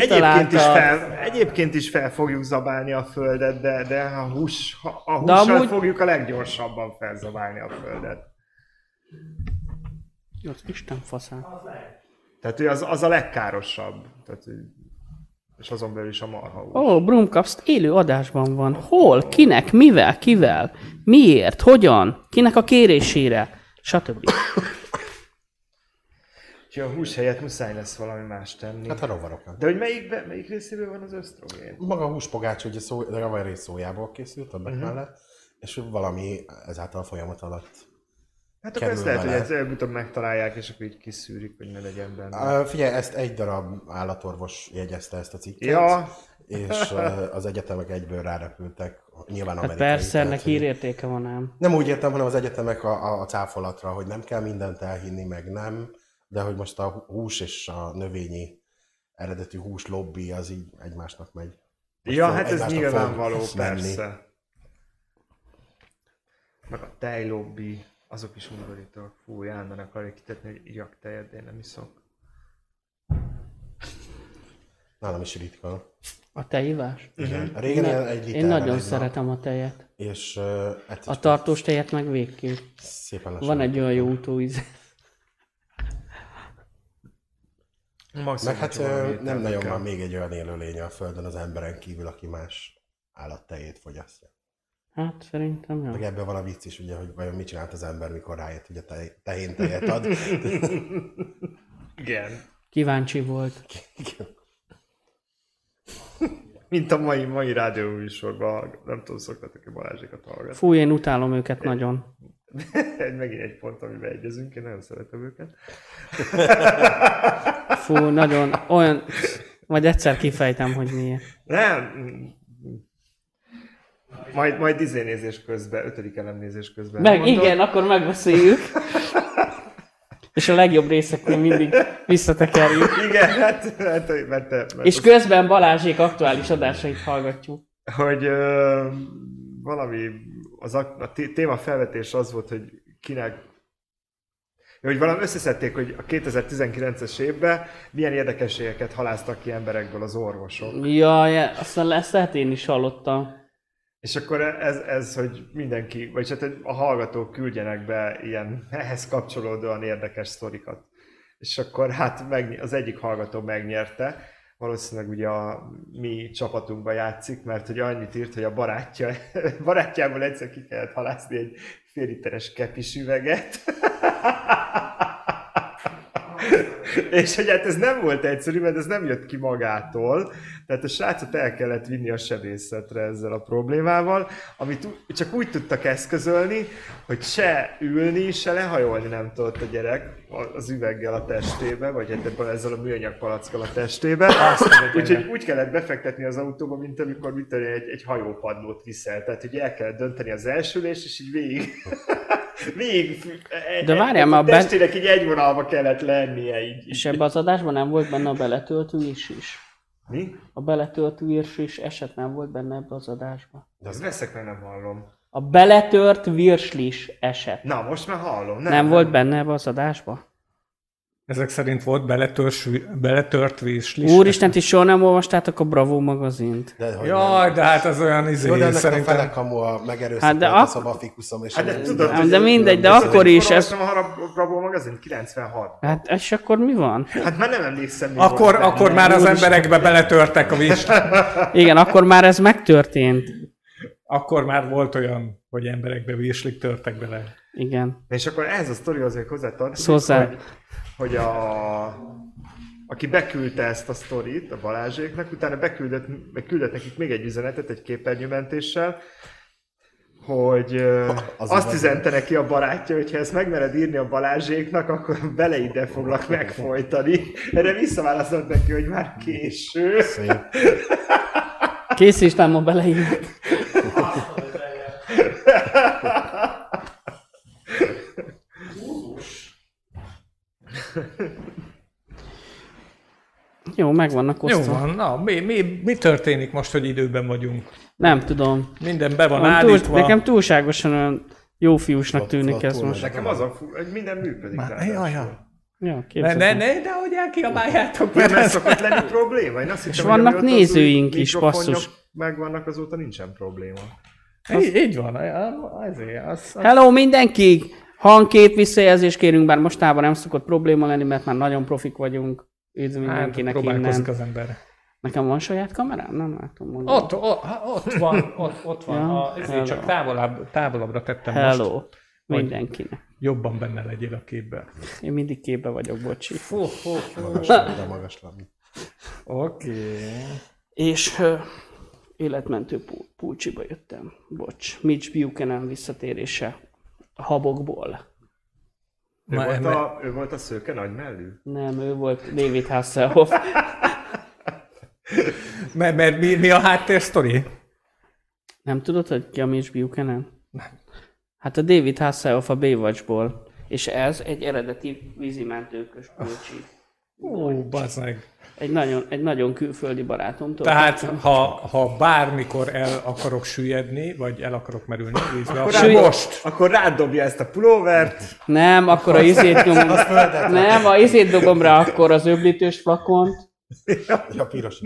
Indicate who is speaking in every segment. Speaker 1: Egyébként is,
Speaker 2: kitalálta.
Speaker 1: fel, egyébként is fel fogjuk zabálni a földet, de, de a, hús, ha- a
Speaker 2: De
Speaker 1: hússal
Speaker 2: amúgy-
Speaker 1: amúgy... fogjuk a leggyorsabban felzabálni a földet.
Speaker 2: Az Isten faszán.
Speaker 1: Tehát ő az, az a legkárosabb. Tehát, ő- és azon belül is a marha hús.
Speaker 2: Ó, oh, Brumcast élő adásban van. Hol? Kinek? Mivel? Kivel? Miért? Hogyan? Kinek a kérésére? Stb.
Speaker 1: Úgyhogy a hús helyett muszáj lesz valami más tenni.
Speaker 3: Hát a rovaroknak.
Speaker 1: De hogy melyik, melyik részéből van az ösztrogén?
Speaker 3: Maga a húspogács, ugye szó, de a rész szójából készült, többek
Speaker 2: Mhm.
Speaker 3: uh-huh. mellett, és valami ezáltal a folyamat alatt.
Speaker 1: Hát akkor ezt
Speaker 3: Kerül
Speaker 1: lehet, hogy
Speaker 3: bele.
Speaker 1: ezt előbb-utóbb megtalálják, és akkor így kiszűrik, hogy ne legyen benne.
Speaker 3: Á, Figyelj, ezt egy darab állatorvos jegyezte ezt a cikket,
Speaker 1: Ja.
Speaker 3: és ö, az egyetemek egyből rárepültek, nyilván
Speaker 2: Hát
Speaker 3: amerikai.
Speaker 2: persze,
Speaker 3: tehát,
Speaker 2: ennek
Speaker 3: hogy-
Speaker 2: hírértéke van ám.
Speaker 3: Nem úgy értem, hanem az egyetemek a, a, a cáfolatra, hogy nem kell mindent elhinni, meg nem, de hogy most a hús és a növényi eredetű hús lobby az így egymásnak megy. Most
Speaker 1: ja,
Speaker 3: fog-
Speaker 1: hát ez
Speaker 3: egymásnak fog
Speaker 1: nyilvánvaló,
Speaker 3: menni.
Speaker 1: persze. Meg a tejlobbi, azok is undorítóak. Fú, Jánnan akarja kitetni, hogy igyak tejet, de én nem iszok.
Speaker 3: Nálam is ritka.
Speaker 2: A tejivás?
Speaker 3: Igen. Régen
Speaker 2: Én-
Speaker 3: ilyen egy liter.
Speaker 2: Én nagyon szeretem a tejet.
Speaker 3: És uh, hát
Speaker 2: A tartós tejet meg végképp.
Speaker 3: szépen lassan.
Speaker 2: Van egy olyan jó utóíz.
Speaker 1: Maximum,
Speaker 3: Meg hát
Speaker 1: hogyha valami
Speaker 3: ö, nem
Speaker 1: ételbe
Speaker 3: nagyon
Speaker 1: kell.
Speaker 3: van még egy olyan élőlény a Földön az emberen kívül, aki más állattejét fogyasztja.
Speaker 2: Hát szerintem
Speaker 3: Meg
Speaker 2: nem.
Speaker 3: ebben van a vicc is, ugye, hogy vajon mit csinált az ember, mikor rájött, hogy a tej- tehén tejet ad.
Speaker 1: Igen.
Speaker 2: Kíváncsi volt.
Speaker 1: Mint a mai, mai rádió műsorban, nem tudom, szoktatok-e Balázsékat hallgatni.
Speaker 2: Fú, én utálom őket nagyon.
Speaker 1: Egy, megint egy pont, amiben egyezünk, én nagyon szeretem őket.
Speaker 2: Fú, nagyon olyan... Majd egyszer kifejtem, hogy miért.
Speaker 1: Nem. mm, Majd, majd izé nézés közben, ötödik elemnézés közben.
Speaker 2: Meg
Speaker 1: elmondom.
Speaker 2: igen, akkor megbeszéljük. És a legjobb részeknél mindig visszatekerjük.
Speaker 1: Igen, hát, hát mert, te, mert
Speaker 2: És közben Balázsék aktuális adásait hallgatjuk.
Speaker 1: hogy ö, valami, az a, a té- téma felvetés az volt, hogy kinek Ja, hogy valami összeszedték, hogy a 2019-es évben milyen érdekességeket haláztak ki emberekből az orvosok.
Speaker 2: Jaj, aztán ezt lehet én is hallottam.
Speaker 1: És akkor ez, ez hogy mindenki, vagy hát hogy a hallgatók küldjenek be ilyen ehhez kapcsolódóan érdekes sztorikat. És akkor hát megny- az egyik hallgató megnyerte, valószínűleg ugye a mi csapatunkban játszik, mert hogy annyit írt, hogy a barátja, barátjából egyszer ki kellett halászni egy fél literes kepis üveget. És hogy hát ez nem volt egyszerű, mert ez nem jött ki magától, tehát a srácot el kellett vinni a sebészetre ezzel a problémával, amit ú- csak úgy tudtak eszközölni, hogy se ülni, se lehajolni nem tudott a gyerek a- az üveggel a testébe, vagy hát ebből ezzel a műanyag palackkal a testébe. Úgyhogy úgy kellett befektetni az autóba, mint amikor mit tudom én, egy, egy hajópadlót viszel. Tehát ugye el kellett dönteni az elsülés, és így végig Végig, e-
Speaker 2: De várjál már,
Speaker 1: a
Speaker 2: Ben-
Speaker 1: testének így egy vonalba kellett lennie, így, így
Speaker 2: És ebbe az adásban nem volt benne a beletöltő is is.
Speaker 1: Mi?
Speaker 2: A beletöltő is is eset nem volt benne ebbe az adásban.
Speaker 1: De az veszek, mert nem hallom.
Speaker 2: A beletört virslis eset.
Speaker 1: Na, most már hallom. Nem,
Speaker 2: Nem, nem volt benne ebbe az adásban?
Speaker 4: Ezek szerint volt beletört, beletört vízslis.
Speaker 2: Úristen, ti soha nem olvastátok a Bravo magazint.
Speaker 3: De, hogy nem.
Speaker 4: Jaj, de hát az olyan izé,
Speaker 3: Jó, de ennek
Speaker 4: szerintem...
Speaker 3: a felekamu a
Speaker 2: Hát
Speaker 3: megerőszakolt
Speaker 2: de
Speaker 3: a
Speaker 2: ak-
Speaker 3: szobafikuszom. És
Speaker 1: Hát de
Speaker 3: a-
Speaker 1: tudod,
Speaker 2: de mindegy, de
Speaker 1: Tudod,
Speaker 2: akkor
Speaker 1: hogy
Speaker 2: is
Speaker 1: mikor
Speaker 2: ez-
Speaker 1: olvastam a Harab- Bravo magazin 96.
Speaker 2: Hát és akkor mi van?
Speaker 1: Hát már nem emlékszem, mi
Speaker 4: Akkor,
Speaker 1: volt
Speaker 4: akkor már az emberekbe beletörtek a vízslis.
Speaker 2: Igen, akkor már ez megtörtént.
Speaker 4: Akkor már volt olyan, hogy emberekbe vízslik törtek bele.
Speaker 2: Igen. szóval-
Speaker 1: És akkor ehhez a sztorihoz még hozzátartozik,
Speaker 2: Ezt hozzá-
Speaker 1: hogy, hogy a, aki beküldte ezt a sztorit a Balázséknak, utána beküldött, beküldött nekik még egy üzenetet egy képernyőmentéssel, hogy ö,
Speaker 3: Az
Speaker 1: azt
Speaker 3: igaz.
Speaker 1: üzente neki a barátja, hogy ha ezt megmered írni a Balázséknak, akkor bele ide foglak megfojtani. Erre visszaválaszolt neki, hogy már késő.
Speaker 3: Szép.
Speaker 2: Kész István ma beleírt. Jó, megvannak
Speaker 4: Jó
Speaker 2: osztva.
Speaker 4: van, na, mi, mi, mi történik most, hogy időben vagyunk?
Speaker 2: Nem tudom.
Speaker 4: Minden be van
Speaker 2: Van túl,
Speaker 4: állítva.
Speaker 2: nekem túlságosan olyan jó fiúsnak
Speaker 3: Ott-
Speaker 2: tűnik
Speaker 3: ott
Speaker 2: ez
Speaker 3: túl
Speaker 2: most.
Speaker 3: nagy.
Speaker 1: Nekem az a, fú- hogy minden működik.
Speaker 4: Már-
Speaker 1: ráadásul.
Speaker 4: Jaj, jaj.
Speaker 2: Ja,
Speaker 4: Ne,
Speaker 2: képzeld
Speaker 4: ne,
Speaker 2: el.
Speaker 4: ne, de hogy elkiabáljátok
Speaker 1: Nem ez
Speaker 4: mert
Speaker 1: szokott lenni probléma? Én azt hittem,
Speaker 2: vannak
Speaker 1: hogy amióta az
Speaker 2: nézőink
Speaker 1: új
Speaker 2: is,
Speaker 1: mikrofonok
Speaker 2: basszus.
Speaker 1: Megvannak azóta nincsen probléma.
Speaker 4: Így, így van, ja, ezért. Az, az...
Speaker 2: Hello mindenki! Hangkép visszajelzést kérünk, bár mostában nem szokott probléma lenni, mert már nagyon profik vagyunk. Üdv
Speaker 4: Hát,
Speaker 2: mindenkinek
Speaker 4: próbálkozik
Speaker 2: innen.
Speaker 4: az ember.
Speaker 2: Nekem van saját kamerám? Nem látom. Mondom.
Speaker 4: Ott, ott, hát ott van, ott, ott van.
Speaker 2: Ja,
Speaker 4: A, ezért
Speaker 2: hello.
Speaker 4: csak távolabb, távolabbra tettem most.
Speaker 2: Hello! Mindenkinek.
Speaker 4: Jobban benne legyél a képben.
Speaker 2: Én mindig képbe vagyok, bocsi.
Speaker 4: Fú, fú, fú.
Speaker 3: Magas labda, magas labda.
Speaker 4: Oké.
Speaker 2: És ö, életmentő pú- pulcsiba jöttem. Bocs. Mitch Buchanan visszatérése a habokból.
Speaker 1: Ő,
Speaker 4: Ma
Speaker 1: volt
Speaker 4: ember-
Speaker 1: a, ő volt a szőke nagy mellű?
Speaker 2: Nem, ő volt David Hasselhoff.
Speaker 4: Mert, mert mi, mi a háttér sztori?
Speaker 2: Nem tudod, hogy ki a Mitch Buchanan? Nem. Hát a David Hasselhoff a Baywatchból, és ez egy eredeti vízimentőkös pulcsi.
Speaker 4: Ó, bazd meg.
Speaker 2: Egy nagyon, egy nagyon külföldi barátomtól.
Speaker 4: Tehát, ha, ha bármikor el akarok süllyedni, vagy el akarok merülni vízbe, akkor
Speaker 2: Süllyed-
Speaker 4: most!
Speaker 1: Akkor rád dobja ezt a pulóvert,
Speaker 2: Nem, akkor a izét nyomom. nem, a izét dobom rá akkor az öblítős flakont.
Speaker 3: Ja, piros.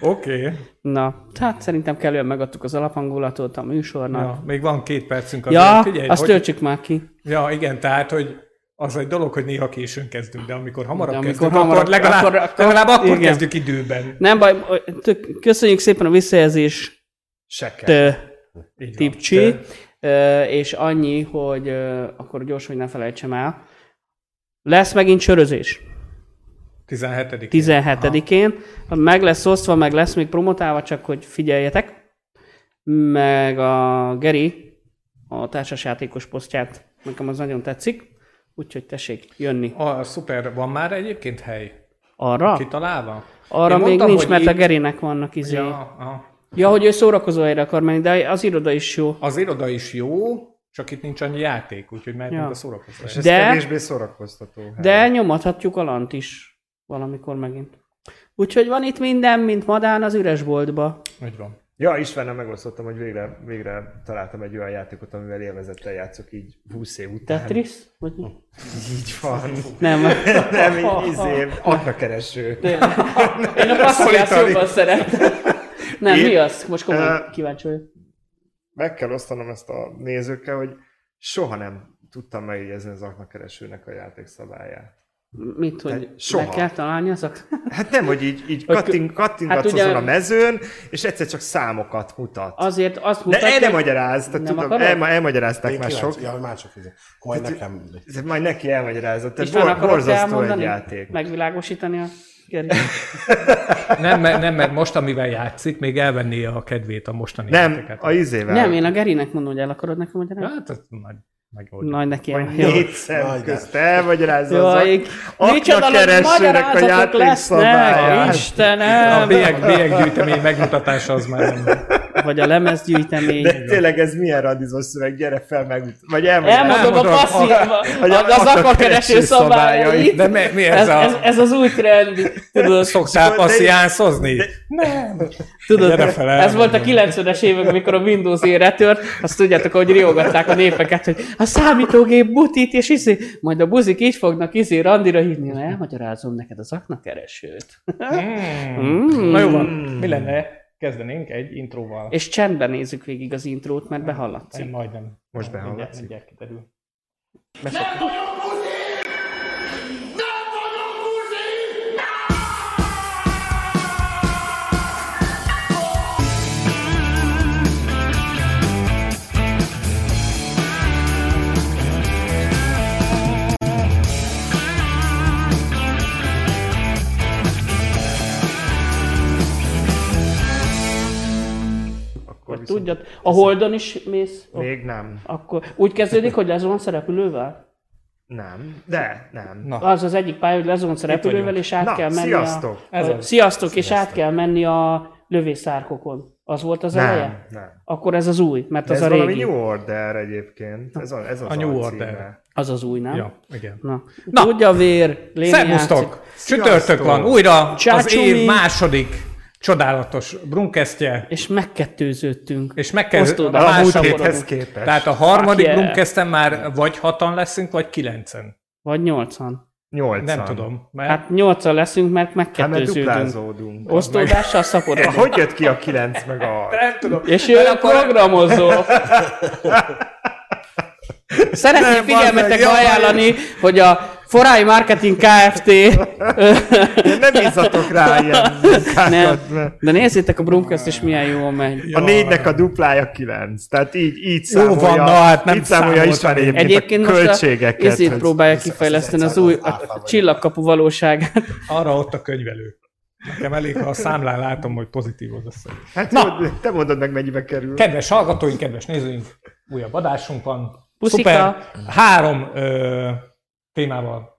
Speaker 4: Oké. Okay.
Speaker 2: Na, tehát szerintem kellően megadtuk az alaphangulatot a műsornak.
Speaker 4: Ja, még van két percünk. azért.
Speaker 2: Ja,
Speaker 4: Figyelj,
Speaker 2: azt
Speaker 4: hogy-
Speaker 2: töltsük már ki.
Speaker 4: Ja, igen, tehát, hogy az egy dolog, hogy néha későn kezdünk, de amikor hamarabb
Speaker 2: De
Speaker 4: de
Speaker 2: amikor
Speaker 4: amikor kezdünk,
Speaker 2: hamarabb-
Speaker 4: akkor legalább
Speaker 2: akkor-
Speaker 4: akkor,
Speaker 2: akkor-
Speaker 4: legalább akkor
Speaker 2: igen.
Speaker 4: kezdjük időben.
Speaker 2: Nem baj, tök- köszönjük szépen a visszajelzést.
Speaker 1: seker.
Speaker 2: Te-
Speaker 4: Így van.
Speaker 2: tipcsi,
Speaker 4: Te-
Speaker 2: ö, és annyi, hogy ö, akkor gyors, hogy ne felejtsem el. Lesz megint sörözés
Speaker 4: 17.
Speaker 2: 17-én, meg lesz osztva, meg lesz még promotálva, csak hogy figyeljetek, meg a Geri a társasjátékos posztját, nekem az nagyon tetszik, úgyhogy tessék jönni
Speaker 4: A, szuper, van már egyébként hely?
Speaker 2: arra.
Speaker 4: Kitalálva?
Speaker 2: Arra
Speaker 4: Én
Speaker 2: még
Speaker 4: mondtam,
Speaker 2: nincs,
Speaker 4: hogy
Speaker 2: mert a
Speaker 4: így-
Speaker 2: Gerinek vannak izé.
Speaker 4: Ja,
Speaker 2: Ja,
Speaker 4: a,
Speaker 2: ja hogy ő szórakozó helyre akar menni, de az iroda is jó.
Speaker 4: az iroda is jó, csak itt nincs annyi játék, úgyhogy mehetünk
Speaker 2: Ja.
Speaker 4: a szórakozásra.
Speaker 1: És ez
Speaker 2: de-
Speaker 1: kevésbé szórakoztató. Hát.
Speaker 2: De nyomathatjuk a lant is valamikor megint. Úgyhogy van itt minden, mint madán az üres boltba.
Speaker 4: Úgy van.
Speaker 1: Ja, Istvánnal megosztottam, hogy végre, végre találtam egy olyan játékot, amivel élvezettel játszok így 20 év után.
Speaker 2: Tetris? Vagy mi?
Speaker 1: Így van.
Speaker 2: Nem.
Speaker 1: Nem, így izé, aknakereső.
Speaker 2: Én a passziát
Speaker 1: Szolitari.
Speaker 2: jobban szeretem. Nem,
Speaker 1: Én-
Speaker 2: mi az? Most komolyan
Speaker 1: Eh,
Speaker 2: kíváncsi vagyok.
Speaker 1: Meg kell osztanom ezt a nézőkkel, hogy soha nem tudtam megjegyezni az aknakeresőnek a játékszabályát.
Speaker 2: Mit, hogy
Speaker 1: tehát soha.
Speaker 2: meg kell találni azok?
Speaker 1: Hát nem, hogy így, így
Speaker 2: Hogy
Speaker 1: katting, kattingatsz hát
Speaker 2: ugye-
Speaker 1: ugye... azon a mezőn, és egyszer csak számokat mutat. Az
Speaker 2: Azért azt
Speaker 1: De
Speaker 2: mutatja,
Speaker 1: el nem
Speaker 2: hogy-
Speaker 1: magyaráz, tehát
Speaker 2: Nem
Speaker 1: tudom,
Speaker 2: akarod?
Speaker 1: el, elmagyarázták
Speaker 3: Én
Speaker 1: már sok.
Speaker 3: kíváncsi. Ja, mások fizet. Majd nekem.
Speaker 1: Ez Majd neki elmagyarázott. Tehát
Speaker 2: István,
Speaker 1: bor,
Speaker 2: akarod
Speaker 1: borzasztó egy
Speaker 2: elmondani?
Speaker 1: játék.
Speaker 2: Megvilágosítani a Geri?
Speaker 4: Nem, mert, nem, mert most, amivel játszik, még elvenné a kedvét a mostani
Speaker 1: Nem,
Speaker 4: játékát.
Speaker 1: a izével.
Speaker 2: Nem, én a Gerinek mondom, hogy el akarod nekem magyarázni.
Speaker 4: Hát, ez nagy, nagy
Speaker 2: Nagy neki.
Speaker 1: Majd
Speaker 2: Jó.
Speaker 1: négy szem
Speaker 3: Jaj, de-
Speaker 1: közt elmagyarázza az
Speaker 2: Jaj,
Speaker 1: akna
Speaker 2: micsoda
Speaker 1: keresőnek a
Speaker 2: magyarázatok lesznek,
Speaker 1: játékszabályát.
Speaker 4: A
Speaker 2: Istenem!
Speaker 4: bélyeg, bélyeggyűjtemény megmutatása az már nem.
Speaker 2: Vagy a lemezgyűjtemény.
Speaker 1: De tényleg ez milyen radizos szöveg, gyere fel meg, vagy elmagyarázza.
Speaker 2: Elmondom a
Speaker 4: Elmondom,
Speaker 2: passzív,
Speaker 1: hogy a-
Speaker 2: az
Speaker 1: a- a
Speaker 2: akvakereső
Speaker 1: kereső
Speaker 2: szabályait.
Speaker 1: szabályait.
Speaker 4: De mi, mi ez,
Speaker 2: Ez,
Speaker 4: a...
Speaker 2: ez, ez az új trend, tudod,
Speaker 4: Szoktál
Speaker 1: Tudod, Szóval de-
Speaker 4: passziánszozni?
Speaker 2: tudod
Speaker 4: Gyere fel,
Speaker 2: ez
Speaker 4: elmondom.
Speaker 2: volt a 90-es évek, amikor a Windows ére tört, azt tudjátok, hogy riogatták a népeket, hogy a számítógép butít, és izé, majd a buzik így fognak izé randira hívni, Na, elmagyarázom neked az aknakeresőt.
Speaker 4: Mm. Na jó van,
Speaker 1: Hmm.
Speaker 4: mi lenne? Kezdenénk egy intróval.
Speaker 2: És csendben nézzük végig az intrót, mert behallatszik.
Speaker 4: Nem, majdnem.
Speaker 1: Most
Speaker 4: Mindjárt,
Speaker 1: behallatszik.
Speaker 4: mindjárt kiderül.
Speaker 1: Akkor
Speaker 2: Vagy
Speaker 1: viszont
Speaker 2: tudjad, a Holdon is mész?
Speaker 1: Még nem.
Speaker 2: Akkor úgy kezdődik, hogy lezon szerepülővel?
Speaker 1: Nem. De, nem.
Speaker 4: Na,
Speaker 2: Az az egyik pálya, hogy lezon szerepülővel, és át
Speaker 1: Na,
Speaker 2: kell menni
Speaker 1: sziasztok!
Speaker 2: A...
Speaker 4: Ez
Speaker 2: Sziasztok!
Speaker 4: az.
Speaker 2: Sziasztok, és át kell menni a lövészárkokon. Az volt az
Speaker 1: Nem,
Speaker 2: eleje?
Speaker 1: nem.
Speaker 2: Akkor ez az új, mert
Speaker 1: De
Speaker 2: az
Speaker 1: ez
Speaker 2: a
Speaker 1: valami
Speaker 2: régi.
Speaker 1: New Order egyébként. Ez, a, ez az
Speaker 4: A New
Speaker 1: alcíme.
Speaker 4: Order.
Speaker 2: Az az új, nem?
Speaker 4: ja, igen.
Speaker 2: Na. Na. Tudja vér, léni
Speaker 4: Szervusztok!
Speaker 2: játszik.
Speaker 4: Csütörtök van, újra az
Speaker 2: Csácsumi.
Speaker 4: év második csodálatos brunkesztje,
Speaker 2: És megkettőződtünk.
Speaker 4: és megkezd
Speaker 2: Osztódás.
Speaker 4: a
Speaker 1: A múlt
Speaker 4: második
Speaker 1: héthez képest.
Speaker 4: Tehát a harmadik
Speaker 2: Fuck yeah.
Speaker 4: yeah. már vagy hatan leszünk, vagy kilencen.
Speaker 2: Vagy 80.
Speaker 1: 80.
Speaker 4: Nem tudom, mert hát,
Speaker 2: Hát 80 leszünk, mert
Speaker 1: Hát mert
Speaker 2: megkettőződünk.
Speaker 1: duplázódunk.
Speaker 2: Osztódással
Speaker 1: Meg...
Speaker 2: szaporodunk.
Speaker 1: Hogy jött ki a 9 meg a 6?
Speaker 4: nem tudom.
Speaker 2: És ő a programozó. Szeretném
Speaker 1: Nem,
Speaker 2: figyelmetek
Speaker 1: bazd meg, jaj,
Speaker 2: ajánlani, hogy a Forai Marketing Kft.
Speaker 1: Én nem izzatok rá ilyen
Speaker 2: nem.
Speaker 1: munkákat. mert
Speaker 2: De nézzétek a Brumcast, és milyen jól megy.
Speaker 1: A négynek a duplája 9. Tehát így, így
Speaker 4: Jó van,
Speaker 1: számolja,
Speaker 4: na hát nem
Speaker 1: így számolja
Speaker 4: számoltam
Speaker 1: István
Speaker 4: én.
Speaker 1: egyébként,
Speaker 2: Egyébként
Speaker 1: a
Speaker 2: most a
Speaker 1: költségeket.
Speaker 2: izét
Speaker 1: hogy-
Speaker 2: próbálja kifejleszteni az új, a, a csillagkapu valóságát.
Speaker 4: Arra ott a könyvelő. Nekem elég, ha a számlán látom, hogy pozitív az összeg.
Speaker 1: Hát
Speaker 4: Na.
Speaker 1: Na. te mondod meg, mennyibe kerül.
Speaker 4: Kedves hallgatóink, kedves nézőink, újabb adásunk van.
Speaker 2: Puszika.
Speaker 4: Három ö, témával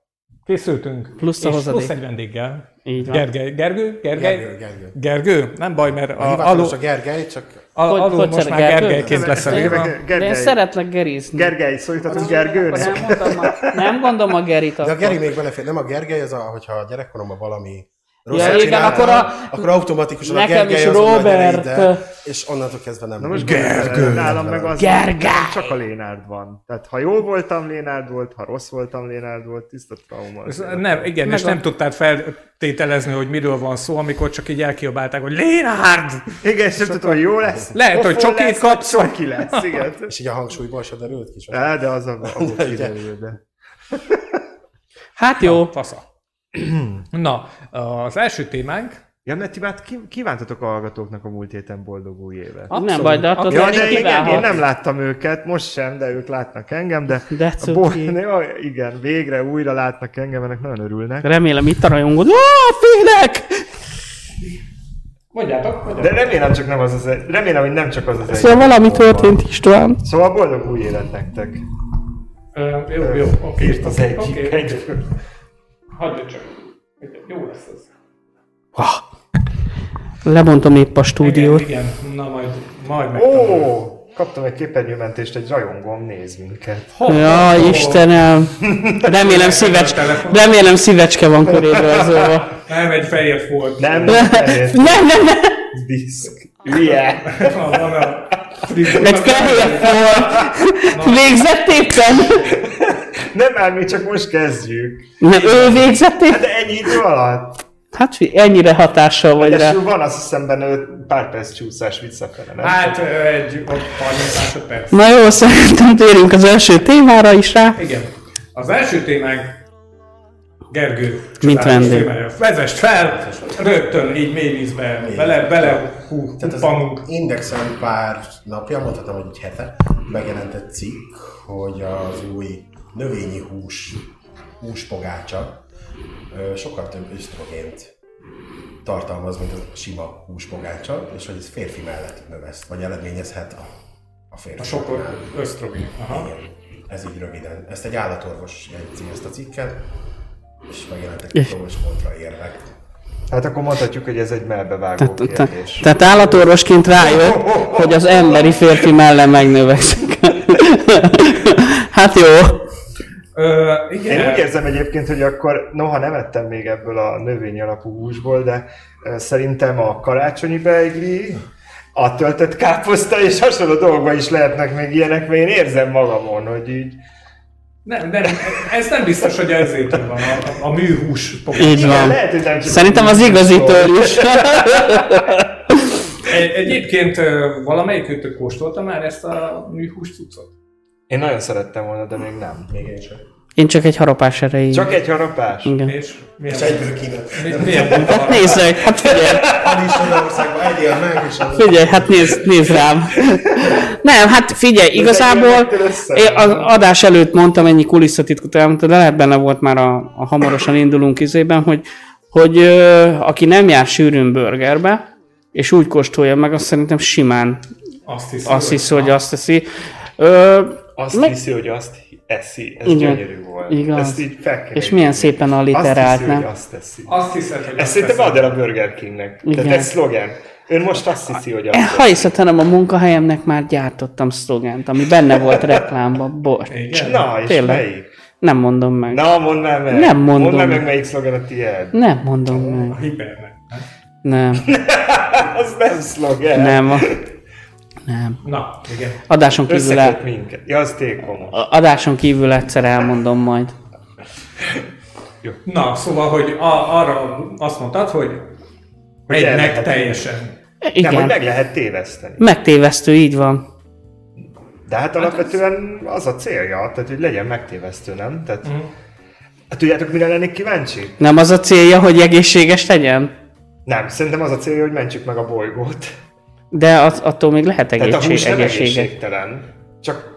Speaker 4: készültünk.
Speaker 2: Plusz a
Speaker 4: és
Speaker 2: hozadék.
Speaker 4: plusz egy vendéggel.
Speaker 2: Így van.
Speaker 4: Gergely, Gergő? Gergely?
Speaker 3: Gergő, Gergő.
Speaker 4: Gergő? Nem baj, mert
Speaker 3: A
Speaker 4: a,
Speaker 3: hivatalos a
Speaker 4: alul,
Speaker 3: Gergely, csak
Speaker 4: a,
Speaker 2: Hogy-
Speaker 4: alul
Speaker 2: hogy
Speaker 4: most
Speaker 2: szeret
Speaker 4: már
Speaker 2: Gergő?
Speaker 4: Gergelyként lesz elírva.
Speaker 2: De én
Speaker 1: Gergely,
Speaker 2: szeretlek gerizni.
Speaker 1: Gergely, szólítatunk
Speaker 2: Akkor
Speaker 1: Gergőnek.
Speaker 2: elmondom a- Nem gondom a Gerit.
Speaker 3: de a
Speaker 2: akkor.
Speaker 3: Geri még belefér. Nem a Gergely, az a, hogyha a gyerekkoromban valami
Speaker 2: Ja,
Speaker 3: rosszat
Speaker 2: igen,
Speaker 3: csináltam,
Speaker 2: akkor a-
Speaker 3: akkor automatikusan a
Speaker 2: nekem
Speaker 3: Gergely
Speaker 2: is
Speaker 3: az onnan, gyere
Speaker 2: Robert.
Speaker 3: ide, és onnantól kezdve nem.
Speaker 1: Na most Gergő. Nálam meg az,
Speaker 2: Gergely!
Speaker 1: csak a Lénárd van. Tehát ha jó voltam, Lénárd volt, ha rossz voltam, Lénárd volt, tiszta trauma.
Speaker 4: Ez-
Speaker 1: az élet.
Speaker 4: Nem, igen,
Speaker 2: Meg
Speaker 4: és
Speaker 2: a-
Speaker 4: nem tudtál feltételezni, hogy miről van szó, amikor csak így elkiabálták, hogy Lénárd!
Speaker 1: Igen, sem tudom, hogy jó lesz.
Speaker 4: Lehet, hogy
Speaker 1: pofon
Speaker 4: csokit
Speaker 1: lesz,
Speaker 4: kapsz.
Speaker 1: vagy Csoki lesz, igen.
Speaker 3: És így a hangsúlyból se derült ki. csak-
Speaker 1: Á, de az a abból
Speaker 3: De ugye.
Speaker 1: kiderül, de.
Speaker 2: Hát jó.
Speaker 4: Fasza. Na, az első témánk,
Speaker 1: Ja, mert ti már ki- kívántatok a hallgatóknak a múlt héten boldog új évet.
Speaker 4: Abszolút.
Speaker 2: Nem baj, de attól
Speaker 4: Ja,
Speaker 1: Ja,
Speaker 2: ja,
Speaker 1: de igen,
Speaker 2: kiválhat.
Speaker 1: én nem láttam őket, most sem, de ők látnak engem, de
Speaker 2: De
Speaker 1: a
Speaker 2: cuki.
Speaker 1: bo- ja, igen, végre újra látnak engem, ennek nagyon örülnek.
Speaker 2: Remélem itt a rajongod. Ó, félek!
Speaker 4: Mondjátok, mondjátok.
Speaker 1: De remélem, csak nem az az egy, remélem, hogy nem csak az az egy.
Speaker 2: Szóval valami történt István.
Speaker 1: Szóval boldog új élet nektek.
Speaker 4: Ö, jó, jó, oké.
Speaker 1: Írt az egyik.
Speaker 4: Oké.
Speaker 1: Egy.
Speaker 4: Hagyja csak. Jó lesz ez.
Speaker 2: Lebontom épp a stúdiót.
Speaker 4: Igen, igen. na majd, majd meg.
Speaker 1: Ó, kaptam egy képernyőmentést, egy rajongom néz minket.
Speaker 2: Ja,
Speaker 4: Oh.
Speaker 2: Istenem. Remélem, szívecs... Remélem szívecske van szóval. köréd rajzolva.
Speaker 4: Nem egy fehér volt.
Speaker 1: Nem, nem, nem,
Speaker 2: Nem, nem, nem.
Speaker 1: diszk. Hülye.
Speaker 4: Van a
Speaker 2: Egy fehér volt. Végzett éppen.
Speaker 1: Nem már még csak most kezdjük.
Speaker 2: Nem, ő végzett
Speaker 1: Hát
Speaker 2: éppen.
Speaker 1: de ennyi idő alatt.
Speaker 2: Hát fi, ennyire hatással vagy rá.
Speaker 1: Egyesül van azt hiszem benne öt- pár perc csúszás visszafele, nem?
Speaker 4: Hát ö, egy ott 30 másodperc.
Speaker 2: Na jó, szerintem térjünk az első témára is rá.
Speaker 4: Igen. Az első témánk Gergő.
Speaker 2: Mint
Speaker 4: csodálatos
Speaker 2: vendég.
Speaker 4: témája. Vezest fel, rögtön így mély vízbe, bele, bele, hú,
Speaker 3: Tehát az
Speaker 4: panunk.
Speaker 3: Indexen pár napja, mondhatom, hogy egy hete, megjelent egy cikk, hogy az új növényi hús, húspogácsa ö, sokkal több ösztrogént tartalmaz, mint a sima húspogácsa, és hogy ez férfi mellett növeszt, vagy eredményezhet a, a férfi.
Speaker 4: A sokor ösztrogén. Aha.
Speaker 3: Igen. Ez így röviden. Ezt egy állatorvos jegyzi ezt a cikket, és megjelentek
Speaker 2: És-
Speaker 3: pro és kontra érvek.
Speaker 1: Hát akkor mondhatjuk, hogy ez egy melbevágó
Speaker 2: Tehát, te-
Speaker 1: kérdés.
Speaker 2: tehát állatorvosként rájött, hogy az emberi férfi mellem megnövekszik. Hát jó.
Speaker 4: Ö, igen.
Speaker 1: Én úgy érzem egyébként, hogy akkor, noha nem ettem még ebből a növény alapú húsból, de ö, szerintem a karácsonyi beigli, a töltött káposzta és hasonló dolgokban is lehetnek még ilyenek, mert én érzem magamon, hogy így
Speaker 4: Nem, nem, ez nem biztos, hogy ezért van a, a műhús pogácsa.
Speaker 2: Így
Speaker 1: Igen,
Speaker 2: van.
Speaker 1: lehet, hogy nem csak
Speaker 2: Szerintem az igazitől is.
Speaker 4: Egy, E, egyébként ö, valamelyikőtök kóstolta már ezt a műhús cuccot?
Speaker 1: Én nagyon szerettem volna, de még nem.
Speaker 3: Még én sem.
Speaker 2: Én csak egy harapás erejéig.
Speaker 1: Csak egy harapás?
Speaker 2: Igen.
Speaker 4: És milyen,
Speaker 3: És egyből kínál.
Speaker 4: mi- milyen buta
Speaker 2: Hát
Speaker 4: harap?
Speaker 2: nézzek, hát figyelj,
Speaker 3: Addig Magyarországban egyél meg, és az
Speaker 2: figyelj, hát nézd, nézd rám. Nem, hát figyelj, igazából
Speaker 1: egyenektől össze-
Speaker 2: én az adás előtt mondtam ennyi kulisszatitkot, elmondta, de lehet benne volt már a, a hamarosan indulunk izében, hogy, hogy ö, aki nem jár sűrűn burgerbe, és úgy kóstolja meg, azt szerintem simán
Speaker 4: Azt hiszem.
Speaker 2: azt hiszi, hogy azt teszi. Ö,
Speaker 1: Azt
Speaker 2: Meg-
Speaker 1: hiszi, hogy azt eszi. Ez
Speaker 2: Igen.
Speaker 1: gyönyörű volt.
Speaker 2: Igaz.
Speaker 1: Ezt így fel kell
Speaker 2: és milyen
Speaker 1: írni.
Speaker 2: szépen
Speaker 1: Azt
Speaker 2: alliterált,
Speaker 1: hiszi, hogy
Speaker 2: nem?
Speaker 1: azt teszi.
Speaker 4: Azt hiszed, hogy
Speaker 1: Ezt
Speaker 4: azt
Speaker 1: szerintem
Speaker 4: teszed.
Speaker 1: add el a Burger Kingnek.
Speaker 2: Igen. Eh.
Speaker 1: Tehát ez szlogen. Ön most azt hiszi, hogy azt
Speaker 2: Én, Ha hiszem, a munkahelyemnek már gyártottam szlogent, ami benne volt reklámban, bocs.
Speaker 4: Igen.
Speaker 1: Na, és
Speaker 2: Tényleg.
Speaker 1: melyik?
Speaker 2: Nem mondom meg.
Speaker 1: Na, mondd már meg.
Speaker 2: Nem mondom.
Speaker 1: Mondd már meg, melyik szlogen a tiéd.
Speaker 2: Nem mondom meg.
Speaker 4: A hibernek. nem?
Speaker 2: Nem,
Speaker 1: Az nem szlogen.
Speaker 2: nem. a- Nem.
Speaker 4: Na, igen.
Speaker 2: Adáson kívül, el,
Speaker 1: Összekop minket. Ja, az tékomos.
Speaker 2: a- adáson kívül egyszer elmondom majd.
Speaker 4: Na, szóval, hogy a, arra azt mondtad, hogy
Speaker 1: Hogy
Speaker 4: egynek
Speaker 1: elmehet.
Speaker 4: teljesen.
Speaker 1: Igen. Nem, hogy
Speaker 2: Igen,
Speaker 1: meg lehet téveszteni.
Speaker 2: megtévesztő, így van.
Speaker 1: De hát alapvetően az a célja, tehát hogy legyen megtévesztő, nem? Tehát, hát tudjátok, mire lennék kíváncsi?
Speaker 2: Nem az a célja, hogy egészséges legyen?
Speaker 1: Nem, szerintem az a célja, hogy mentsük meg a bolygót.
Speaker 2: De az, attól még lehet
Speaker 1: Tehát a
Speaker 2: egészség,
Speaker 1: hús nem
Speaker 2: egészséges.
Speaker 1: egészségtelen. Csak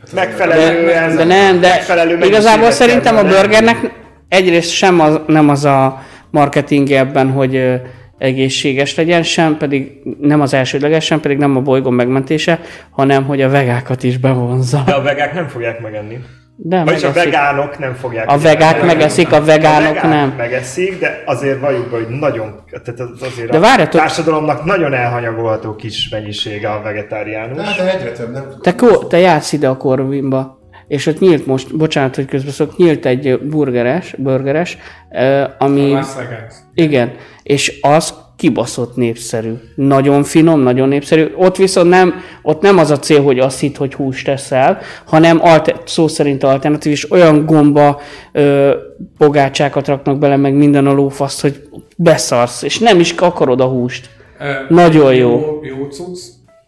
Speaker 3: Hát
Speaker 1: megfelelően...
Speaker 2: de, de nem, de
Speaker 1: megfelelő
Speaker 2: igazából
Speaker 1: mennyiségben
Speaker 2: szerintem a
Speaker 1: kell benne.
Speaker 2: burgernek egyrészt sem az, nem az a marketing ebben, hogy ö, egészséges legyen, sem pedig nem az elsődleges, sem pedig nem a bolygó megmentése, hanem hogy a vegákat is bevonza.
Speaker 1: De a vegák nem fogják megenni.
Speaker 2: De
Speaker 1: Vagyis a
Speaker 2: megeszik.
Speaker 1: vegánok nem fogják.
Speaker 2: A vegák megeszik, a
Speaker 1: a
Speaker 2: vegánok
Speaker 1: vegánok
Speaker 2: nem.
Speaker 1: megeszik, de azért valljuk be, hogy nagyon, tehát az azért
Speaker 2: De
Speaker 1: a
Speaker 2: várjatok-
Speaker 1: társadalomnak nagyon elhanyagolható kis mennyisége a vegetáriánus.
Speaker 3: Hát de egyre több, nem?
Speaker 2: Te, ko- te jársz ide a Corvinba, és ott nyílt most, bocsánat, hogy közbeszok, nyílt egy ö, burgeres, burgeres, ö, ami...
Speaker 4: Las Vegas.
Speaker 2: Igen, és az kibaszott népszerű. Nagyon finom, nagyon népszerű. Ott viszont nem, ott nem az a cél, hogy azt hitt, hogy húst teszel, hanem alter, szó szerint alternatív, és olyan gomba ö, pogácsákat raknak bele, meg minden a lófaszt, hogy beszarsz, és nem is akarod a húst.
Speaker 4: Ö,
Speaker 2: Nagyon
Speaker 4: Jó, jó cucc.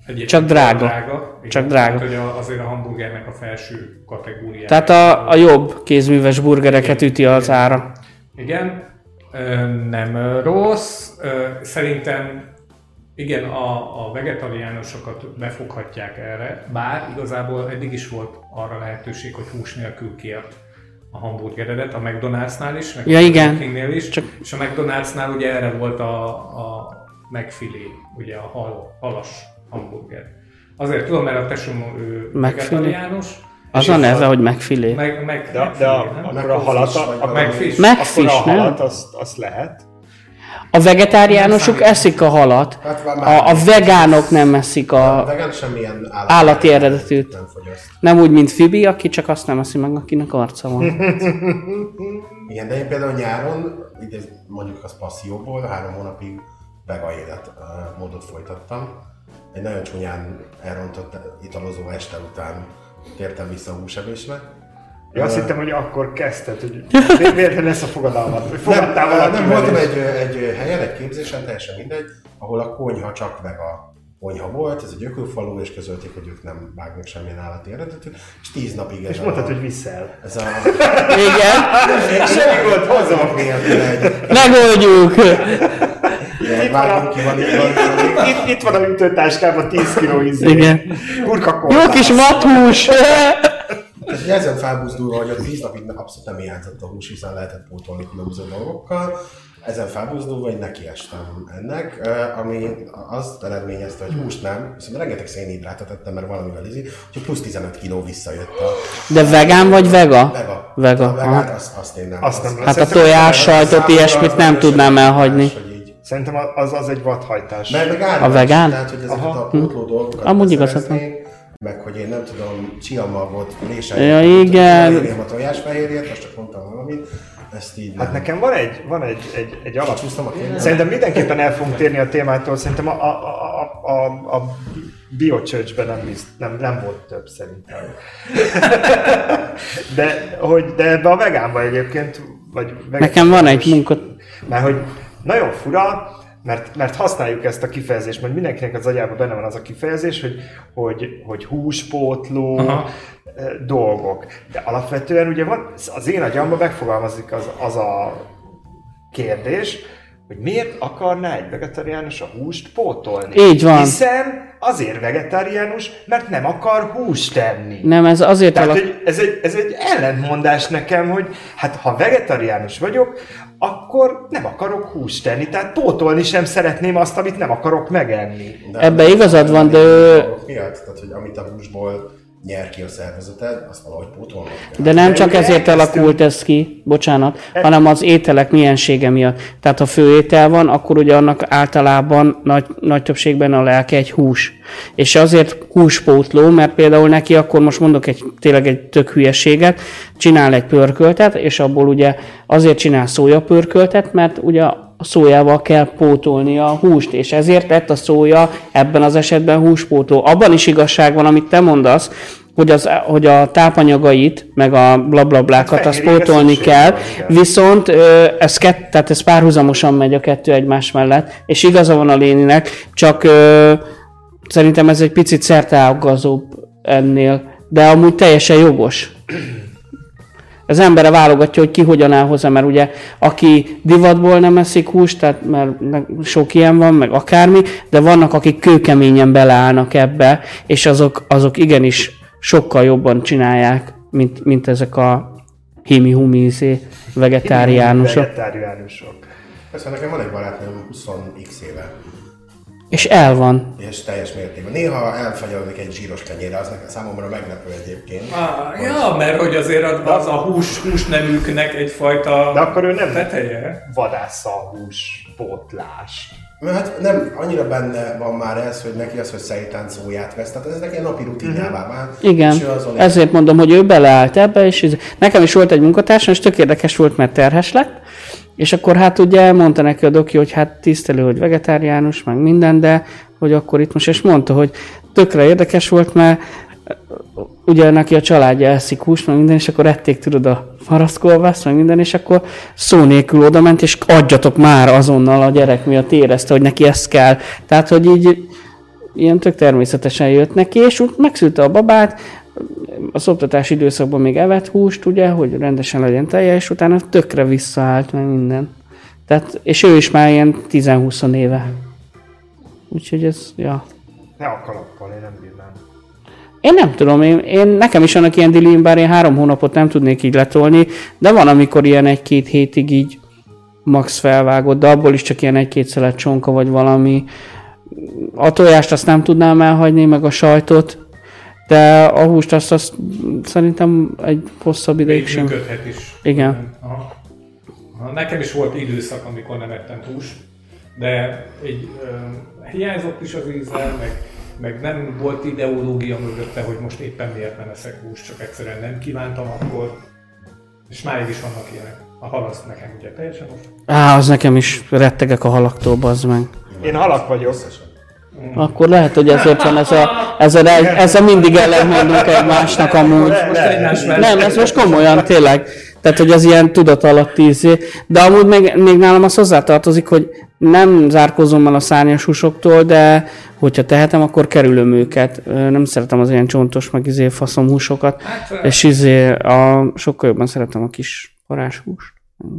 Speaker 4: Egyébként
Speaker 2: Csak drága.
Speaker 4: drága. Igen,
Speaker 2: Csak drága.
Speaker 4: Tehát, hogy a- azért a hamburgernek a felső kategóriája.
Speaker 2: Tehát a, a jobb kézműves burgereket üti az ára.
Speaker 4: Igen, Ö, nem ö, rossz. Ö, Szerintem igen, a, a vegetariánusokat befoghatják erre, bár igazából eddig is volt arra lehetőség, hogy hús nélkül kért a hamburgeredet, a McDonald'snál is, meg
Speaker 2: Ja,
Speaker 4: a
Speaker 2: igen.
Speaker 4: Burger Kingnél is,
Speaker 2: Csak-
Speaker 4: Csak... és a McDonald'snál ugye erre volt a, a McFilé, ugye a hal, halas hamburger. Azért tudom, mert a tesóm ő
Speaker 2: McFilé?
Speaker 4: vegetariánus.
Speaker 2: Az
Speaker 4: és
Speaker 2: a
Speaker 4: ez
Speaker 2: neve, hogy megfilé.
Speaker 4: Meg, meg,
Speaker 1: De, de a,
Speaker 4: nem?
Speaker 1: akkor a halat,
Speaker 3: Megfish vagy
Speaker 1: a,
Speaker 3: valami.
Speaker 1: megfish. akkor a
Speaker 2: Megfish, nem?
Speaker 1: halat, azt, azt lehet.
Speaker 2: A vegetáriánusok eszik a halat,
Speaker 3: Hát már-
Speaker 2: a, a vegánok nem eszik
Speaker 3: A
Speaker 2: a...
Speaker 3: vegán semmilyen állati,
Speaker 2: Állati eredetűt.
Speaker 3: Nem fogyaszt.
Speaker 2: Nem úgy, mint Fibi, aki csak azt nem eszi meg, akinek arca van.
Speaker 3: Igen, de én például nyáron, ide mondjuk az passzióból, három hónapig vega életmódot folytattam. Egy nagyon csúnyán elrontott italozó este után tértem vissza a húsevésre.
Speaker 1: Én azt hittem, hogy akkor kezdted, hogy mi- miért nem lesz a fogadalmat? Hogy
Speaker 3: Nem,
Speaker 1: Fogadtál valaki
Speaker 3: nem voltam
Speaker 1: veled?
Speaker 3: egy, egy helyen, egy képzésen, teljesen mindegy, ahol a konyha csak vega konyha volt, ez egy ökölfalú, és közölték, hogy ők nem vágnak semmilyen állati eredetűt, és tíz napig ez
Speaker 1: És
Speaker 3: a-
Speaker 1: mondtad, hogy viszel.
Speaker 3: ez a...
Speaker 2: Igen,
Speaker 1: Semmi volt, hozom.
Speaker 3: nélkül egy-
Speaker 2: megoldjuk!
Speaker 3: egy vágunk ki, van így van,
Speaker 1: Itt, itt van a ütőtáskában 10 kiló ízé.
Speaker 2: Igen.
Speaker 1: Kurka
Speaker 2: Jó kis vathús!
Speaker 3: Tehát így ezen felbuzdulva, hogy a 10 napig abszolút nem hiányzott a hús, hiszen lehetett pótolni különböző dolgokkal. Ezen felbuzdulva, hogy nekiestem ennek, eh, ami azt eredményezte, hogy húst nem, viszont rengeteg szénhidrátot ettem, mert valamivel izi, hogy plusz 15 kiló visszajött a
Speaker 2: De vegán vagy vega?
Speaker 3: vega.
Speaker 2: Vega,
Speaker 3: A vegát,
Speaker 2: aha.
Speaker 3: azt, azt én nem.
Speaker 1: Azt nem
Speaker 2: Hát a
Speaker 1: Szerintem
Speaker 2: tojás,
Speaker 1: az-
Speaker 2: sajtot, ilyesmit nem tudnám elhagyni.
Speaker 3: Hogy így.
Speaker 1: Szerintem az, az egy vadhajtás.
Speaker 3: Mert meg árulás,
Speaker 2: A vegán?
Speaker 3: Tehát, hogy ezeket a pótló dolgokat
Speaker 2: Amúgy
Speaker 3: beszerezni,
Speaker 2: igazad
Speaker 3: meg hogy én nem tudom, csiamagot,
Speaker 2: Ja,
Speaker 3: léselni.
Speaker 2: igen.
Speaker 3: a tojásfehérjét, most csak mondtam valamit, ezt így
Speaker 1: Hát
Speaker 3: nem.
Speaker 1: nekem van egy, van egy, egy, egy
Speaker 3: Csúsztam a
Speaker 1: alapúsztam.
Speaker 3: kérdést.
Speaker 1: Szerintem mindenképpen el fogunk térni a témától, szerintem a, a, a, a, a biocsöcsben nem, bizt, nem, nem volt több szerintem. De, hogy, de ebbe a vegánba egyébként, vagy vegán-
Speaker 2: Nekem van egy munka-
Speaker 1: Mert hogy nagyon fura, mert, mert használjuk ezt a kifejezést, mert mindenkinek az agyában benne van az a kifejezés, hogy, hogy, hogy húspótló,
Speaker 4: Aha.
Speaker 1: ö, dolgok. De alapvetően ugye van, az én agyamban megfogalmazik az, az a kérdés, hogy miért akarná egy vegetáriánus a húst pótolni?
Speaker 2: Így van.
Speaker 1: Hiszen azért vegetáriánus, mert nem akar húst tenni.
Speaker 2: Nem, ez azért
Speaker 1: Tehát,
Speaker 2: alak...
Speaker 1: hogy ez egy, ez egy ellentmondás nekem, hogy hát ha vegetáriánus vagyok, akkor nem akarok húst tenni, tehát pótolni sem szeretném azt, amit nem akarok megenni.
Speaker 3: De-
Speaker 2: Ebbe igazad van, de ő-
Speaker 3: dolgok Miatt, tehát, hogy amit a húsból nyer ki a szervezeted, azt valahogy pótolnod kell.
Speaker 2: De nem csak
Speaker 1: ugye
Speaker 2: ezért
Speaker 1: elkezdtünk-
Speaker 2: alakult ez ki, bocsánat, hanem az ételek miensége miatt. Tehát ha főétel van, akkor ugye annak általában nagy, nagy többségben a lelke egy hús. És azért húspótló, mert például neki akkor most mondok egy, tényleg egy tök hülyeséget, csinál egy pörköltet, és abból ugye azért csinál szója pörköltet, mert ugye a szójával kell pótolni a húst, és ezért lett a szója ebben az esetben húspótló. Abban is igazság van, amit te mondasz, hogy, az, hogy a tápanyagait, meg a blablablákat, azt
Speaker 1: fehérjére
Speaker 2: pótolni
Speaker 1: szükség
Speaker 2: kell,
Speaker 1: van, igen.
Speaker 2: viszont ö, ez, kett, tehát ez párhuzamosan megy a kettő egymás mellett, és igaza van a léninek, csak ö, szerintem ez egy picit szerteágazóbb ennél, de amúgy teljesen jogos. Az embere válogatja, hogy ki hogyan áll hozzá, mert ugye aki divatból nem eszik húst, tehát mert ne- sok ilyen van, meg akármi, de vannak, akik kőkeményen beleállnak ebbe, és azok, azok igenis sokkal jobban csinálják, mint, mint ezek a himi-humi izé vegetáriánusok.
Speaker 1: Vegetáriánusok.
Speaker 3: Persze nekem van egy barátnőm 20x éve,
Speaker 2: És el van.
Speaker 3: és teljes mértékben. Néha elfagyarodik egy zsíros kenyére, az nekem számomra meglepő egyébként.
Speaker 4: Ah, ja, mert hogy azért az a hús, húsneműknek egyfajta
Speaker 1: De akkor ő nem-
Speaker 4: teteje.
Speaker 1: Vadászalhús, pótlás.
Speaker 3: Mert hát nem annyira benne van már ez, hogy neki az, hogy szejtáncóját vesz, tehát ez neki a napi rutinjává vált.
Speaker 2: Igen,
Speaker 3: és ő azon él.
Speaker 2: ezért mondom, hogy ő beleállt ebbe, és ez... nekem is volt egy munkatársam, és tök érdekes volt, mert terhes lett, és akkor hát ugye mondta neki a doki, hogy hát tisztelő, hogy vegetáriánus, meg minden, de hogy akkor itt most, és mondta, hogy tökre érdekes volt, mert ugye neki a családja eszik húst, meg minden, és akkor ették, tudod, a faraszkolvászt, meg minden, és akkor szó nélkül oda ment, és adjatok már azonnal a gyerek miatt érezte, hogy neki ezt kell. Tehát, hogy így ilyen tök természetesen jött neki, és úgy megszülte a babát, az oktatás időszakban még evett húst, ugye, hogy rendesen legyen teljes, és utána tökre visszaállt meg minden. Tehát, és ő is már ilyen 10-20 éve. Úgyhogy ez, ja.
Speaker 1: Ne a kalappal, én nem bírnám.
Speaker 2: Én nem tudom, én, én nekem is annak ilyen dilim, bár én három hónapot nem tudnék így letolni, de van, amikor ilyen egy-két hétig így max felvágott, de abból is csak ilyen egy-két szelet csonka vagy valami. A tojást azt nem tudnám elhagyni, meg a sajtot, de a húst azt, azt szerintem egy hosszabb ideig
Speaker 4: Még
Speaker 2: sem.
Speaker 4: működhet is.
Speaker 2: Igen.
Speaker 4: Aha. Aha, Nekem is volt időszak, amikor nem ettem hús, de egy, ö, hiányzott is az íze, meg, meg nem volt ideológia mögötte, hogy most éppen miért nem eszek húst, csak egyszerűen nem kívántam akkor. És máig is vannak ilyenek. A halaszt nekem ugye teljesen most.
Speaker 2: Á, az nekem is rettegek a halaktól, bazd meg.
Speaker 1: Én halak vagyok.
Speaker 2: Akkor lehet, hogy ezért van ez a, ez a, ez a mindig ellentmondunk egymásnak amúgy.
Speaker 4: Most egymás mellett.
Speaker 2: Nem, ez most komolyan, tényleg. Tehát, hogy az ilyen tudat alatt ízé. De amúgy még, még nálam az hozzátartozik, hogy nem zárkozom el a szárnyas húsoktól, de hogyha tehetem, akkor kerülöm őket. Ö, Nem szeretem az ilyen csontos, meg izé faszom húsokat.
Speaker 4: Hát, ö,
Speaker 2: És izé, a, sokkal jobban szeretem a kis parás húst.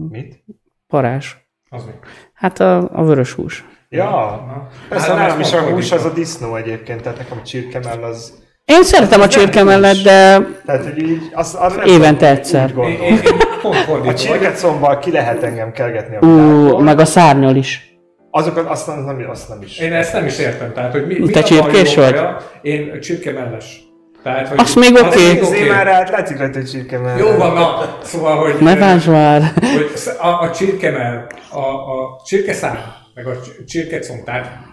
Speaker 1: Mit?
Speaker 2: Parás.
Speaker 4: az mi?
Speaker 2: Hát a, a vörös hús.
Speaker 1: Ja.
Speaker 4: Aha.
Speaker 1: Persze
Speaker 4: Hát,
Speaker 1: nálam
Speaker 4: ez
Speaker 1: is a
Speaker 4: fordítva.
Speaker 1: hús az a disznó egyébként, tehát nekem a csirkemell az...
Speaker 2: Én szeretem a csirke mellett, de
Speaker 1: Tehát, hogy így... Az, arra nem
Speaker 2: Évente
Speaker 1: tudom, hogy
Speaker 2: egyszer.
Speaker 1: Úgy
Speaker 4: Én,
Speaker 1: gondolom.
Speaker 4: én, én pont
Speaker 1: A
Speaker 4: fordítva vagyok.
Speaker 1: csirkecombbal ki lehet engem kelgetni a
Speaker 2: ú,
Speaker 1: világból.
Speaker 2: meg a szárnyal is.
Speaker 1: Azokat azt nem, nem, azt nem is.
Speaker 4: Én ezt nem is értem, tehát hogy mi, mi
Speaker 2: Te
Speaker 4: a baj
Speaker 2: csirkés
Speaker 4: jobbja?
Speaker 2: vagy?
Speaker 4: Én csirkemelles. Tehát, hogy
Speaker 2: Azt még oké.
Speaker 1: Nézzé Izé már át, látszik rajta, hogy csirkemell.
Speaker 4: Jó van, na, szóval, hogy...
Speaker 2: Ne bánts már!
Speaker 4: hogy sz- a, a csirkemel, a, a csirkeszám, meg a csi- csirkecom, tehát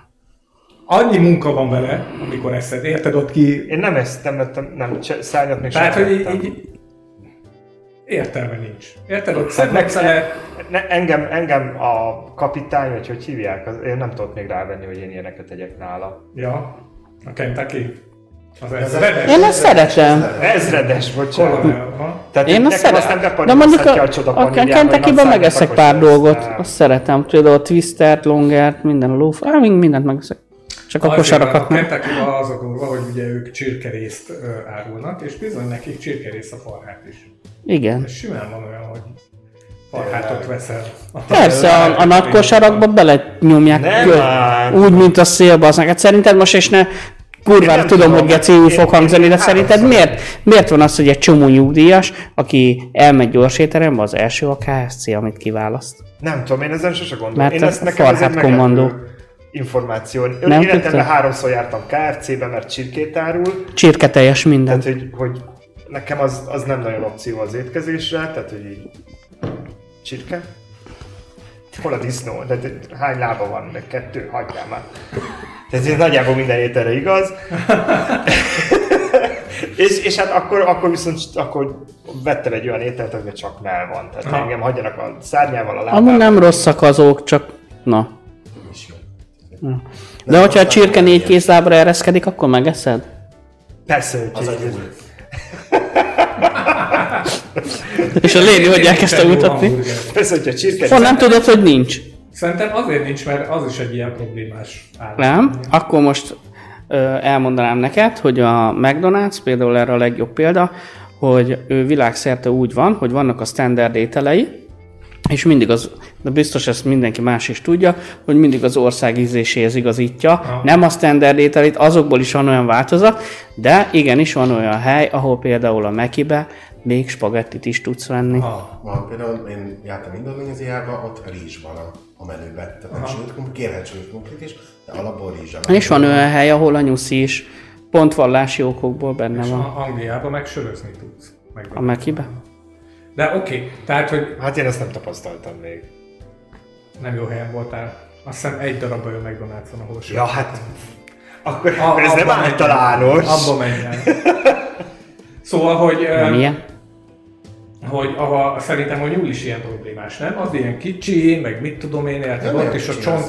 Speaker 4: annyi munka van vele, amikor eszed, érted ott ki,
Speaker 1: Én nem ezt nem ettem, nem cse- szárnyat még
Speaker 4: tehát
Speaker 1: sem
Speaker 4: hogy így,
Speaker 1: ettem.
Speaker 4: így értelme nincs. Érted, ott
Speaker 1: Hát
Speaker 4: szednek
Speaker 1: meg,
Speaker 4: vele,
Speaker 1: ne, engem, engem a kapitány, vagy hogy hívják, az, én nem tudok még rávenni, hogy én ilyeneket tegyek nála.
Speaker 4: ja, a Kentucky, az
Speaker 3: Ez-
Speaker 4: ezredes,
Speaker 2: Én ezt szeretem.
Speaker 1: Ezredes, bocsánat.
Speaker 4: kolonel, ha?
Speaker 1: Tehát
Speaker 2: Én azt
Speaker 1: nekem
Speaker 2: szeretem.
Speaker 1: nem
Speaker 2: De mondjuk
Speaker 1: beparítozzák ki
Speaker 2: a,
Speaker 1: csoda
Speaker 2: a
Speaker 1: paníriát, hogy
Speaker 2: kentucky
Speaker 1: nem
Speaker 2: megeszek
Speaker 1: szárnyat
Speaker 2: pár
Speaker 1: akarsz
Speaker 2: dolgot,
Speaker 1: össze.
Speaker 2: azt szeretem. Tudod, a twistert, longert, minden a lóf, á, mind- mindent megeszek. Csak a
Speaker 4: Azért
Speaker 2: kosarakat
Speaker 4: van A
Speaker 2: nem.
Speaker 4: kentucky az a durva, hogy ugye ők csirkerészt ö, árulnak, és bizony nekik csirkerész a farhát is.
Speaker 2: Igen.
Speaker 4: Ez simán van olyan, hogy farhátot veszel.
Speaker 2: Persze, a, a nagy kosarakba belenyomják
Speaker 1: Nem
Speaker 2: kö-
Speaker 1: már.
Speaker 2: úgy, mint a szélba. Az neked szerinted most, és ne
Speaker 1: Én
Speaker 2: kurvára
Speaker 1: nem
Speaker 2: tudom,
Speaker 1: tudom, hát
Speaker 2: hogy geciül
Speaker 1: én-
Speaker 2: fog
Speaker 1: én-
Speaker 2: hangzani, de
Speaker 1: én
Speaker 2: szerinted
Speaker 1: háromszor.
Speaker 2: miért, miért van az, hogy egy csomó nyugdíjas, aki elmegy gyors étterembe, az első a KFC, amit kiválaszt?
Speaker 1: Nem tudom, én ezen sose gondolom.
Speaker 2: Mert
Speaker 1: én
Speaker 2: ez
Speaker 1: ezt nekem ez egy
Speaker 2: farhát kommandó.
Speaker 1: meglepő információ. Ön
Speaker 2: Nem
Speaker 1: életemben
Speaker 2: tudtad?
Speaker 1: háromszor jártam KFC-be, mert csirkét árul,
Speaker 2: Csirketeljes minden.
Speaker 1: tehát hogy, hogy nekem az, az nem nagyon opció az étkezésre, tehát hogy így csirke. Hol a disznó? De, de hány lába van? De kettő? Hagyjál már. Tehát ez nagyjából minden ételre igaz. és, és hát akkor, akkor viszont akkor vettem egy olyan ételt, amiben csak mell van. Tehát
Speaker 4: Aha.
Speaker 1: engem hagyjanak a szárnyával, a lábával.
Speaker 2: Amúgy nem rosszak azok, csak na.
Speaker 3: És jó.
Speaker 2: De hogyha a csirke négy kézlábra ereszkedik, akkor megeszed?
Speaker 1: Persze, hogy
Speaker 3: Az
Speaker 1: így-
Speaker 3: egy új.
Speaker 2: És a léni hagyják ezt
Speaker 4: Szerintem jó
Speaker 2: elmutatni.
Speaker 4: hamburger.
Speaker 1: Ez, hogyha csirke...
Speaker 2: Honnan tudod, hogy nincs?
Speaker 4: Szerintem azért nincs, mert az is egy ilyen problémás állapot.
Speaker 2: Nem? Akkor most ö, elmondanám neked, hogy a McDonald's például erre a legjobb példa, hogy ő világszerte úgy van, hogy vannak a standard ételei, és mindig az, de biztos ezt mindenki más is tudja, hogy mindig az ország ízéséhez igazítja. Nem a standard ételét, azokból is van olyan változat, de igenis van olyan hely, ahol például a Mekibe még spagettit is tudsz venni.
Speaker 3: Van például, én jártam Indonéziába, ott rizs van a, a menüben. Tehát nem sült krumpli, kérhet sült krumplit is, de alapból rizs a
Speaker 2: És van olyan hely, ahol a nyuszi is pont vallási okokból benne
Speaker 4: És
Speaker 2: van.
Speaker 4: a- Angliában meg sörözni tudsz. Meg
Speaker 2: A Mekibe?
Speaker 4: De oké, okay, tehát, hogy
Speaker 1: Hát én ezt nem tapasztaltam még.
Speaker 4: nem jó helyen voltál. Azt hiszem egy darab olyan McDonald's van, ahol
Speaker 1: Ja,
Speaker 4: sörözni.
Speaker 1: hát... Akkor,
Speaker 4: A-
Speaker 1: akkor ez nem
Speaker 4: abba menjen.
Speaker 1: általános.
Speaker 4: Abba menjen. Szóval, hogy...
Speaker 2: Nem
Speaker 4: ö,
Speaker 2: ilyen?
Speaker 4: hogy ahol szerintem, hogy úgy is ilyen problémás, nem? Az ilyen kicsi, meg mit tudom én, érted, ott is a csont.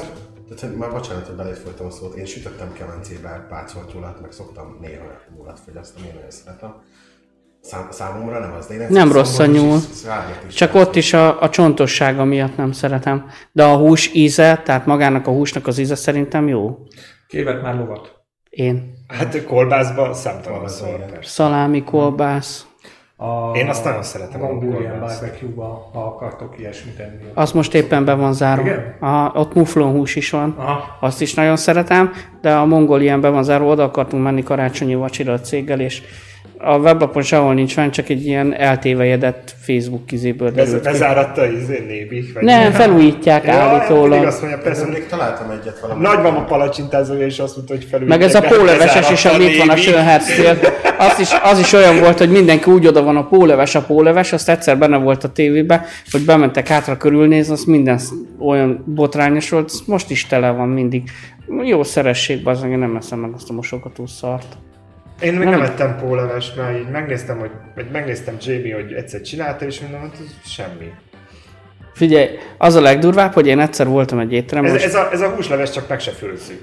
Speaker 3: Tehát hogy már bocsánat, hogy belét folytam a szót, én sütöttem kemencébe pácolt nyulat, meg szoktam néha nyulat fogyasztom, én nagyon szeretem. Szám, számomra nem az, de én ezt
Speaker 2: Nem rossz a
Speaker 3: szomorú
Speaker 2: nyúl.
Speaker 3: is- szárnyat is
Speaker 2: Csak
Speaker 3: szeretem.
Speaker 2: ott is a, a csontossága miatt nem szeretem. De a hús íze, tehát magának a húsnak az íze szerintem jó.
Speaker 4: Kévet már lovat.
Speaker 2: Én.
Speaker 1: Hát kolbászba számtalan
Speaker 3: Kolbászba,
Speaker 1: szor.
Speaker 3: igen.
Speaker 1: persze.
Speaker 2: Szalámi, kolbász.
Speaker 4: A,
Speaker 1: Én azt nagyon szeretem,
Speaker 4: A Mongolian
Speaker 1: amikor azt-
Speaker 4: barbecue-ba, ha akartok ilyesmit enni.
Speaker 2: Az most éppen be van zárva.
Speaker 4: Igen?
Speaker 2: A, ott muflon hús is van.
Speaker 4: Aha.
Speaker 2: Azt is nagyon szeretem, de a mongol ilyen be van zárva, oda akartunk menni karácsonyi vacsira a céggel, és a weblapon sehol nincs fenn, csak egy ilyen eltévejedett Facebook kizéből
Speaker 1: Bez-
Speaker 2: derült ki.
Speaker 1: Bezáratta izé nébi? Vagy hát
Speaker 2: Nem, felújítják
Speaker 1: Ja, mindig
Speaker 2: állítólag.
Speaker 1: azt mondja,
Speaker 3: Persze,
Speaker 1: persze,
Speaker 3: még találtam egyet valami.
Speaker 1: nagymama palacsintázója is azt mondta, hogy felül.
Speaker 2: Meg ez a póleveses is, amit van a Schönherztél, az is, az is olyan volt, hogy mindenki úgy oda van a póleves, a póleves, azt egyszer benne volt a tévében, hogy bementek hátra körülnézni, az minden sz- olyan botrányos volt, az most is tele van mindig. Jó szeresség, az én nem eszem meg azt a mosogató szart.
Speaker 1: Én még
Speaker 2: Nem.
Speaker 1: nem ettem póleves, mert így megnéztem, hogy, vagy megnéztem Jamie, hogy egyszer csinálta, és mondom, hogy ez semmi.
Speaker 2: Figyelj, az a legdurvább, hogy én egyszer voltam egy étteremben,
Speaker 1: Ez,
Speaker 2: és
Speaker 1: ez, a, ez a húsleves csak meg se főzzük.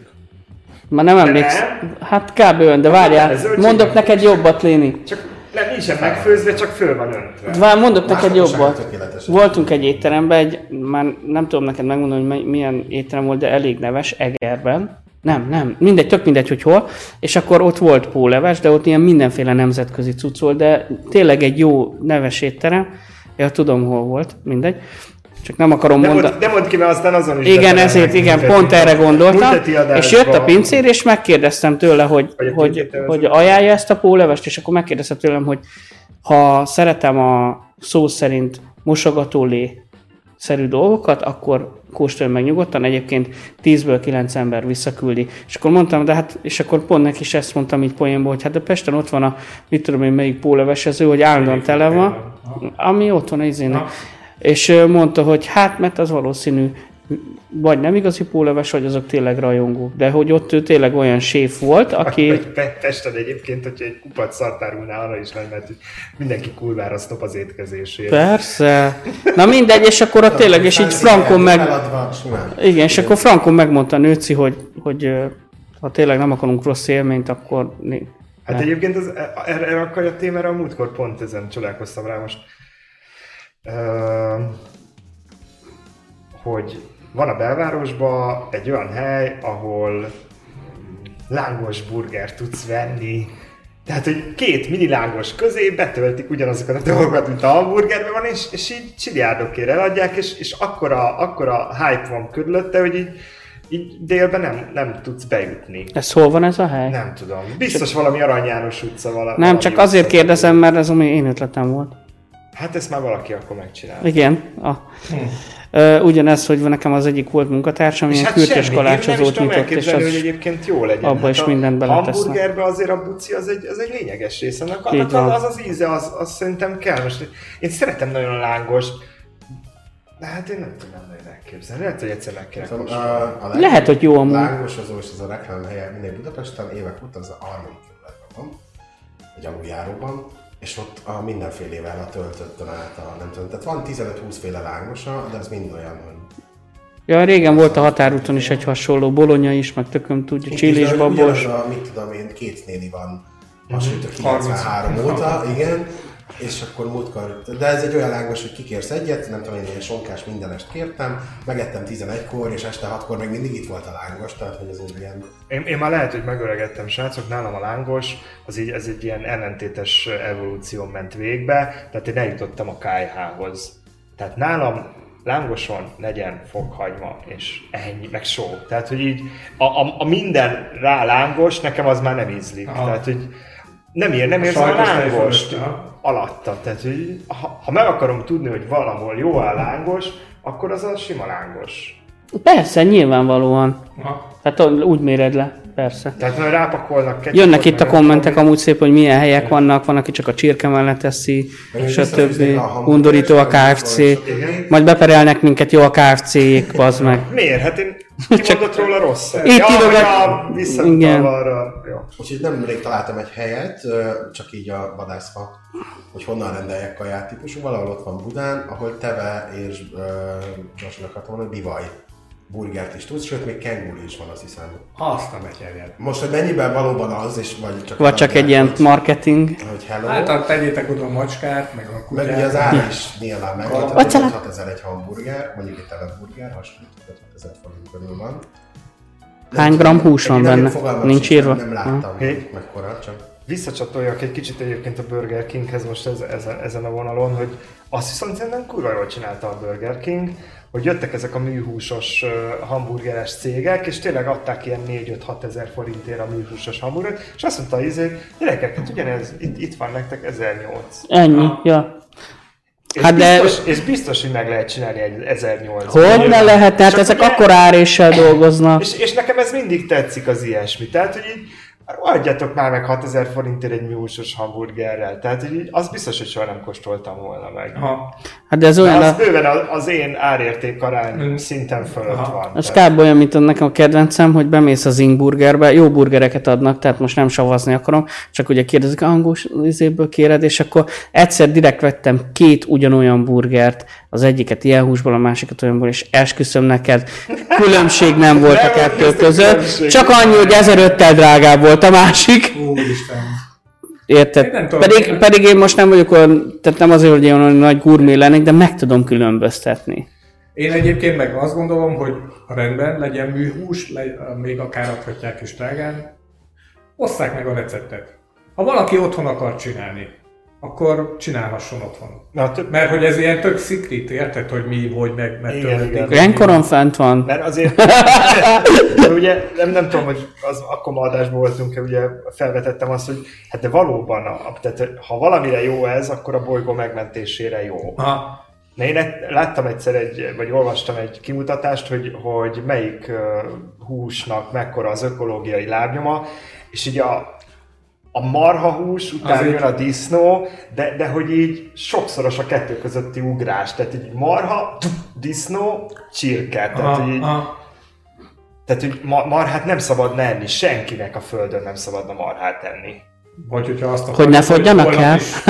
Speaker 2: már nem emlékszem.
Speaker 1: nem?
Speaker 2: Hát kb. olyan, de várjál,
Speaker 1: ez zöldség.
Speaker 2: mondok neked jobbat, Léni.
Speaker 1: Csak nem, nincsen megfőzve, csak föl van öntve.
Speaker 2: Vár, mondok neked
Speaker 3: Másnaposága
Speaker 2: jobbat.
Speaker 3: tökéletes.
Speaker 2: Voltunk egy étteremben, egy, már nem tudom neked megmondani, hogy mely- milyen étterem volt, de elég neves, Egerben. Nem, nem, mindegy, tök mindegy, hogy hol. És akkor ott volt póleves, de ott ilyen mindenféle nemzetközi cucc volt, de tényleg egy jó neves étterem. Ja, tudom, hol volt, mindegy. Csak nem akarom
Speaker 1: Nem
Speaker 2: mondani.
Speaker 1: mond, ne mondd ki, mert aztán azon is...
Speaker 2: Igen,
Speaker 1: betelelnek
Speaker 2: ezért, igen,
Speaker 1: minket.
Speaker 2: pont erre gondoltam.
Speaker 1: Múlt heti adásban-
Speaker 2: És jött a pincér, és megkérdeztem tőle, hogy,
Speaker 1: Vagy a
Speaker 2: hogy,
Speaker 1: pincér
Speaker 2: hogy
Speaker 1: tőle.
Speaker 2: ajánlja ezt a pólevest, és akkor megkérdezte tőlem, hogy ha szeretem a szó szerint mosogatólé szerű dolgokat, akkor kóstolj meg nyugodtan, egyébként 10-ből 9 ember visszaküldi. És akkor mondtam, de hát, és akkor pont neki is ezt mondtam így poénból, hogy hát de Pesten ott van a, mit tudom én, melyik pólevesező, hogy állandóan tele van, ami ott van az izének. És ö, mondta, hogy hát, mert az valószínű, vagy nem igazi póleves, vagy azok tényleg rajongók. De hogy ott ő tényleg olyan séf volt, aki...
Speaker 1: Vagy Pe- Pesten egyébként, hogyha egy kupac szartárulnál, arra is nem, mert mindenki kurvára sztop az étkezésért.
Speaker 2: Persze. Na mindegy, és akkor ott Hát tényleg, és így frankon meg...
Speaker 3: Feladva, simán.
Speaker 2: Igen, és akkor Frankon megmondta a Nőci, hogy, hogy ö, ha tényleg nem akarunk rossz élményt, akkor... né-
Speaker 1: Hát
Speaker 2: ne.
Speaker 1: egyébként az, erre, erre akkor a témára a múltkor pont ezen csodálkoztam rá most, Ö, hogy van a belvárosban egy olyan hely, ahol lángos burger tudsz venni. Tehát, hogy két mini lángos közé betöltik ugyanazokat a dolgokat, mint a hamburgerben van, és, és így csiliárdokért eladják, és, és akkora, akkora hype van körülötte, hogy így, így délben nem, nem tudsz bejutni.
Speaker 2: Ez hol van ez a hely?
Speaker 1: Nem tudom. Biztos valami Arany János utca vala- valami.
Speaker 2: Nem, csak azért
Speaker 1: utca.
Speaker 2: kérdezem, mert ez ami én ötletem volt.
Speaker 1: Hát ezt már valaki akkor megcsinál.
Speaker 2: Igen. A.
Speaker 3: Hmm.
Speaker 2: Ö, Ugyanez, hogy van nekem az egyik volt munkatársam,
Speaker 1: hát
Speaker 3: hát
Speaker 2: ilyen kürtös kalácsozót nyitott, és
Speaker 1: elképzelni,
Speaker 2: az
Speaker 1: hogy egyébként jó legyen. Hát
Speaker 2: abba is
Speaker 1: a
Speaker 2: mindent beletesznek.
Speaker 1: hamburgerbe azért a buci az egy, az egy lényeges része. Annak,
Speaker 2: Így
Speaker 1: annak
Speaker 2: van.
Speaker 1: az, az az íze, az, az szerintem kell. Most én szeretem nagyon a lángos, de hát én nem tudom nagyon elképzelni. Lehet, hogy egyszer meg kéne
Speaker 3: Szóval,
Speaker 1: kóstolni.
Speaker 3: a- a
Speaker 2: Lehet, hogy jó amúgy.
Speaker 3: Lángos az és ez a reklám helye mindig Budapesten, évek óta az a harmadik kerületben van, egy aluljáróban, és ott a mindenfélével a töltöttön át a nem tudom, tehát van 15-20 féle lángosa, de az mind olyan, hogy
Speaker 2: Ja, régen volt a határúton is egy hasonló, Bolonya is, meg tököm tudja, Csilli és
Speaker 3: Ugyanaz
Speaker 2: Babos.
Speaker 3: A, mit tudom én, két néni van, a sőt a 93 óta, igen, És akkor múltkor, de ez egy olyan lángos, hogy kikérsz egyet, nem tudom, én ilyen sonkás mindenest kértem, megettem 11-kor, és este 6-kor még mindig itt volt a lángos, tehát hogy az úgy ilyen...
Speaker 1: Én, én már lehet, hogy megöregettem, srácok, nálam a lángos, az így, ez egy ilyen ellentétes evolúció ment végbe, tehát én eljutottam a KH-hoz. Tehát nálam lángoson legyen fokhagyma, és ennyi, meg só. Tehát, hogy így a, a, a minden rá lángos, nekem az már nem ízlik.
Speaker 4: Aha.
Speaker 1: Aha. Tehát, hogy nem ér, nem
Speaker 4: A
Speaker 1: érzem a
Speaker 4: sajtos tej
Speaker 1: lángost
Speaker 4: fölött, aha.
Speaker 1: alatta. Tehát, hogy ha, ha meg akarom tudni, hogy valahol jó a lángos, akkor az a sima lángos.
Speaker 2: Persze, nyilvánvalóan.
Speaker 4: Aha.
Speaker 2: Tehát úgy méred le, persze.
Speaker 1: Tehát, mert rápakolnak ketchupot,
Speaker 2: Jönnek itt a
Speaker 1: meg-
Speaker 2: kommentek amúgy szép, hogy milyen helyek vannak, van, aki csak a csirke mellett teszi,
Speaker 3: Meg
Speaker 2: stb.
Speaker 3: visszafűzik a hamut,
Speaker 2: Undorító a
Speaker 3: és a
Speaker 2: KFC.
Speaker 3: hamut,
Speaker 2: Majd beperelnek minket, jó a KFC-jék, bazd meg.
Speaker 1: Miért? Hát én kimondott róla rossz.
Speaker 2: Így kidogat- Igen.
Speaker 1: Igen. Arra. Jó.
Speaker 3: Úgyhogy nemrég találtam egy helyet, ö, csak így a vadászva, hogy honnan rendeljek kaját típusú. Valahol ott van Budán, ahol teve és ö, gyorsan akartam mondani, bivaj burgert is tudsz, sőt még kenguru is van, azt hiszem.
Speaker 4: Azt a betyárját.
Speaker 3: Most, hogy mennyiben valóban az, és vagy csak,
Speaker 2: Vagy csak egy ilyen marketing.
Speaker 3: hogy hello,
Speaker 4: Hát
Speaker 3: hát,
Speaker 4: a tegyétek oda a macskát, meg a
Speaker 3: meg ugye az
Speaker 4: kutyát.
Speaker 3: ár is nyilván meg,
Speaker 4: Vagy
Speaker 3: tehát
Speaker 2: szalad.
Speaker 3: 6000 egy hamburger, mondjuk egy tele burger, hasonló, tehát 6000 forint körül van.
Speaker 2: Hány gram hús van
Speaker 3: Egyébként
Speaker 2: benne?
Speaker 3: fogalmam
Speaker 2: Nincs
Speaker 3: sincs,
Speaker 2: írva?
Speaker 3: szóval Nem láttam,
Speaker 1: Aha.
Speaker 3: hogy mekkora, csak
Speaker 1: Visszacsatoljak egy kicsit egyébként a Burger Kinghez most ez, ezen, ezen a vonalon, hogy azt viszont szerintem kurva jól csinálta a Burger King, hogy jöttek ezek a műhúsos ö, hamburgeres cégek, és tényleg adták ilyen 4-5-6 ezer forintért a műhúsos hamburgert, és azt mondta izé, gyerekek, hát ugyanez, itt, itt van nektek 1008.
Speaker 2: Ennyi, ja.
Speaker 1: És,
Speaker 2: Hát de-
Speaker 1: biztos, és biztos, hogy meg lehet csinálni egy 1008.
Speaker 2: Hogy ne lehet? Tehát
Speaker 1: Csak
Speaker 2: ezek
Speaker 1: ugye-
Speaker 2: akkor áréssel dolgoznak.
Speaker 1: És, és nekem ez mindig tetszik az ilyesmi. Tehát, hogy így "Hát adjatok már meg 6000 forintért egy műhúsos hamburgerrel. Tehát, hogy így, az biztos, hogy soha nem kóstoltam volna meg.
Speaker 4: Aha.
Speaker 2: Hát de ez
Speaker 1: De
Speaker 2: olyan,
Speaker 1: az
Speaker 2: a,
Speaker 1: bőven a- az én árérték arány
Speaker 4: Mm.
Speaker 1: szinten fölött
Speaker 4: Aha.
Speaker 1: van.
Speaker 2: ez
Speaker 1: Tehát,
Speaker 2: kb. olyan, mint a- nekem a kedvencem, hogy bemész az Ingburgerbe, jó burgereket adnak, tehát most nem savazni akarom, csak ugye kérdezik, angos izéből kéred, és akkor egyszer direkt vettem két ugyanolyan burgert, az egyiket ilyen húsból, a másikat olyanból, és esküszöm neked, különbség nem volt a
Speaker 1: Nem volt
Speaker 2: kettő
Speaker 1: köztük
Speaker 2: között,
Speaker 1: különbség.
Speaker 2: csak annyi, hogy 1500 drágább volt a másik.
Speaker 4: Úristen.
Speaker 2: Érted?
Speaker 4: Én nem tudom,
Speaker 2: pedig,
Speaker 4: nem-
Speaker 2: pedig én most nem vagyok olyan, tehát nem azért, hogy én olyan nagy gurmé lennék, de meg tudom különböztetni.
Speaker 4: Én egyébként meg azt gondolom, hogy ha rendben legyen műhús, le, még akár adhatják is drágán, osszák meg a receptet. Ha valaki otthon akar csinálni, akkor csinálhasson otthon.
Speaker 1: Na, több,
Speaker 4: Mert hogy ez ilyen tök szikrit, érted, hogy mi, hogy meg, meg
Speaker 1: Igen,
Speaker 4: történik.
Speaker 1: igen.
Speaker 2: Ilyenkoron fent van.
Speaker 1: mert azért, de ugye nem, nem tudom, hogy az akkor ma adásban voltunk, ugye felvetettem azt, hogy hát de valóban, a, tehát, ha valamire jó ez, akkor a bolygó megmentésére jó.
Speaker 4: Aha.
Speaker 1: Na én ett- láttam egyszer egy, vagy olvastam egy kimutatást, hogy, hogy melyik ö, húsnak mekkora az ökológiai lábnyoma, és így a, a marha hús, utána
Speaker 4: Azért.
Speaker 1: jön a disznó, de, de hogy így sokszoros a kettő közötti ugrás, tehát így marha, disznó, csirke, tehát,
Speaker 4: Aha,
Speaker 1: hogy így,
Speaker 4: aha.
Speaker 1: tehát hogy ma- marhát nem szabadna enni, senkinek a földön nem szabadna marhát enni.
Speaker 4: Vagy hogyha azt
Speaker 2: Hogy ne
Speaker 4: akarod,
Speaker 2: fogyjanak
Speaker 4: holnap
Speaker 2: el?
Speaker 4: is-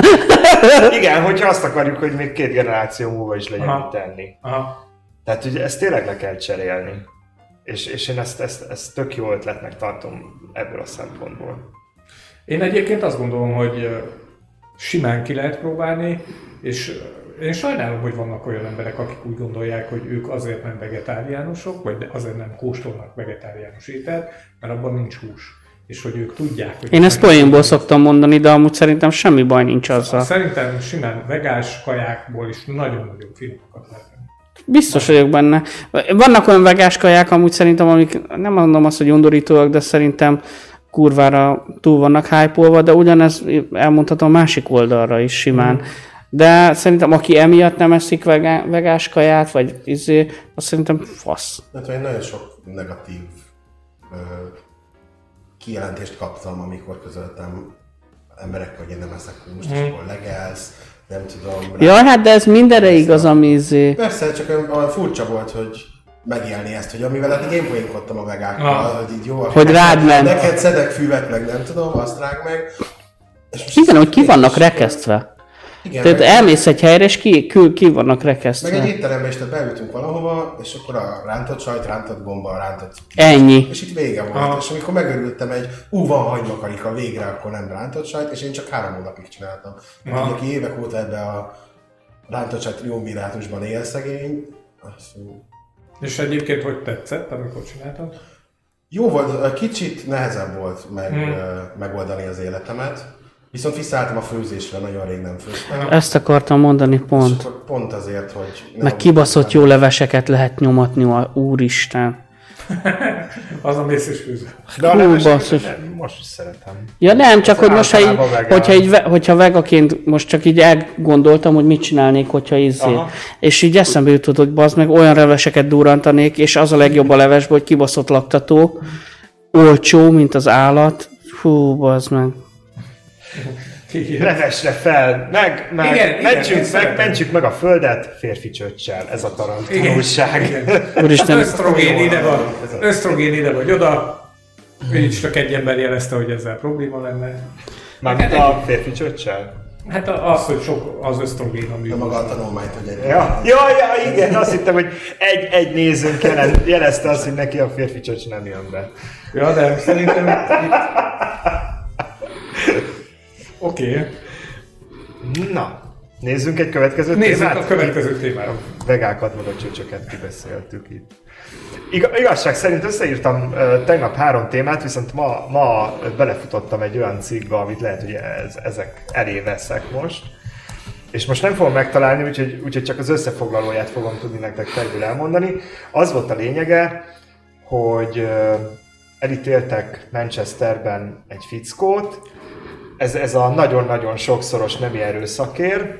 Speaker 1: Igen, hogyha azt akarjuk, hogy még két generáció múlva is legyen
Speaker 4: Aha.
Speaker 1: mit enni.
Speaker 4: Aha.
Speaker 1: Tehát ugye ezt tényleg le kell cserélni. És, és én ezt, ezt, ezt tök jó ötletnek tartom ebből a szempontból.
Speaker 4: Én egyébként azt gondolom, hogy ö, simán ki lehet próbálni, és ö, én sajnálom, hogy vannak olyan emberek, akik úgy gondolják, hogy ők azért nem vegetáriánusok, vagy azért nem kóstolnak vegetáriánus ételt, mert abban nincs hús. És hogy ők tudják, hogy...
Speaker 2: Én ezt poénból szoktam mondani, de amúgy szerintem semmi baj nincs azzal.
Speaker 4: Szerintem simán vegás kajákból is nagyon-nagyon finomakat lehet tenni.
Speaker 2: Biztos vagyok benne. Vannak olyan vegás kaják, amúgy szerintem, amik nem mondom azt, hogy undorítóak, de szerintem kurvára túl vannak hype de ugyanez elmondható a másik oldalra is simán.
Speaker 4: Hmm.
Speaker 2: De szerintem, aki emiatt nem eszik vegá- vegás kaját, vagy izé, az szerintem fasz.
Speaker 3: Nem tudom, én nagyon sok negatív ö, kijelentést kaptam, amikor közöltem emberekkel, hogy én nem eszek húst,
Speaker 2: Mhm.
Speaker 3: és akkor legelsz, nem tudom. rá-
Speaker 2: Jaj, hát de ez mindenre igaz, ami izé.
Speaker 3: Persze, csak olyan- olyan furcsa volt, hogy megélni ezt, hogy amivel eddig én poénkodtam a vegákkal,
Speaker 4: Ah.
Speaker 3: hogy így jó,
Speaker 2: Hogy rád ment.
Speaker 3: Neked szedek füvet, meg nem tudom, azt rág meg. És most
Speaker 2: Igen, hogy ki
Speaker 3: és-
Speaker 2: vannak rekesztve.
Speaker 3: Igen,
Speaker 2: Tehát
Speaker 3: meg-
Speaker 2: elmész egy helyre, és ki, ki, ki vannak
Speaker 3: Meg egy
Speaker 2: rekesztve.
Speaker 3: étterembe is, tehát beültünk valahova, és akkor a rántott sajt, rántott gomba, rántott cuki.
Speaker 2: Ennyi.
Speaker 3: És itt vége volt,
Speaker 4: Aha.
Speaker 3: és amikor megörültem egy, ú, van hagymakarika, végre akkor nem rántott sajt, és én csak három hónapig csináltam.
Speaker 4: Aha.
Speaker 3: Mert aki évek óta ebbe a rántott sajt triumvirátusban él szegény, azt mondja,
Speaker 4: És egyébként hogy tetszett, amikor csináltad?
Speaker 3: jó volt, kicsit nehezebb volt meg,
Speaker 4: Hmm.
Speaker 3: ö, megoldani az életemet, viszont visszaálltam a főzésre, nagyon rég nem főztem.
Speaker 2: Ezt akartam mondani
Speaker 3: És
Speaker 2: pont.
Speaker 3: akkor pont azért, hogy... nem-
Speaker 2: Meg kibaszott jó leveseket lehet nyomatni, a úristen.
Speaker 4: Azon mész és fűzöl.
Speaker 1: De a
Speaker 2: Hú,
Speaker 1: leves,
Speaker 2: basszus.
Speaker 1: most is szeretem.
Speaker 2: Ja nem, csak
Speaker 1: Ez
Speaker 2: hogy most, ha így,
Speaker 1: általában vegán.
Speaker 2: hogyha, így, ve- hogyha vegaként, most csak így elgondoltam, hogy mit csinálnék, hogyha izzi.
Speaker 1: Aha.
Speaker 2: És így eszembe jutott, hogy bazd meg, olyan leveseket durrantanék, és az a legjobb a levesből, hogy kibaszott laktató, olcsó, mint az állat. Hú, bazd meg.
Speaker 4: Igen.
Speaker 1: Levesre fel, meg, meg,
Speaker 4: Igen,
Speaker 1: igen,
Speaker 4: igen,
Speaker 1: mentsünk,
Speaker 4: én
Speaker 1: igen, meg,
Speaker 4: szeretem.
Speaker 1: mentsük meg a földet férfi csöccsel, ez a tarant
Speaker 4: Igen.
Speaker 1: tanulság.
Speaker 2: Úristen,
Speaker 4: Ösztrogén ide van, ösztrogén ide vagy oda. Így csak egy ember jelezte, hogy ezzel probléma lenne.
Speaker 1: Mármint a férfi csöccsel?
Speaker 4: Hát a- az, hogy sok az ösztrogén, ami...
Speaker 3: De maga a tanulmányt, hogy egy...
Speaker 1: Ja. ja, ja, igen, azt hittem, hogy egy, egy nézőnk jelen, jelezte azt, hogy neki a férfi csöcs nem jön be.
Speaker 4: Ja, de szerintem... itt- Oké, okay.
Speaker 1: Na, nézzünk egy következő
Speaker 4: nézzük
Speaker 1: témát.
Speaker 4: a következő témára.
Speaker 1: vegákat, meg a csöcsöket kibeszéltük itt. Iga, igazság szerint összeírtam ö, tegnap három témát, viszont ma, ma belefutottam egy olyan cikkbe, amit lehet, hogy ez, ezek elé veszek most. És most nem fogom megtalálni, úgyhogy, úgyhogy csak az összefoglalóját fogom tudni nektek fejből elmondani. Az volt a lényege, hogy ö, elítéltek Manchesterben egy fickót, ez, ez a nagyon-nagyon sokszoros nemi erőszakér,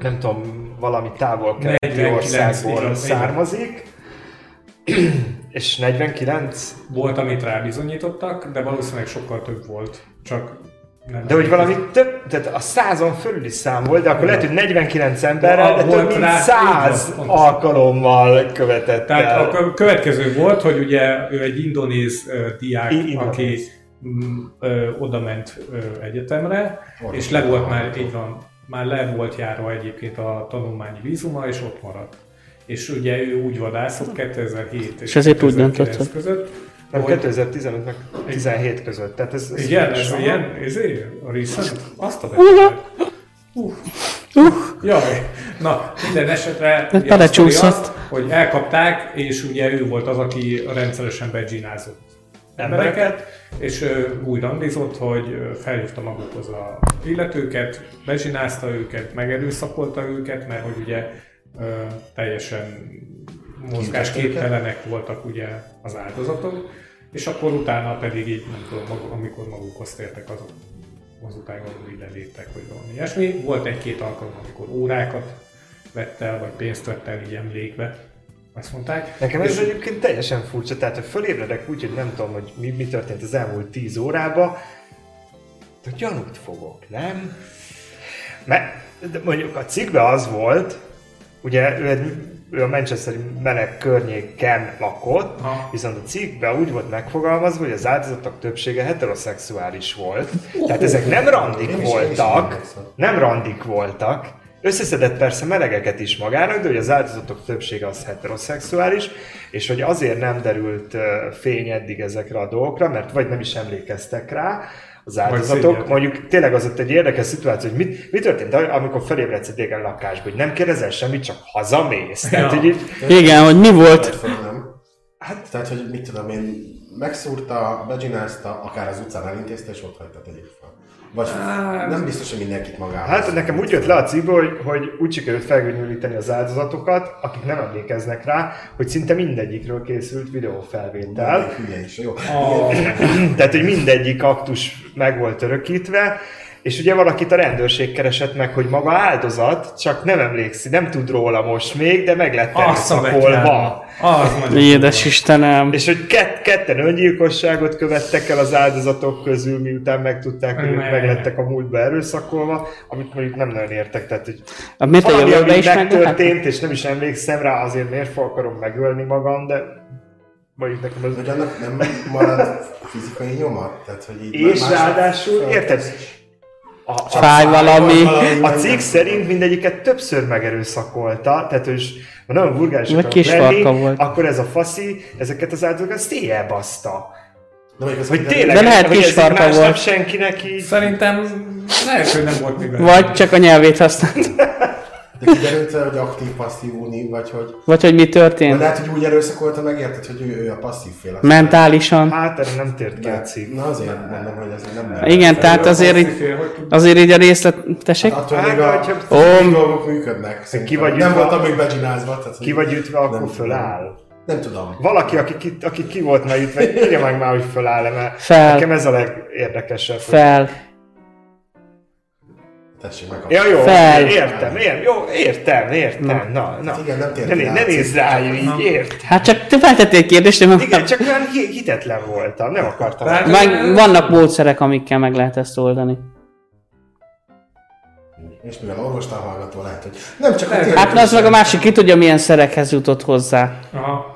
Speaker 1: nem tudom, valami távol keleti
Speaker 4: 49, igen,
Speaker 1: országból
Speaker 4: igen.
Speaker 1: származik, és 49?
Speaker 4: Volt, amit rá bizonyítottak, de valószínűleg sokkal több volt. Csak nem
Speaker 1: De hogy valami több, tehát a százon fölüli szám volt, de akkor lehet, hogy 49 emberrel, de
Speaker 4: Volt
Speaker 1: több mint
Speaker 4: rá-
Speaker 1: 100
Speaker 4: így van, pontosan.
Speaker 1: alkalommal követett
Speaker 4: Tehát
Speaker 1: el.
Speaker 4: a kö- következő volt, hogy ugye ő egy indonéz ö, diák,
Speaker 1: I- indonéz.
Speaker 4: aki mm, ö, oda ment ö, egyetemre,
Speaker 3: Orvos.
Speaker 4: és le volt már, így van, már le volt járva egyébként a tanulmányi vízuma, és ott maradt. És ugye ő úgy vadászott 2007
Speaker 2: Hm. És ezért úgy
Speaker 4: 2009
Speaker 2: döntött,
Speaker 4: között,
Speaker 1: Nem,
Speaker 4: hogy
Speaker 1: 2015 meg 17 között. Tehát ez, ez
Speaker 4: igen, ez
Speaker 1: Aha.
Speaker 4: ilyen, ez ilyen, a recent, azt a vetület. Uh. Jaj, na, minden esetre ugye a sztori
Speaker 2: belecsúszott.
Speaker 4: azt, hogy elkapták, és ugye ő volt az, aki rendszeresen bedzsinázott embereket, és ö, úgy randizott, hogy ö, felhívta magukhoz a illetőket, bezsinázta őket, megerőszakolta őket, mert hogy ugye ö, teljesen mozgásképtelenek voltak ugye az áldozatok, és akkor utána pedig így, nem tudom, mag- amikor magukhoz tértek azok, azután gondolom így leléptek, hogy valami ilyesmi. Volt egy-két alkalom, amikor órákat vett el, vagy pénzt vett el így emlékbe, azt mondták.
Speaker 1: Nekem ez
Speaker 4: És-
Speaker 1: egyébként teljesen furcsa, tehát hogy fölébredek úgy, hogy nem tudom, hogy mi, mi történt az elmúlt 10 órában, de gyanút fogok, nem? Mert de mondjuk a cikkben az volt, ugye ő, egy, ő a Manchesteri meleg környéken lakott,
Speaker 4: Aha.
Speaker 1: viszont a cikkben úgy volt megfogalmazva, hogy az áldozatok többsége heteroszexuális volt. Tehát ezek nem
Speaker 3: Én
Speaker 1: randik
Speaker 3: is- én is
Speaker 1: voltak,
Speaker 3: emlékszem.
Speaker 1: nem randik voltak, összeszedett persze melegeket is magának, de hogy az áldozatok többsége az heteroszexuális, és hogy azért nem derült ö, fény eddig ezekre a dolgokra, mert vagy nem is emlékeztek rá az áldozatok.
Speaker 4: szégyelték.
Speaker 1: Mondjuk tényleg az ott egy érdekes szituáció, hogy mit, mi történt, amikor felébredsz egy égen lakásba, hogy nem kérdezel semmit, csak hazamész. Tehát,
Speaker 4: Ja.
Speaker 1: hogy így,
Speaker 2: igen, hogy mi volt?
Speaker 3: Nem. Hát, tehát, hogy mit tudom én, megszúrta, begsinázta, akár az utcán elintézte, és ott hagyta tegyék fel. Vagy nem biztos, hogy mindenkit magához.
Speaker 1: Hát nekem úgy jött le a cikkből, hogy, hogy úgy sikerült felgöngyölíteni az áldozatokat, akik nem emlékeznek rá, hogy szinte mindegyikről készült videófelvétel.
Speaker 3: Mindenki Hülye is, jó.
Speaker 4: A-
Speaker 1: Tehát, hogy mindegyik aktus meg volt örökítve, és ugye valakit a rendőrség keresett meg, hogy maga áldozat, csak nem emlékszik, nem tud róla most még, de meg lett
Speaker 4: Azt a
Speaker 1: erőszakolva.
Speaker 4: Az nagyon
Speaker 2: Édes Istenem.
Speaker 1: És hogy kett, ketten öngyilkosságot követtek el az áldozatok közül, miután megtudták, hogy ők
Speaker 4: Ne.
Speaker 1: meglettek a múltba erőszakolva, amit mondjuk nem nagyon értek. Tehát, hogy
Speaker 2: A Hát miért a
Speaker 1: valami,
Speaker 2: jövőbe
Speaker 1: ami
Speaker 2: is megtörtént?
Speaker 1: megtörtént, és nem is emlékszem rá, azért miért fog akarom megölni magam, de mondjuk nekem az
Speaker 3: Hogy annak nem marad fizikai nyoma? Tehát, hogy így
Speaker 1: És
Speaker 3: másnap
Speaker 1: ráadásul,
Speaker 3: föl-
Speaker 1: érted? a, a,
Speaker 2: Hát, Fáj valami.
Speaker 1: a cikk szerint mindegyiket többször megerőszakolta, tehát ő is ha nagyon vulgáris
Speaker 2: Meg
Speaker 1: akar
Speaker 2: kis
Speaker 1: lenni,
Speaker 2: farka volt.
Speaker 1: akkor ez a faszi ezeket az áldozatokat széjjel baszta.
Speaker 3: De még az
Speaker 1: Hogy tényleg,
Speaker 2: De lehet
Speaker 1: hogy
Speaker 2: kis
Speaker 1: ez így
Speaker 2: farka
Speaker 1: másnap
Speaker 2: volt.
Speaker 1: senkinek így...
Speaker 4: Szerintem lehet, hogy nem volt mivel.
Speaker 2: Vagy csak a nyelvét használt.
Speaker 3: De kiderült, hogy aktív, passzív uni, vagy hogy...
Speaker 2: Vagy hogy mi
Speaker 3: Vagy
Speaker 2: történt.
Speaker 3: lehet, hogy úgy erőszakolta meg, érted, hogy ő, ő a passzív féle.
Speaker 2: Mentálisan.
Speaker 1: Hát erre nem tért ki a cikk.
Speaker 3: Na azért mondom, hogy ez nem lehet.
Speaker 2: Igen, tehát azért
Speaker 4: Azt
Speaker 2: így,
Speaker 4: hiszél, hogy tud-
Speaker 2: azért így a részlet... Tessék?
Speaker 3: Attól
Speaker 1: Hát,
Speaker 3: még a
Speaker 1: hogyha-
Speaker 3: a dolgok működnek. szerintem.
Speaker 1: vagy
Speaker 3: nem
Speaker 1: ütve-
Speaker 3: voltam még becsinázva. Tehát,
Speaker 1: Ki vagy ütve,
Speaker 3: Nem
Speaker 1: akkor
Speaker 3: tudom.
Speaker 1: föláll.
Speaker 3: Nem tudom.
Speaker 1: Valaki, aki ki, aki ki volt már ütve, írja meg már, hogy föláll-e, mert
Speaker 2: Fel.
Speaker 1: nekem ez a legérdekesebb. hogy-
Speaker 2: Fel.
Speaker 3: Tessék meg.
Speaker 1: Ja, jó,
Speaker 2: Fel.
Speaker 1: értem, értem, jó, értem, értem, na, na. na.
Speaker 3: Hát Igen, nem tért
Speaker 1: ne,
Speaker 3: ki
Speaker 1: né-
Speaker 3: rá
Speaker 1: ne
Speaker 3: a cikk,
Speaker 1: nézz rá,
Speaker 3: csak-
Speaker 1: így ért.
Speaker 2: Hát csak te feltettél egy kérdést, én meg...
Speaker 1: Igen, csak olyan hi- hitetlen voltam, nem akartam.
Speaker 4: Tehát-
Speaker 2: meg vannak módszerek, amikkel meg lehet ezt oldani.
Speaker 3: És mivel orvostan hallgató lehet, hogy nem csak
Speaker 4: Lehet.
Speaker 3: a
Speaker 2: Hát na, az meg a másik, ki tudja milyen szerekhez jutott hozzá.
Speaker 4: Aha.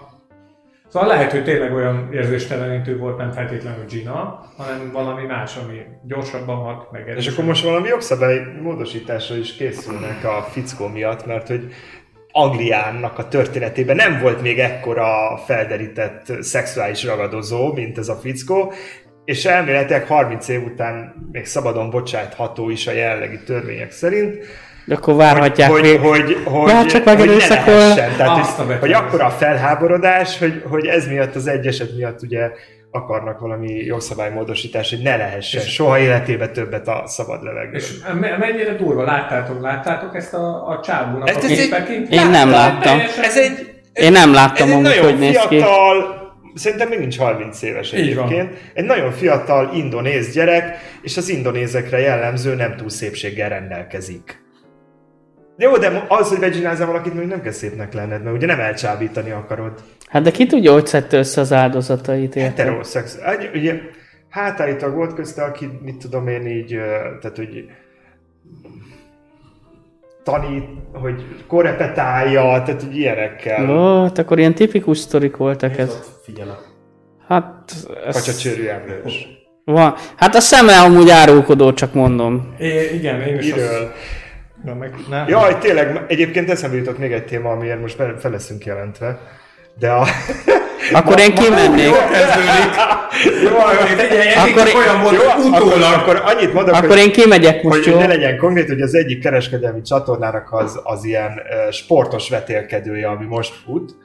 Speaker 4: Szóval lehet, hogy tényleg olyan érzéstelenítő volt, nem feltétlenül Gina, hanem valami más, ami gyorsabban hat, meg
Speaker 1: És
Speaker 4: erősebben.
Speaker 1: akkor most valami jogszabály módosításra is készülnek a fickó miatt, mert hogy Angliának a történetében nem volt még ekkora felderített szexuális ragadozó, mint ez a fickó, és elméletileg 30 év után még szabadon bocsátható is a jelenlegi törvények szerint.
Speaker 2: De akkor várhatják
Speaker 1: hogy,
Speaker 2: még.
Speaker 1: hogy, hogy, hogy,
Speaker 2: Már csak
Speaker 1: hogy ne
Speaker 2: megerőszakol.
Speaker 1: lehessen. Tehát,
Speaker 4: Azt a
Speaker 1: hogy,
Speaker 4: betűt.
Speaker 1: hogy akkora a felháborodás, hogy, hogy ez miatt, az egy eset miatt ugye akarnak valami jogszabálymódosítást, hogy ne lehessen
Speaker 4: És-
Speaker 1: soha életébe többet a szabad levegő.
Speaker 4: És me- mennyire durva, láttátok, láttátok ezt a, a csávónak
Speaker 1: Ez-
Speaker 4: a
Speaker 1: ez egy-
Speaker 4: képekét?
Speaker 2: Én nem láttam.
Speaker 1: Ez egy,
Speaker 2: Én nem láttam
Speaker 1: ez egy
Speaker 2: amúgy,
Speaker 1: nagyon
Speaker 2: hogy néz ki.
Speaker 1: fiatal, szerintem még nincs 30 éves
Speaker 4: Így van.
Speaker 1: egyébként, egy nagyon fiatal indonéz gyerek, és az indonézekre jellemző nem túl szépséggel rendelkezik. Jó, de az, hogy vegyinázzál valakit, még nem kell szépnek lenned, mert ugye nem elcsábítani akarod.
Speaker 2: Hát de ki tudja, hogy szedte össze az áldozatait, érted?
Speaker 1: Heteroszex. Egy- Ugye, hát állítólag volt közte, aki, mit tudom én így, ö, tehát hogy tanít, hogy korepetálja, tehát hogy ilyenekkel. No.
Speaker 2: Ó, hát akkor ilyen tipikus sztorik voltak ez.
Speaker 3: Figyelem.
Speaker 2: Hát, ez
Speaker 1: Kacsacsőrű emlős.
Speaker 2: van. Hát a szemre amúgy árulkodó, csak mondom.
Speaker 4: É, igen, én is azt...
Speaker 1: Miről?
Speaker 4: Na, meg, nem.
Speaker 1: Jaj, tényleg, egyébként eszembe jutott még egy téma, amiért most fel- fel leszünk jelentve. De a...
Speaker 2: Akkor én kimennék.
Speaker 4: kezdődik.
Speaker 1: Jó,
Speaker 4: Figyelj, eddig
Speaker 2: Akkor-
Speaker 4: csak olyan volt, hogy
Speaker 1: akkor,
Speaker 4: utólag.
Speaker 1: akkor annyit mondok,
Speaker 2: Akkor én kimegyek most,
Speaker 1: hogy,
Speaker 2: jó?
Speaker 1: hogy ne legyen konkrét, hogy az egyik kereskedelmi csatornának az, az ilyen ö, sportos vetélkedője, ami most fut,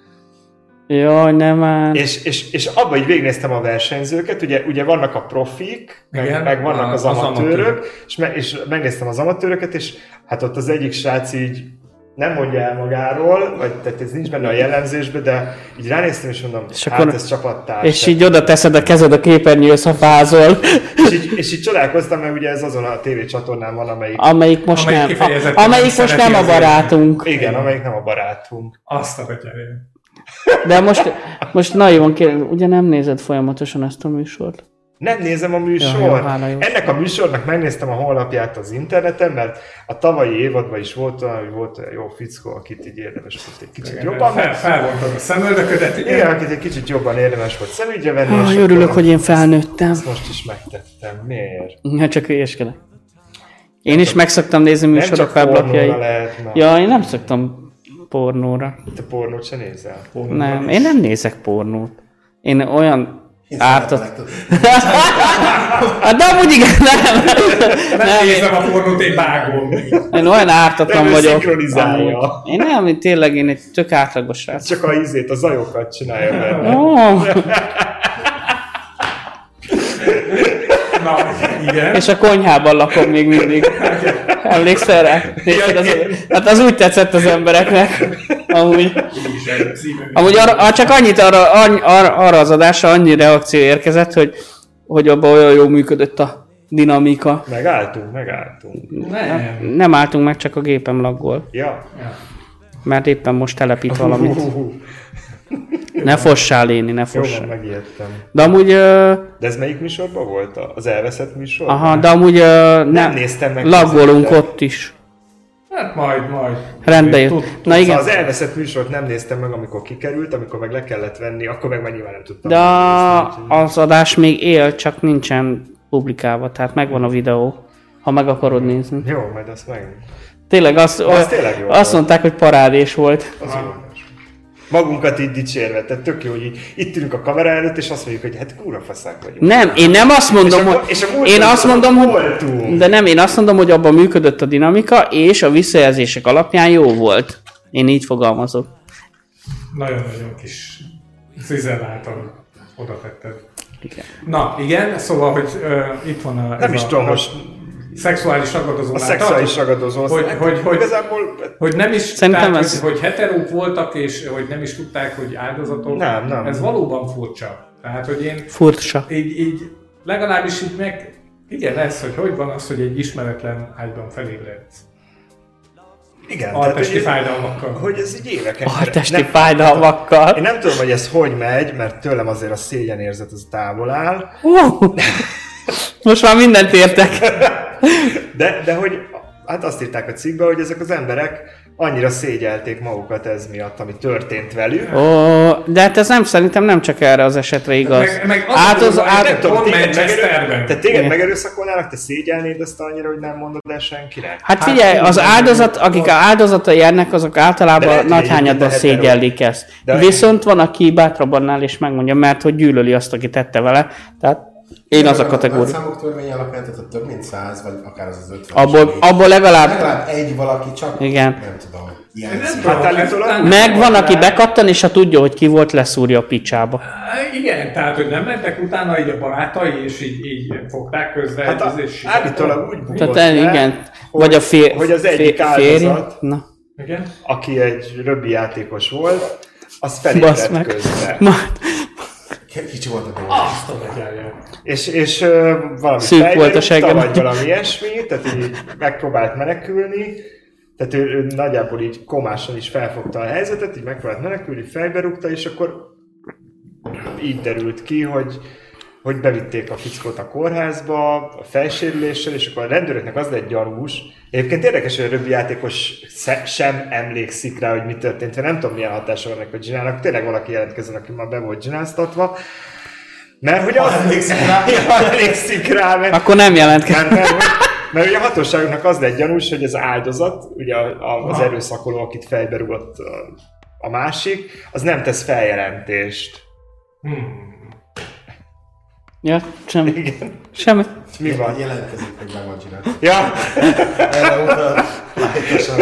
Speaker 2: Jaj, nem már.
Speaker 1: És, és, és abban így végignéztem a versenyzőket, ugye, ugye vannak a profik, meg,
Speaker 4: Igen,
Speaker 1: meg vannak
Speaker 4: a-
Speaker 1: az,
Speaker 4: az
Speaker 1: amatőrök,
Speaker 4: amatőrök.
Speaker 1: és, me, és megnéztem az amatőröket, és hát ott az egyik srác így nem mondja el magáról, vagy tehát ez nincs benne a jellemzésben, de így ránéztem, és mondom, és
Speaker 2: És
Speaker 1: hát
Speaker 2: akkor-
Speaker 1: ez csapattárs.
Speaker 2: És
Speaker 1: Tehát-
Speaker 2: így oda teszed a kezed a képernyőhöz, ha fázol,
Speaker 1: és, így, és így csodálkoztam, mert ugye ez azon a tévécsatornán van, amelyik, a...
Speaker 2: amelyik most
Speaker 4: Amelyik
Speaker 2: nem. A,
Speaker 4: kifejezetten
Speaker 2: amelyik most
Speaker 4: szereti
Speaker 2: nem a
Speaker 4: az életet.
Speaker 2: barátunk.
Speaker 1: igen, amelyik nem a barátunk.
Speaker 4: Azt a betyárját.
Speaker 2: De most, most nagyon kérem, ugye nem nézed folyamatosan ezt a műsort?
Speaker 1: Nem nézem a
Speaker 2: Ja, jó,
Speaker 1: műsort.
Speaker 2: hála jó.
Speaker 1: Ennek a műsornak megnéztem a honlapját az interneten, mert a tavalyi évadban is volt olyan, hogy volt olyan jó fickó, akit így érdemes volt egy kicsit jobban
Speaker 4: fel,
Speaker 1: meg...
Speaker 4: felvontad a szemöldöködet, igen.
Speaker 1: Igen, akit egy kicsit jobban érdemes volt szemügyre venni. és
Speaker 2: Ah,
Speaker 1: akkor
Speaker 2: örülök, hogy én felnőttem.
Speaker 1: Ezt most is megtettem. Miért?
Speaker 2: Ja, csak hülyeskedek. Én is meg szoktam nézni műsorok
Speaker 1: pornóra
Speaker 2: weblapjai.
Speaker 1: lehet, na.
Speaker 2: Ja, én nem szoktam pornóra.
Speaker 1: Te pornót se nézel.
Speaker 2: Nem, én nem nézek pornót. Én olyan ártott... Hát de amúgy igen, nem.
Speaker 4: Nem
Speaker 2: nem én,
Speaker 4: nézem a pornót, én vágom.
Speaker 2: én olyan ártatlan
Speaker 1: Nem, ő
Speaker 2: vagyok.
Speaker 1: szinkronizálja.
Speaker 2: amúgy. Én nem, én tényleg én egy tök átlagos srác.
Speaker 1: Csak a izét, a zajokat csinálja benne.
Speaker 2: Oh,
Speaker 4: Na, igen.
Speaker 2: és a konyhában lakom még mindig. Emlékszel rá? Nézted az, hát az úgy tetszett az embereknek. Amúgy.
Speaker 4: Így is erre című.
Speaker 2: Amúgy arra, á, csak annyit arra, arra, arra, arra az adásra annyi reakció érkezett, hogy, hogy abban olyan jól működött a dinamika.
Speaker 1: Megálltunk, megálltunk.
Speaker 4: Nem.
Speaker 2: Nem álltunk meg, csak a gépem laggol,
Speaker 1: Ja.
Speaker 4: Ja.
Speaker 2: mert éppen most telepít valamit.
Speaker 1: Hú,
Speaker 2: Ne fossál, Léni, ne
Speaker 1: Jó, van,
Speaker 2: fossál.
Speaker 1: megijedtem.
Speaker 2: De amúgy, ö,
Speaker 1: De ez melyik műsorban volt? Az elveszett műsor?
Speaker 2: aha, de amúgy ö, nem,
Speaker 1: néztem meg
Speaker 2: laggolunk
Speaker 1: közöttet.
Speaker 2: ott is.
Speaker 4: Hát majd, majd.
Speaker 2: Rendbe
Speaker 4: Tud-
Speaker 2: jött. Na
Speaker 1: Igen.
Speaker 2: igen,
Speaker 1: Szóval Az elveszett műsort nem néztem meg, amikor kikerült, amikor meg le kellett venni, akkor meg már nyilván nem tudtam.
Speaker 2: de
Speaker 1: megnézni, úgyhogy-
Speaker 2: az adás még él, csak nincsen publikálva, tehát megvan a videó. ha meg akarod nézni.
Speaker 1: Jó, majd azt meg.
Speaker 2: Tényleg azt,
Speaker 1: Az tényleg jó volt.
Speaker 2: azt mondták, hogy parádés volt.
Speaker 1: Az jó. Magunkat így dicsérve, tehát tök jó, hogy így, itt ülünk a kamera előtt, és azt mondjuk, hogy hát kúra faszák vagyunk.
Speaker 2: Nem, én nem azt mondom,
Speaker 1: És a-
Speaker 2: hogy...
Speaker 1: és a múlt
Speaker 2: én azt mondom, hogy...
Speaker 1: voltunk.
Speaker 2: De nem, én azt mondom, hogy abban működött a dinamika, és a visszajelzések alapján jó volt. Én így fogalmazok.
Speaker 4: Nagyon-nagyon kis cizeláltan oda tetted.
Speaker 2: Igen.
Speaker 4: Na, igen, szóval, hogy uh, itt van a...
Speaker 1: Nem
Speaker 4: ez
Speaker 1: is
Speaker 4: a-
Speaker 1: tudom, most
Speaker 4: Szexuális ragadozó
Speaker 1: a szexuális ragadozó.
Speaker 4: Hogy,
Speaker 1: aztán-
Speaker 4: hogy, hogy,
Speaker 1: Igazából
Speaker 4: hogy nem is,
Speaker 2: Szerintem
Speaker 4: tehát,
Speaker 2: ez-
Speaker 4: hogy, hogy heterók voltak, és hogy nem is tudták, hogy áldozatok.
Speaker 1: Nem, nem.
Speaker 4: Ez valóban furcsa. Tehát, hogy én
Speaker 2: Furcsa.
Speaker 4: így, így legalábbis így meg igen, ez, hogy hogy van az, hogy egy ismeretlen ágyban felébredsz.
Speaker 1: igen, tehát,
Speaker 4: Altesti
Speaker 1: hogy,
Speaker 4: fájdalmakkal.
Speaker 1: hogy ez így éveken.
Speaker 2: A testi
Speaker 1: Nem- Én
Speaker 2: fájdalmakkal.
Speaker 1: nem tudom, hogy ez hogy megy, mert tőlem azért a szégyenérzet az távol áll,
Speaker 2: Hú! Most már mindent értek.
Speaker 1: De, de hogy, hát azt írták a cikkben, hogy ezek az emberek annyira szégyelték magukat ez miatt, ami történt velük.
Speaker 2: Ó, de hát ez nem, szerintem nem csak erre az esetre igaz.
Speaker 4: Meg- meg az a
Speaker 2: Át az,
Speaker 4: durva, hogy
Speaker 2: át,
Speaker 4: nem tudom, pont Manchesterben.
Speaker 1: te téged
Speaker 2: Igen.
Speaker 1: megerőszakolnának, te szégyelnéd ezt annyira, hogy nem mondod el senkinek?
Speaker 2: Hát
Speaker 4: Hát
Speaker 2: figyelj, az
Speaker 4: nem,
Speaker 2: áldozat,
Speaker 4: nem.
Speaker 2: akik a áldozata járnak, azok általában
Speaker 1: De lehet, hogy
Speaker 2: nagy
Speaker 1: egyébként
Speaker 2: hányadban
Speaker 1: lehet erről.
Speaker 2: szégyellik ezt.
Speaker 1: De-
Speaker 2: Viszont van, aki bátrabbannál is megmondja, mert hogy gyűlöli azt, aki tette vele. Tehát én az a
Speaker 3: A
Speaker 2: kategória.
Speaker 3: számok törvény alapján, tehát a több mint száz, vagy akár az az 50.
Speaker 2: Abból,
Speaker 3: is, ami-
Speaker 2: abból legalább
Speaker 3: legalább egy valaki csak,
Speaker 2: Igen.
Speaker 3: nem tudom, ilyen
Speaker 4: Nem
Speaker 3: szint.
Speaker 4: tudom,
Speaker 1: Hát állítólag-
Speaker 4: ez-
Speaker 2: meg van, aki bekattan, és ha tudja, hogy ki volt, leszúrja a picsába.
Speaker 4: Igen, tehát, hogy nem mentek utána így a barátai, és így, így fogták közre.
Speaker 1: Hát a,
Speaker 4: egy ízés-
Speaker 1: állítólag úgy bújott
Speaker 2: Tehát eh,
Speaker 1: le,
Speaker 2: igen,
Speaker 1: hogy-
Speaker 2: vagy a fér,
Speaker 1: hogy az egyik áldozat-
Speaker 2: Na,
Speaker 4: Igen.
Speaker 1: aki egy röbbi játékos volt, az
Speaker 2: basz
Speaker 1: felébredt
Speaker 2: meg.
Speaker 1: közben.
Speaker 2: Na,
Speaker 3: Kicsi volt a dolog.
Speaker 1: Ah,
Speaker 4: Azt a megjárja.
Speaker 1: És, és ö, valami
Speaker 2: Szűk
Speaker 1: fejbe
Speaker 2: volt a
Speaker 1: rúgta,
Speaker 2: seggem.
Speaker 1: vagy valami ilyesmi, tehát így megpróbált menekülni, tehát ő, ő nagyjából így komáson is felfogta a helyzetet, így megpróbált menekülni, fejbe rúgta, és akkor így derült ki, hogy hogy bevitték a fickót a kórházba, a fejsérüléssel, és akkor a rendőröknek az lett gyarús. Egyébként érdekes, hogy a röbbi játékos sze- sem emlékszik rá, hogy mi történt, mert nem tudom, milyen hatása van ennek, hogy csinálnak. Tényleg valaki jelentkezzen, aki már be volt csináztatva. Mert hogy az...
Speaker 3: emlékszik rá.
Speaker 1: Ha emlékszik rá, mert,
Speaker 2: akkor nem jelentkezik.
Speaker 1: mert, mert, hogy- mert ugye a hatóságoknak az lett gyanús, hogy az áldozat, ugye a- a- az erőszakoló, akit fejbe rugott a- a másik, az nem tesz feljelentést.
Speaker 4: Hmm.
Speaker 2: Ja, semmi.
Speaker 1: Igen.
Speaker 2: Semmi.
Speaker 1: Mi van?
Speaker 3: Jelentkezik, hogy meg van csinálva.
Speaker 1: Ja,
Speaker 3: Erre utal, állításan.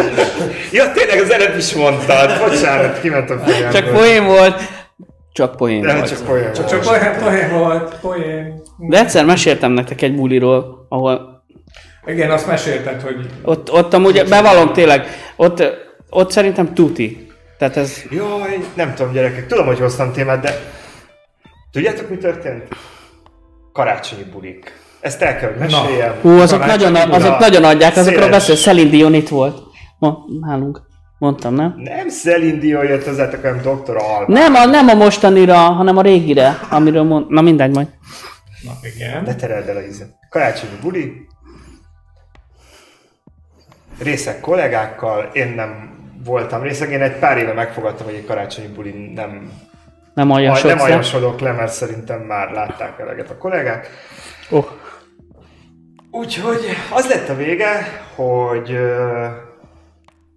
Speaker 1: ja tényleg az előbb is mondtad. Bocsánat, kiment a fejemből.
Speaker 2: Csak poén volt. Csak poén
Speaker 1: Nem,
Speaker 2: volt.
Speaker 1: csak poén volt.
Speaker 4: Csak, csak poén, poén volt, poén.
Speaker 2: De egyszer meséltem nektek egy buliról, ahol
Speaker 4: Igen, azt mesélted, hogy
Speaker 2: ott, ott amúgy, bevallom tényleg, ott, ott szerintem tuti. Tehát ez,
Speaker 1: Jaj, nem tudom gyerekek, tudom, hogy hoztam témát, de tudjátok mi történt? Karácsonyi bulik. Ezt el kell, hogy meséljem.
Speaker 2: hú, azok,
Speaker 1: Karácsonyi
Speaker 2: nagyon, azok
Speaker 1: buli.
Speaker 2: nagyon adják, azokról
Speaker 1: Széles.
Speaker 2: beszél, Celine Dion itt volt. Ma, nálunk. Mondtam, nem?
Speaker 1: Nem Celine Dion jött hozzátok, hanem Dr. Alban.
Speaker 2: Nem a, nem a mostanira, hanem a régire, amiről mond... Na mindegy majd.
Speaker 4: Na igen.
Speaker 1: Ne tereld el a ízet. Karácsonyi buli. Részek kollégákkal, én nem voltam részeg, én egy pár éve megfogadtam, hogy egy karácsonyi buli nem,
Speaker 2: Nem alja
Speaker 1: aj,
Speaker 2: sok
Speaker 1: nem ajasodok le, mert szerintem már látták eleget a kollégák.
Speaker 2: oh.
Speaker 1: Úgyhogy az lett a vége, hogy ö,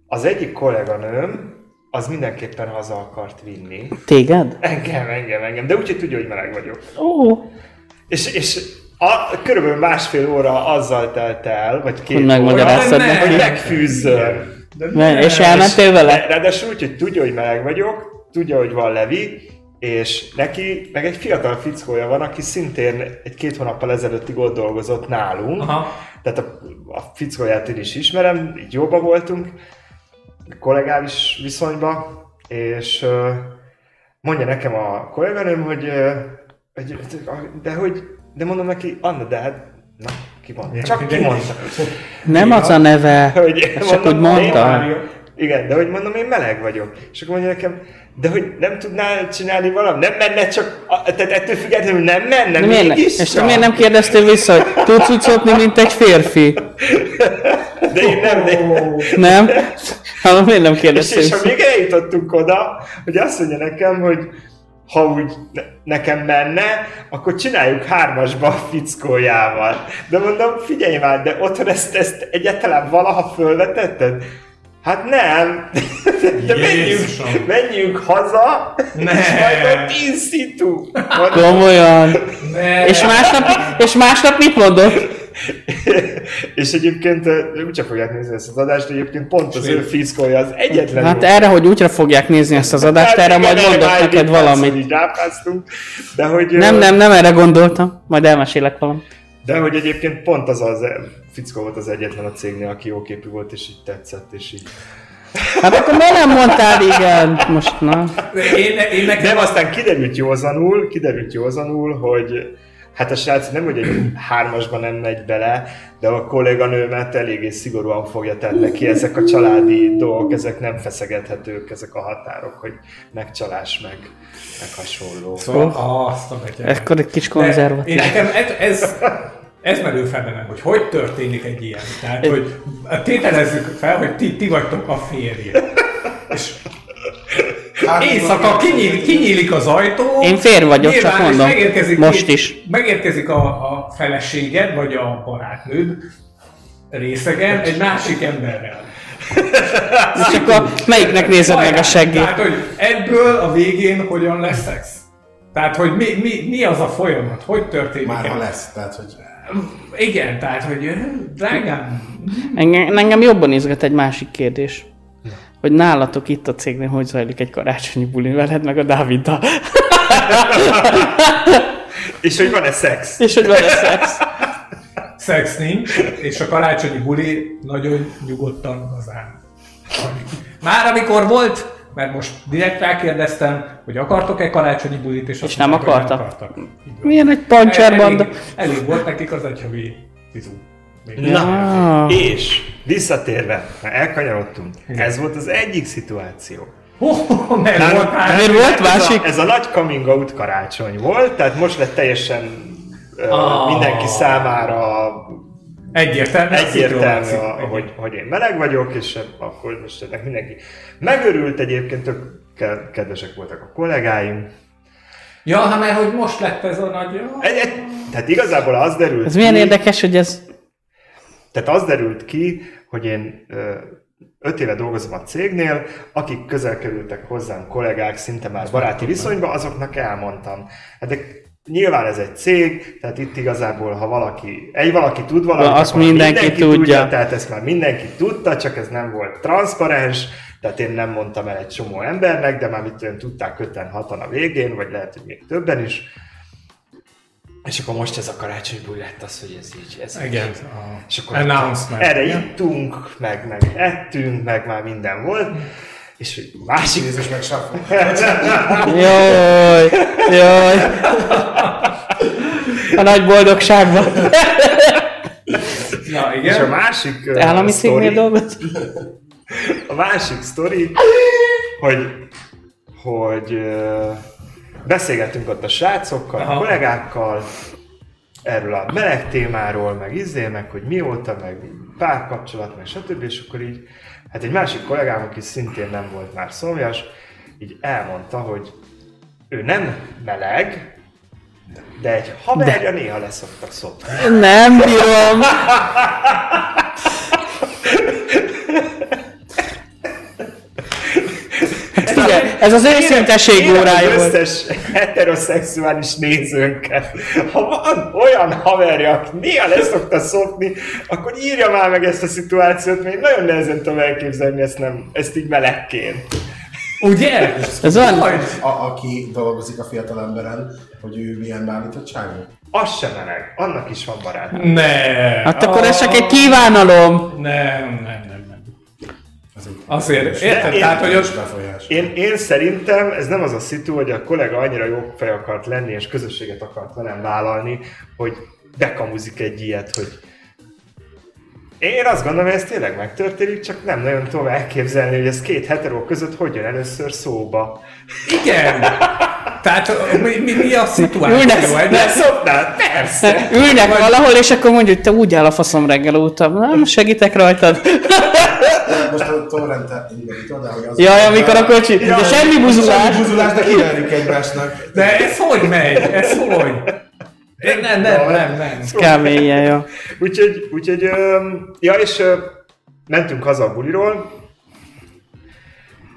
Speaker 1: az egyik kolléganőm az mindenképpen haza akart vinni.
Speaker 2: Téged?
Speaker 1: Engem, engem, engem, de úgy, hogy tudja, hogy meleg vagyok.
Speaker 2: Ó,
Speaker 1: És, és a, körülbelül másfél óra azzal telt el, vagy két
Speaker 2: hogy
Speaker 1: óra,
Speaker 2: megmagyaráztad
Speaker 4: Olyan,
Speaker 1: hogy
Speaker 2: neki.
Speaker 1: megfűzzön.
Speaker 2: Ne, És elmentél
Speaker 1: Rá-
Speaker 2: vele?
Speaker 1: Ráadásul úgy, hogy tudja, hogy meleg vagyok, tudja, hogy van Levi, és neki meg egy fiatal fickója van, aki szintén egy-két hónappal ezelőttig ott dolgozott nálunk.
Speaker 4: Aha.
Speaker 1: Tehát a, a fickóját én is ismerem, így jóba voltunk, kollégális viszonyba, és ö, mondja nekem a kolléganőm, hogy, ö, hogy de hogy, de mondom neki, Anna, de hát, na, ki van? Csak ki mondta.
Speaker 2: Nem az a neve.
Speaker 1: Hogy
Speaker 2: Ezt csak úgy
Speaker 1: mondom,
Speaker 2: mondta.
Speaker 1: én- Igen, de hogy mondom, én meleg vagyok. És akkor mondja nekem, de hogy nem tudnál csinálni valamit? Nem menne csak, a, tehát ettől függetlenül nem menne,
Speaker 2: De miért, ne, és
Speaker 1: csak.
Speaker 2: miért nem kérdeztél vissza, hogy tudsz úgy szopni, mint egy férfi?
Speaker 1: De én nem, de én,
Speaker 2: Nem? Hát miért nem
Speaker 1: És,
Speaker 2: kérdeztél
Speaker 1: és ha
Speaker 2: vissza?
Speaker 1: még eljutottunk oda, hogy azt mondja nekem, hogy ha úgy ne- nekem menne, akkor csináljuk hármasba a fickójával. De mondom, figyelj már, de otthon ezt, ezt egyáltalán valaha fölvetetted? Hát nem. De menjünk,
Speaker 4: Jézusom.
Speaker 1: menjünk haza, ne. és majd ott in situ. Mondom,
Speaker 2: Komolyan.
Speaker 4: Ne.
Speaker 2: És másnap, és másnap mit mondott?
Speaker 1: és egyébként eh, úgyse fogják nézni ezt az adást, de egyébként pont az ő fickója az egyetlen.
Speaker 2: Hát
Speaker 1: jó.
Speaker 2: erre, hogy úgyra fogják nézni ezt az adást, erre
Speaker 1: Hát igen,
Speaker 2: majd
Speaker 1: erre
Speaker 2: mondok
Speaker 1: már
Speaker 2: neked
Speaker 1: egy
Speaker 2: valamit.
Speaker 1: percet így rápásztunk, de hogy,
Speaker 2: Nem,
Speaker 1: eh,
Speaker 2: nem, nem erre gondoltam. Majd elmesélek valamit.
Speaker 1: de hogy egyébként pont az az eh, fickó volt az egyetlen a cégnél, aki jóképű volt, és így tetszett, és így.
Speaker 2: Hát akkor miért nem mondtál igen? Most, na.
Speaker 4: Én, én nekem
Speaker 1: Nem, aztán kiderült józanul, kiderült józanul, hogy hát a srác nem, hogy egy hármasban nem megy bele, de a kolléganőmet eléggé szigorúan fogja tenni ki. Ezek a családi dolgok, ezek nem feszegethetők, ezek a határok, hogy megcsalás meg, meg hasonló.
Speaker 4: Szóval azt a betyárát.
Speaker 2: Oh. Ekkor egy kis
Speaker 4: De
Speaker 2: konzervat.
Speaker 4: Én nekem ez, ez, ez merül fel bennem, hogy hogy történik egy ilyen. Tehát, hogy tételezzük fel, hogy ti, ti vagytok a férje. És éjszaka kinyíl, kinyílik az ajtó.
Speaker 2: Én férj vagyok,
Speaker 4: nyilván,
Speaker 2: csak
Speaker 4: és
Speaker 2: mondom.
Speaker 4: megérkezik-
Speaker 2: Most is.
Speaker 4: Megérkezik a, a feleséged, vagy a barátnőd részegen egy másik emberrel.
Speaker 2: És akkor melyiknek nézed meg a
Speaker 4: Tehát,
Speaker 2: seggét?
Speaker 4: hogy ebből a végén hogyan lesz szex? Tehát, hogy mi, mi, mi az a folyamat? Hogy történik?
Speaker 3: Már ha
Speaker 4: ez?
Speaker 3: lesz, tehát hogy
Speaker 4: Igen, tehát, hogy ö, drágám,
Speaker 2: Engem, engem jobban izgat egy másik kérdés. Hogy nálatok itt a cégnél hogy zajlik egy karácsonyi buli veled, meg a Dáviddal.
Speaker 1: És hogy van-e szex?
Speaker 2: És hogy vele szex.
Speaker 4: szex nincs, és a karácsonyi buli nagyon nyugodtan gazán. zajlik. Már amikor volt, mert most direkt rákérdeztem, hogy akartok-e karácsonyi bulit, és, azt
Speaker 2: nem
Speaker 4: mondták, hogy nem
Speaker 2: akartak.
Speaker 4: akartak. Így van.
Speaker 2: Milyen egy pancsárban.
Speaker 4: Elég, elég volt nekik az egyhavi tizu. Még
Speaker 2: Na.
Speaker 1: És visszatérve, már elkanyarodtunk, ez volt az egyik szituáció.
Speaker 4: Oh, mert volt már.
Speaker 2: Miért volt másik?
Speaker 1: Ez a, ez a nagy coming out karácsony volt, tehát most lett teljesen
Speaker 4: Ah.
Speaker 1: oh. mindenki számára
Speaker 4: Egyértelmű. a
Speaker 1: egyértelmű,
Speaker 4: szituáció.
Speaker 1: a- hogy, hogy én meleg vagyok, és akkor most ennek mindenki megörült egyébként, tök ke- kedvesek voltak a kollégáim.
Speaker 4: Ja, hát mert hogy most lett ez a nagy...
Speaker 1: Egy, egy, tehát igazából az derült
Speaker 2: Ez milyen
Speaker 1: ki-
Speaker 2: érdekes, hogy ez...
Speaker 1: Tehát az derült ki, hogy én ö, öt éve dolgozom a cégnél, akik közel kerültek hozzám kollégák, szinte már baráti viszonyba, azoknak elmondtam. Hát de nyilván ez egy cég, tehát itt igazából, ha valaki, egy valaki tud valamit,
Speaker 2: Azt
Speaker 1: akkor
Speaker 2: mindenki tudja.
Speaker 1: tehát ezt már mindenki tudta, csak ez nem volt transzparens, tehát én nem mondtam el egy csomó embernek, de már mit tudom, tudták köten hatan a végén, vagy lehet, hogy még többen is. És akkor most ez a karácsony buli lett az, hogy ez így, ez
Speaker 4: Igen.
Speaker 1: így.
Speaker 4: a-
Speaker 1: És akkor
Speaker 4: Announcement.
Speaker 1: erre ittunk, meg, meg ettünk, meg már minden volt. És egy másik...
Speaker 3: Jézus meg safó.
Speaker 2: Jaj, jaj. A nagy boldogságban.
Speaker 4: Na, igen.
Speaker 1: És a másik ö,
Speaker 2: Állami
Speaker 1: sztori-
Speaker 2: cégnél dolgoz?
Speaker 1: A másik sztori, hogy, hogy ö, beszélgettünk ott a srácokkal,
Speaker 4: Aha.
Speaker 1: a kollégákkal, erről a meleg témáról, meg izé, meg hogy mióta, meg párkapcsolat, meg stb. És akkor így, hát egy másik kollégám, aki szintén nem volt már szomjas, így elmondta, hogy ő nem meleg, de egy haverja néha leszokta szopni.
Speaker 2: Nem bírom. Hát figyelj, ez az őszinteség
Speaker 1: Kérem
Speaker 2: órája
Speaker 1: az
Speaker 2: volt.
Speaker 1: összes heteroszexuális nézőnket. Ha van olyan haverja, aki néha leszokta szopni, akkor írja már meg ezt a szituációt, mert én nagyon nehezen tudom elképzelni ezt, nem, ezt így melegként.
Speaker 4: Ugye?
Speaker 2: Ez olyan-
Speaker 4: Hogy?
Speaker 3: A, aki dolgozik a fiatal emberen, hogy ő milyen beállítottságú?
Speaker 1: Az sem meleg, annak is van barát.
Speaker 4: Ne.
Speaker 2: Hát akkor ez
Speaker 4: Ah,
Speaker 2: csak egy kívánalom.
Speaker 4: Nem, nem, nem, nem.
Speaker 3: Ez egy
Speaker 4: Azért, érted?
Speaker 1: én-
Speaker 4: Tehát, hogy
Speaker 3: erős
Speaker 4: ott...
Speaker 3: befolyás.
Speaker 1: Én, én szerintem ez nem az a szitu, hogy a kollega annyira jó fej akart lenni, és közösséget akart velem vállalni, hogy bekamuzik egy ilyet, hogy én azt gondolom, hogy ez tényleg megtörténik, csak nem nagyon tudom elképzelni, hogy ez két heteró között hogyan először szóba.
Speaker 4: Igen! Tehát ö, mi, mi, mi a szituáció?
Speaker 2: Ülnek-
Speaker 4: Egy-
Speaker 2: ne
Speaker 1: szopnál?
Speaker 4: Persze.
Speaker 2: Hát Ülnek valahol, és akkor mondjuk, te úgy áll a faszom reggel óta. Nem, segítek rajtad.
Speaker 3: Most a torrentet indít oda, hogy az...
Speaker 2: Jaj, amikor a kocsi, de
Speaker 3: Jaj,
Speaker 2: semmi buzulás.
Speaker 3: Semmi buzulás, de kiverjük egymásnak.
Speaker 4: De ez hogy megy? Ez hogy? Nem, nem, nem, nem. nem.
Speaker 2: Keményen, jó.
Speaker 1: Úgyhogy, úgyhogy öm, ja, és öm, mentünk haza a buliról,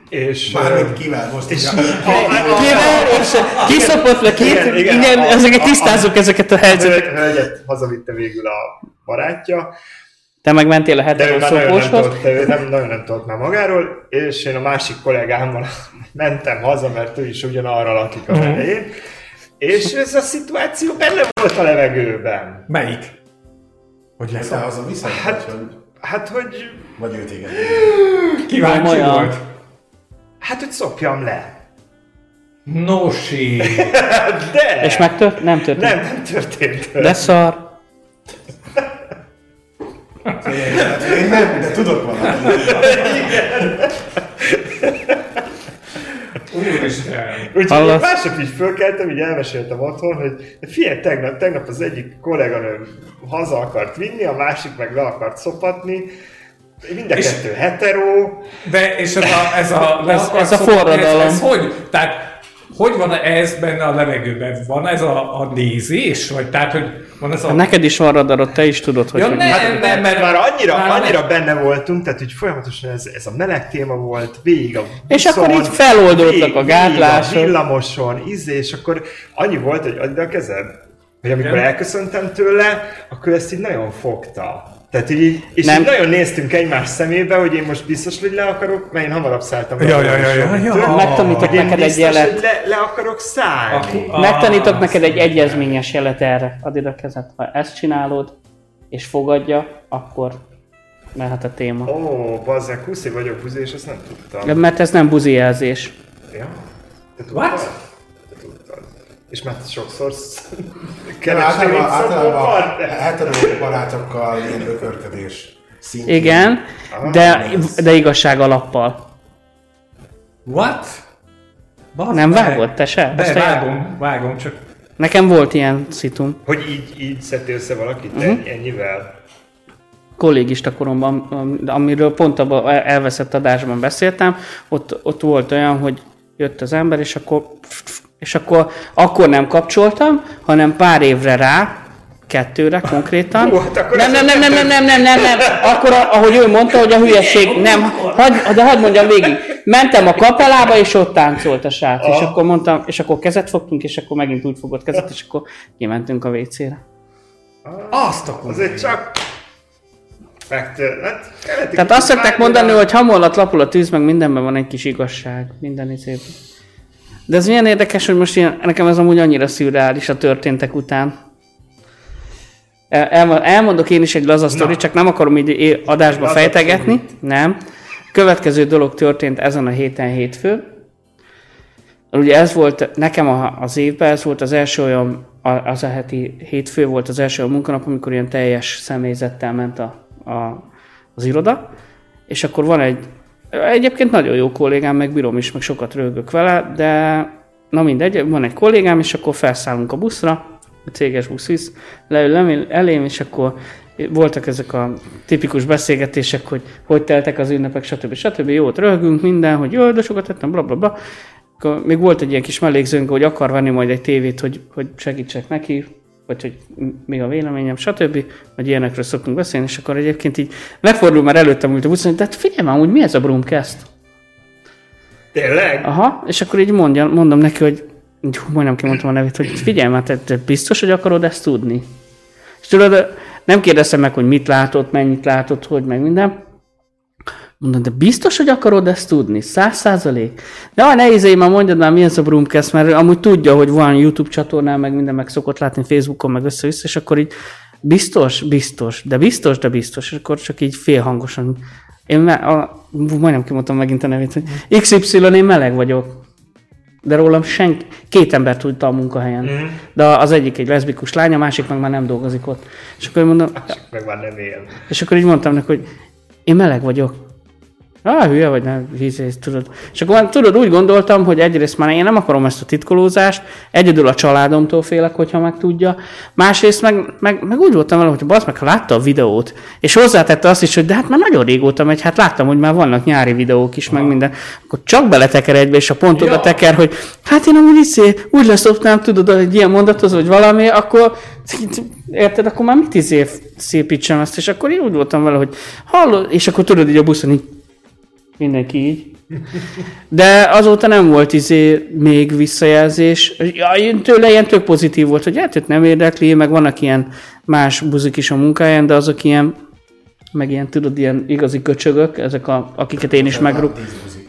Speaker 1: és...
Speaker 3: Mármint
Speaker 1: öm,
Speaker 3: kivel most.
Speaker 1: és
Speaker 3: ugye.
Speaker 1: a- a- a-
Speaker 2: Kivel, és kiszopott le két,
Speaker 1: Igen,
Speaker 2: igen,
Speaker 1: igen, a-
Speaker 2: ezeket
Speaker 1: a-
Speaker 2: tisztázzuk, ezeket a
Speaker 1: a hölgy-
Speaker 2: helyzeteket.
Speaker 1: hölgyet hazavitte végül a barátja,
Speaker 2: Te meg mentél a
Speaker 1: de ő
Speaker 2: heteros
Speaker 1: már nagyon nem,
Speaker 2: szopóshoz.
Speaker 1: tudott, ő nem, nagyon nem tudott már magáról, és én a másik kollégámmal mentem haza, mert ő is ugyanarra lakik,
Speaker 2: Mhm.
Speaker 1: ahol én. És ez a szituáció benne volt a levegőben.
Speaker 4: Melyik? Hogy lesz
Speaker 3: Te
Speaker 4: a...
Speaker 3: haza viszont,
Speaker 1: Hát-
Speaker 3: vagy, hogy-
Speaker 1: Hát, hogy,
Speaker 3: vagy ő téged.
Speaker 4: Kíváncsi
Speaker 2: Komolyan.
Speaker 4: volt.
Speaker 1: hát, hogy szopjam le.
Speaker 4: Nosi.
Speaker 1: De!
Speaker 2: És meg tört, nem történt.
Speaker 1: Nem, nem történt.
Speaker 2: De szar.
Speaker 3: Hát Én nem, de tudok valamit.
Speaker 4: Úristen.
Speaker 1: Úgyhogy én
Speaker 2: Hallasz?
Speaker 1: másnap is fölkeltem, így elmeséltem otthon, hogy figyelj, tegnap, tegnap az egyik kolléganőm haza akart vinni, a másik meg le akart szopatni. Mind a
Speaker 4: És-
Speaker 1: kettő hetero.
Speaker 4: De és ez a, ez a, lesz,
Speaker 2: Ez a forradalom.
Speaker 4: Ez, ez hogy? Tehát hogy van ez benne a levegőben? Van ez a, a nézés? Vagy tehát, hogy van ez a...
Speaker 2: Neked is van radarod, te is tudod, hogy...
Speaker 4: Ja,
Speaker 2: hogy-
Speaker 4: ne.
Speaker 1: Hát,
Speaker 4: nem,
Speaker 1: már,
Speaker 4: mert-
Speaker 1: már annyira,
Speaker 4: már nem.
Speaker 1: annyira benne voltunk, tehát hogy folyamatosan ez, ez a meleg téma volt, végig a
Speaker 2: És
Speaker 1: buszon,
Speaker 2: akkor így feloldódtak a
Speaker 1: végig
Speaker 2: gátlások.
Speaker 1: a villamoson, izé, és akkor annyi volt, hogy adj a kezed. Hogy amikor
Speaker 4: Igen.
Speaker 1: elköszöntem tőle, akkor ezt így nagyon fogta. Tehát így, és
Speaker 2: Nem.
Speaker 1: így nagyon néztünk egymás szemébe, hogy én most biztos, hogy le akarok, mert én hamarabb szálltam.
Speaker 4: Ja,
Speaker 1: le a
Speaker 4: ja, ja, ja,
Speaker 1: villamoson,
Speaker 4: ja.
Speaker 1: mint ő.
Speaker 2: Megtanítok
Speaker 1: Hogy én
Speaker 2: neked egy
Speaker 1: biztos,
Speaker 2: jelet.
Speaker 1: hogy le, le akarok szállni.
Speaker 4: A- a-
Speaker 2: Megtanítok neked egy egyezményes jelet erre. Add ide a kezed. Ha ezt csinálod, és fogadja, akkor mehet a téma.
Speaker 1: Ó, oh, bazzeg, 20 év vagyok buzi, és ezt nem tudtam.
Speaker 2: De Mert ez nem buzi jelzés.
Speaker 1: Ja. Te tudtad?
Speaker 4: What?
Speaker 1: Te tudtad. És már sokszor sz-
Speaker 3: Nem,
Speaker 1: kerestél
Speaker 3: Általában,
Speaker 1: itt
Speaker 3: általában
Speaker 1: szopókat?
Speaker 3: hetero barátokkal ilyen ökörködés szintén.
Speaker 2: Igen,
Speaker 1: Ah,
Speaker 2: de, de igazság alappal.
Speaker 4: What? Bazd
Speaker 2: Nem
Speaker 4: meg.
Speaker 2: vágod te se?
Speaker 4: De
Speaker 2: Azt te
Speaker 4: vágom, vágom, csak
Speaker 2: Nekem volt ilyen szitum.
Speaker 1: Hogy így, így szedtél össze valakit
Speaker 2: Mhm.
Speaker 1: uh-huh. ennyivel?
Speaker 2: Kollégista koromban, am- amiről pont abban elveszett adásban beszéltem, ott, ott volt olyan, hogy jött az ember, és akkor, és akkor, akkor nem kapcsoltam, hanem pár évre rá, kettőre konkrétan.
Speaker 1: Hú, hát akkor
Speaker 2: nem,
Speaker 1: ez
Speaker 2: nem, nem, nem, nem, nem, nem, nem, nem, akkor, a- ahogy ő mondta, hogy a hülyeség, nem, hagy, de hadd mondjam végig. Mentem a kapelába, és ott táncolt a srác, és akkor mondtam, és akkor kezet fogtunk, és akkor megint úgy fogott kezet, és akkor kimentünk a WC-re.
Speaker 4: azt a kurva.
Speaker 1: Azért csak megtörnet.
Speaker 2: Tehát azt szokták mondani, hogy hamolat lapul a tűz, meg mindenben van egy kis igazság, minden izében. De ez milyen érdekes, hogy most ilyen, nekem ez amúgy annyira szürreális a történtek után. El- elmo- Elmondok én is egy laza sztori, csak nem akarom így é- adásba
Speaker 1: Laza
Speaker 2: fejtegetni. Nem. Következő dolog történt ezen a héten hétfőn. Ugye ez volt nekem a, az évben, ez volt az első olyan, a- az a heti hétfő volt az első olyan munkanap, amikor ilyen teljes személyzettel ment a, a, az iroda, és akkor van egy, egyébként nagyon jó kollégám, meg bírom is, meg sokat rögök vele, de na mindegy, van egy kollégám, és akkor felszállunk a buszra, a céges busz visz, leül emé- elém, és akkor voltak ezek a tipikus beszélgetések, hogy hogy teltek az ünnepek, stb. stb. Jót röhögünk minden, hogy jaj, de sokat tettem, bla bla bla. Akkor még volt egy ilyen kis mellékzőnk, hogy akar venni majd egy tévét, hogy, hogy segítsek neki, vagy hogy m- mi a véleményem, stb. Vagy ilyenekről szoktunk beszélni, és akkor egyébként így megfordul már előttem, ült a buszon, hogy de hát figyelj már, hogy mi ez a Broomcast?
Speaker 1: Tényleg?
Speaker 2: Aha, és akkor így mondja, mondom neki, hogy így, hú, majdnem kimondtam a nevét, hogy figyelj már, te, te biztos, hogy akarod ezt tudni? És tudod, nem kérdeztem meg, hogy mit látott, mennyit látott, hogy meg minden. Mondom, de biztos, hogy akarod ezt tudni? Száz százalék? De a nehéz, én már mondjad már, mi ez a Brumcast, mert amúgy tudja, hogy van YouTube csatornán, meg minden, meg szokott látni Facebookon, meg össze-vissza, és akkor így biztos, biztos, de biztos, de biztos, és akkor csak így félhangosan. Én me- a, majdnem kimondtam megint a nevét, hogy XY, én meleg vagyok. De rólam senki, két ember tudta a munkahelyen. Mm. De az egyik egy leszbikus lány, a másik meg már nem dolgozik ott. És akkor én mondom,
Speaker 1: Csak meg már nem él.
Speaker 2: és akkor így mondtam neki, hogy én meleg vagyok. Ah, hülye vagy, nem, vízész, tudod. És akkor már, tudod, úgy gondoltam, hogy egyrészt már én nem akarom ezt a titkolózást, egyedül a családomtól félek, hogyha megtudja. Másrészt meg, meg, meg úgy voltam vele, hogy basz meg, ha látta a videót, és hozzátette azt is, hogy de hát már nagyon régóta megy, hát láttam, hogy már vannak nyári videók is, meg minden. Akkor csak beleteker egybe, és a pont oda
Speaker 4: Ja.
Speaker 2: teker, hogy hát én amúgy izé, úgy leszopnám, tudod, egy ilyen mondathoz, vagy valami, akkor érted, akkor már mit izé szépítsem ezt, és akkor én úgy voltam vele, hogy hallod, és akkor tudod, így a buszon így Mindenki így. De azóta nem volt izé még visszajelzés. Ja, én- tőle ilyen tök pozitív volt, hogy hát őt nem érdekli, meg vannak ilyen más buzik is a munkáján, de azok ilyen, meg ilyen, tudod, ilyen igazi köcsögök, ezek a, akiket én is megrúg.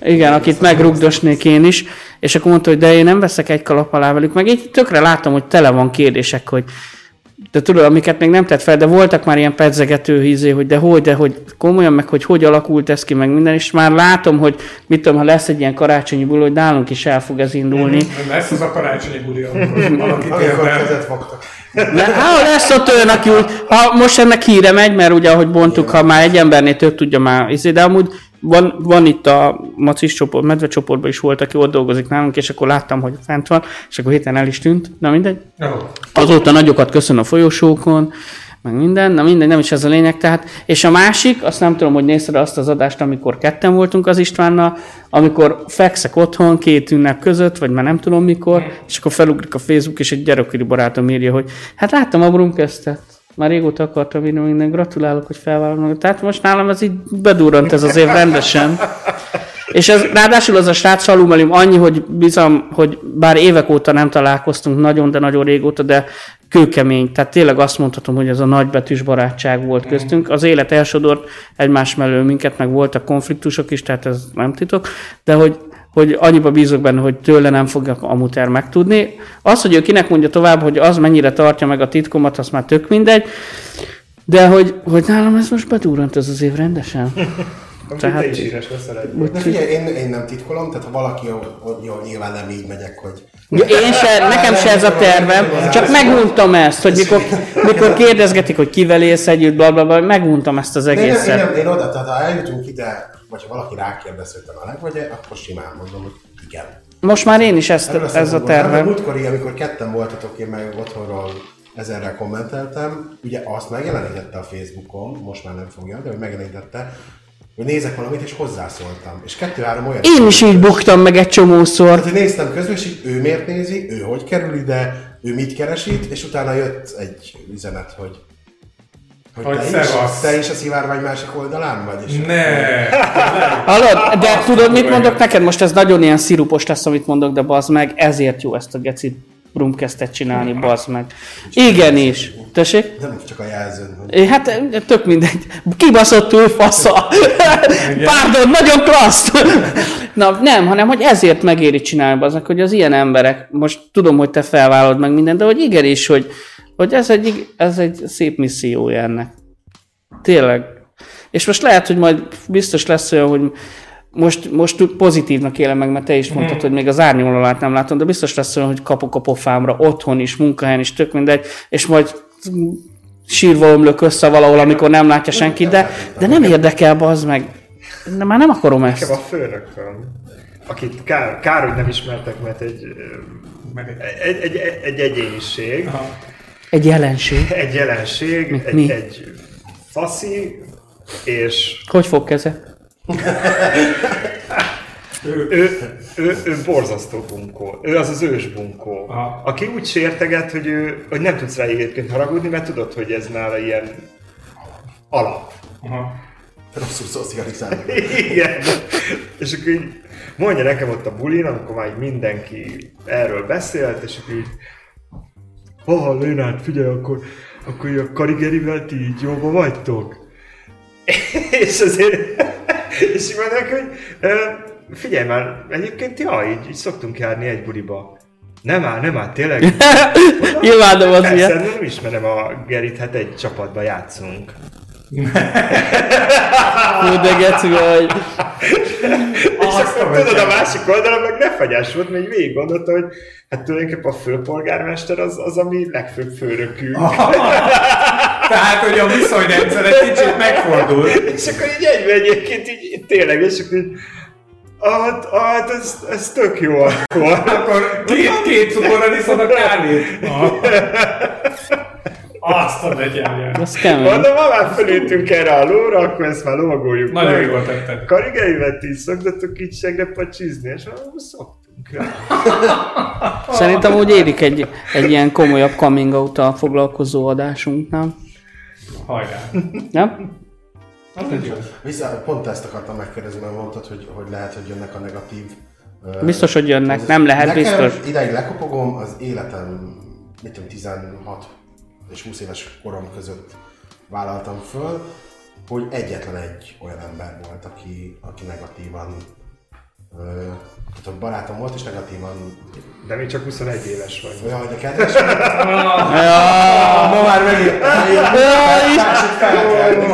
Speaker 2: Igen, akit megrugdosnék én is, és akkor mondta, hogy de én nem veszek egy kalap alá velük, meg így tökre látom, hogy tele van kérdések, hogy de tudod, amiket még nem tett fel, de voltak már ilyen pedzegető hízé, hogy de hogy, de hogy komolyan, meg hogy hogy alakult ez ki, meg minden, és már látom, hogy mit tudom, ha lesz egy ilyen karácsonyi buli, hogy nálunk is el fog ez indulni.
Speaker 4: Lesz az a karácsonyi buli, amikor valaki
Speaker 3: Amikor
Speaker 4: érdel.
Speaker 3: kezet fogtak.
Speaker 2: Le, ha lesz ott olyan, aki úgy, ha most ennek híre megy, mert ugye ahogy bontuk, ha már egy embernél több tudja már, izé, de amúgy van, van itt a macis csoport, medve csoportban is volt, aki ott dolgozik nálunk, és akkor láttam, hogy fent van, és akkor héten el is tűnt, na mindegy.
Speaker 4: Jó.
Speaker 2: Azóta nagyokat köszön a folyosókon, meg minden, na mindegy, nem is ez a lényeg. Tehát, és a másik, azt nem tudom, hogy nézted azt az adást, amikor ketten voltunk az Istvánnal, amikor fekszek otthon két ünnep között, vagy már nem tudom mikor, és akkor felugrik a Facebook, és egy gyerekkori barátom írja, hogy hát láttam a Brumkesztet. Már régóta akartam írni, minden gratulálok, hogy felvállalom. Tehát most nálam ez így bedurrant ez az év rendesen. És ez, ráadásul az a srác alumelim annyi, hogy bizam, hogy bár évek óta nem találkoztunk nagyon, de nagyon régóta, de kőkemény. Tehát tényleg azt mondhatom, hogy ez a nagybetűs barátság volt köztünk. Az élet elsodort egymás mellől minket, meg voltak konfliktusok is, tehát ez nem titok, de hogy hogy annyiba bízok benne, hogy tőle nem fogja a muter megtudni. Az, hogy ő kinek mondja tovább, hogy az mennyire tartja meg a titkomat, az már tök mindegy, de hogy, hogy nálam ez most bedurrant ez az év rendesen.
Speaker 1: Tehát... Te is híres leszel egy.
Speaker 3: De figyelj, én, én nem titkolom, tehát ha valaki, hogy jó, nyilván nem így megyek, hogy
Speaker 2: Ja, Én se, nekem se ez a tervem, csak meguntam ezt, hogy mikor, mikor kérdezgetik, hogy kivel élsz együtt, bla, bla, bla, meguntam ezt az
Speaker 3: De én, nem, én,
Speaker 2: egészet.
Speaker 3: nem, én oda, tehát ha eljutunk ide, vagy ha valaki rákérdez, hogy te meleg vagy -e, akkor simán mondom, hogy igen.
Speaker 2: Most már én is ezt,
Speaker 3: Erről
Speaker 2: ez a
Speaker 3: szempontból. Nem,
Speaker 2: tervem.
Speaker 3: mert Múltkor, így, amikor ketten voltatok, én meg otthonról ezerrel kommenteltem, ugye azt megjelenítette a Facebookon, most már nem fogja, de hogy megjelenítette, hogy nézek valamit, és hozzászóltam. És kettő-három olyan...
Speaker 2: Én is így buktam meg egy csomószor.
Speaker 3: Tehát, hogy néztem közben, és így ő miért nézi, ő hogy kerül ide, ő mit keresít, és utána jött egy üzenet, hogy
Speaker 4: Hogy
Speaker 3: te, is,
Speaker 4: szevasz.
Speaker 3: te is a szivárvány másik oldalán vagy, és
Speaker 4: Ne!
Speaker 2: Hallod? De tudod, mit mondok neked? Most ez nagyon ilyen szirupos lesz, amit mondok, de bazd meg, ezért jó ezt a geci brumkeztet csinálni, bazd meg. Igenis. Tessék?
Speaker 3: nem csak a jelzőn, hogy
Speaker 2: É, Hát eh, tök mindegy. Kibaszott ő fasza. Pardon, nagyon klassz. Na nem, hanem hogy ezért megéri csinálni aznak, hogy az ilyen emberek, most tudom, hogy te felvállalod meg mindent, de hogy igenis, hogy, hogy ez, egy, ig- ez egy szép missziója ennek. Tényleg. És most lehet, hogy majd biztos lesz olyan, hogy most, most tud- pozitívnak élem meg, mert te is mondtad, hogy még az árnyalóalát nem látom, de biztos lesz olyan, hogy kapok a pofámra otthon is, munkahelyen is, tök mindegy, és majd sírva ömlök össze valahol, amikor nem látja senki, de, de nem érdekel, bazd meg. De már nem akarom
Speaker 1: Nekem a
Speaker 2: ezt.
Speaker 1: főnököm, akit kár, kár, hogy nem ismertek, mert egy, ö,
Speaker 4: Meg-
Speaker 1: egy, egy, egy, egy egyéniség,
Speaker 4: Aha.
Speaker 2: Egy jelenség.
Speaker 1: egy jelenség,
Speaker 2: Mi-
Speaker 1: egy,
Speaker 2: mi?
Speaker 1: egy faszi, és
Speaker 2: Hogy fog keze?
Speaker 1: ő, ő, ő borzasztó bunkó. Ő az az ős bunkó.
Speaker 4: Aha.
Speaker 1: Aki úgy sérteget, hogy, ő, hogy nem tudsz rá egyébként haragudni, mert tudod, hogy ez nála ilyen alap.
Speaker 4: Aha.
Speaker 3: rosszul szocializálnak.
Speaker 1: Igen. És akkor így mondja nekem ott a bulin, amikor már így mindenki erről beszélt, és akkor így ha Lénárd, figyelj, akkor, akkor így a karigerivel ti így jóba vagytok. és azért, és így mondják, hogy "Ö, figyelj már, egyébként ja, így, így szoktunk járni egy buliba. Nem áll, nem áll, tényleg.
Speaker 2: Nyilván nem az
Speaker 1: Persze,
Speaker 2: ilyen.
Speaker 1: nem ismerem a Gerit, hát egy csapatba játszunk.
Speaker 2: Hú, de geci vagy.
Speaker 1: És akkor tudod, a másik oldalon meg ne fagyás volt, mert így végig gondolta, hogy hát tulajdonképpen a főpolgármester az, az a mi legfőbb főnökünk.
Speaker 4: Tehát, hogy a viszonyrendszer egy kicsit megfordul.
Speaker 1: És akkor így egyben egyébként így tényleg, és akkor így, ah, ah, ez, ez tök jó akkor.
Speaker 4: Akkor két, két cukorral iszod a kávét. Ah. Azt a legyen.
Speaker 2: Az kemény.
Speaker 1: Mondom, ha már fölültünk erre a lóra, akkor ezt már lovagoljuk.
Speaker 4: Nagyon
Speaker 1: meg.
Speaker 4: jól tetted.
Speaker 1: Karigeimet így szoktatok így segre pacsizni, és ah, szoktunk rá.
Speaker 2: Szerintem úgy érik egy, egy ilyen komolyabb coming out foglalkozó adásunk, nem?
Speaker 4: Hajrá.
Speaker 2: Nem?
Speaker 4: Az egy jó.
Speaker 3: Vissza, pont ezt akartam megkérdezni, mert mondtad, hogy, hogy lehet, hogy jönnek a negatív... ö,
Speaker 2: Biztos, hogy jönnek, nem lehet,
Speaker 3: Nekem
Speaker 2: biztos.
Speaker 3: ideig lekopogom, az életem, mit tudom, 16 és 20 éves korom között vállaltam föl, hogy egyetlen egy olyan ember volt, aki, aki negatívan ö, tudom, barátom volt, és negatívan
Speaker 1: De még csak 21 éves vagy.
Speaker 3: olyan, hogy a kedves,
Speaker 2: Ja,
Speaker 3: ma már megint,
Speaker 2: ja, is-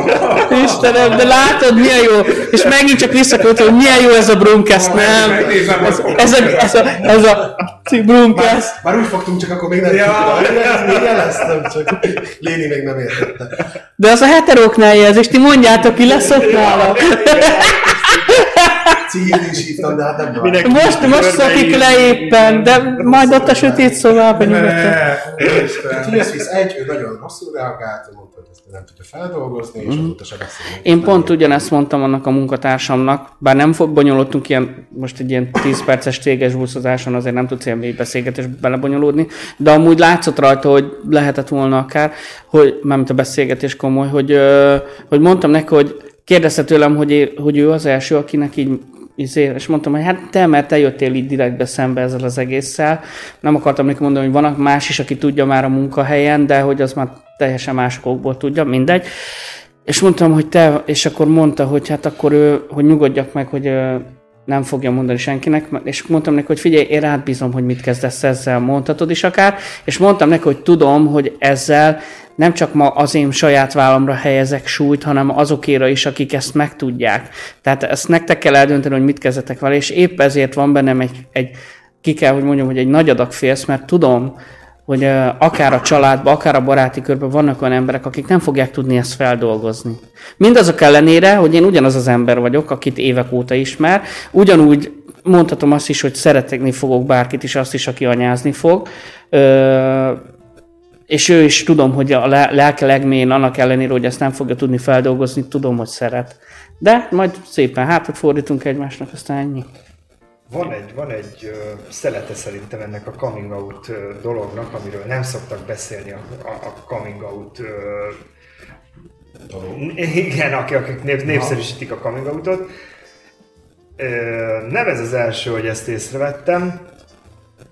Speaker 2: Istenem, de látod, milyen jó. És megint csak visszakölt, hogy milyen jó ez a Brumcast, nem?
Speaker 4: Megnézem,
Speaker 2: Ez,
Speaker 4: hogy-
Speaker 2: ez, a, ez a, ez a
Speaker 3: már,
Speaker 2: Brumcast.
Speaker 3: már úgy fogtunk, csak akkor még nem
Speaker 4: Ja.
Speaker 3: tudtam. Én jeleztem, csak Léni még nem értette.
Speaker 2: De az a heteróknál jelz, és ti mondjátok ki, leszok nála.
Speaker 3: Cíjét is hívtam, de hát nem baj.
Speaker 1: Minek-
Speaker 2: Most, most szokik le éppen, de majd ott a sötét szobában nyugodtan.
Speaker 4: Ne, Isten.
Speaker 3: Tudja, visz egy, ő nagyon rosszul reagált, mondta, hogy ezt nem tudja feldolgozni, és azóta se beszélünk.
Speaker 2: Mhm. Én pont ugyanezt mondtam annak a munkatársamnak, bár nem fog bonyolultunk ilyen, most egy ilyen 10 perces céges buszozáson, azért nem tudsz ilyen mély beszélgetés belebonyolódni, de amúgy látszott rajta, hogy lehetett volna akár, hogy, mármint a beszélgetés komoly, hogy, ö, hogy mondtam neki, hogy kérdezte tőlem, hogy, é- hogy ő az első, akinek így izé, és mondtam, hogy hát te, mert te jöttél így direktbe szembe ezzel az egésszel. Nem akartam neki mondani, hogy vannak más is, aki tudja már a munkahelyen, de hogy az már teljesen más okokból tudja, mindegy. És mondtam, hogy te, és akkor mondta, hogy hát akkor ő, hogy nyugodjak meg, hogy ö, nem fogja mondani senkinek, m- és mondtam neki, hogy figyelj, én rád bízom, hogy mit kezdesz ezzel, mondhatod is akár, és mondtam neki, hogy tudom, hogy ezzel nem csak ma az én saját vállamra helyezek súlyt, hanem azokéra is, akik ezt megtudják. Tehát ezt nektek kell eldönteni, hogy mit kezdetek vele, és épp ezért van bennem egy, egy ki kell, hogy mondjam, hogy egy nagy adag félsz, mert tudom, hogy ö, akár a családban, akár a baráti körben vannak olyan emberek, akik nem fogják tudni ezt feldolgozni. Mindazok ellenére, hogy én ugyanaz az ember vagyok, akit évek óta ismer, ugyanúgy mondhatom azt is, hogy szeretni fogok bárkit is, azt is, aki anyázni fog, Ö, és ő is tudom, hogy a le- lelke legmélyén annak ellenére, hogy ezt nem fogja tudni feldolgozni, tudom, hogy szeret. De majd szépen hátat fordítunk egymásnak, aztán ennyi.
Speaker 1: Van egy, van egy ö, szelete szerintem ennek a coming out ö, dolognak, amiről nem szoktak beszélni a, a, a coming out ö, N- Igen, akik, akik nép, népszerűsítik a coming out-ot. Ö, nem ez az első, hogy ezt észrevettem,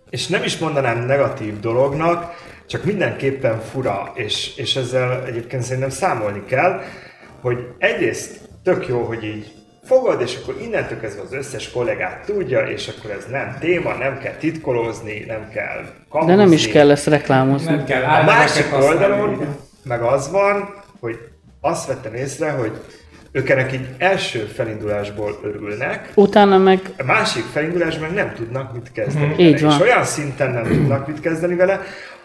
Speaker 1: és nem is mondanám negatív dolognak, csak mindenképpen fura, és, és ezzel egyébként szerintem számolni kell, hogy egyrészt tök jó, hogy így fogod, és akkor innentől kezdve az összes kollégát tudja, és akkor ez nem téma, nem kell titkolózni, nem kell kamuzni.
Speaker 2: De nem is kell ezt reklámozni.
Speaker 4: Nem kell
Speaker 1: A másik
Speaker 4: áldásokat használni,
Speaker 1: oldalon
Speaker 4: igen.
Speaker 1: meg az van, hogy azt vettem észre, hogy ők ennek így első felindulásból örülnek,
Speaker 2: Utána meg
Speaker 1: a másik felindulásban nem tudnak mit kezdeni vele.
Speaker 2: Mhm. Így van.
Speaker 1: És olyan szinten nem tudnak mit kezdeni vele,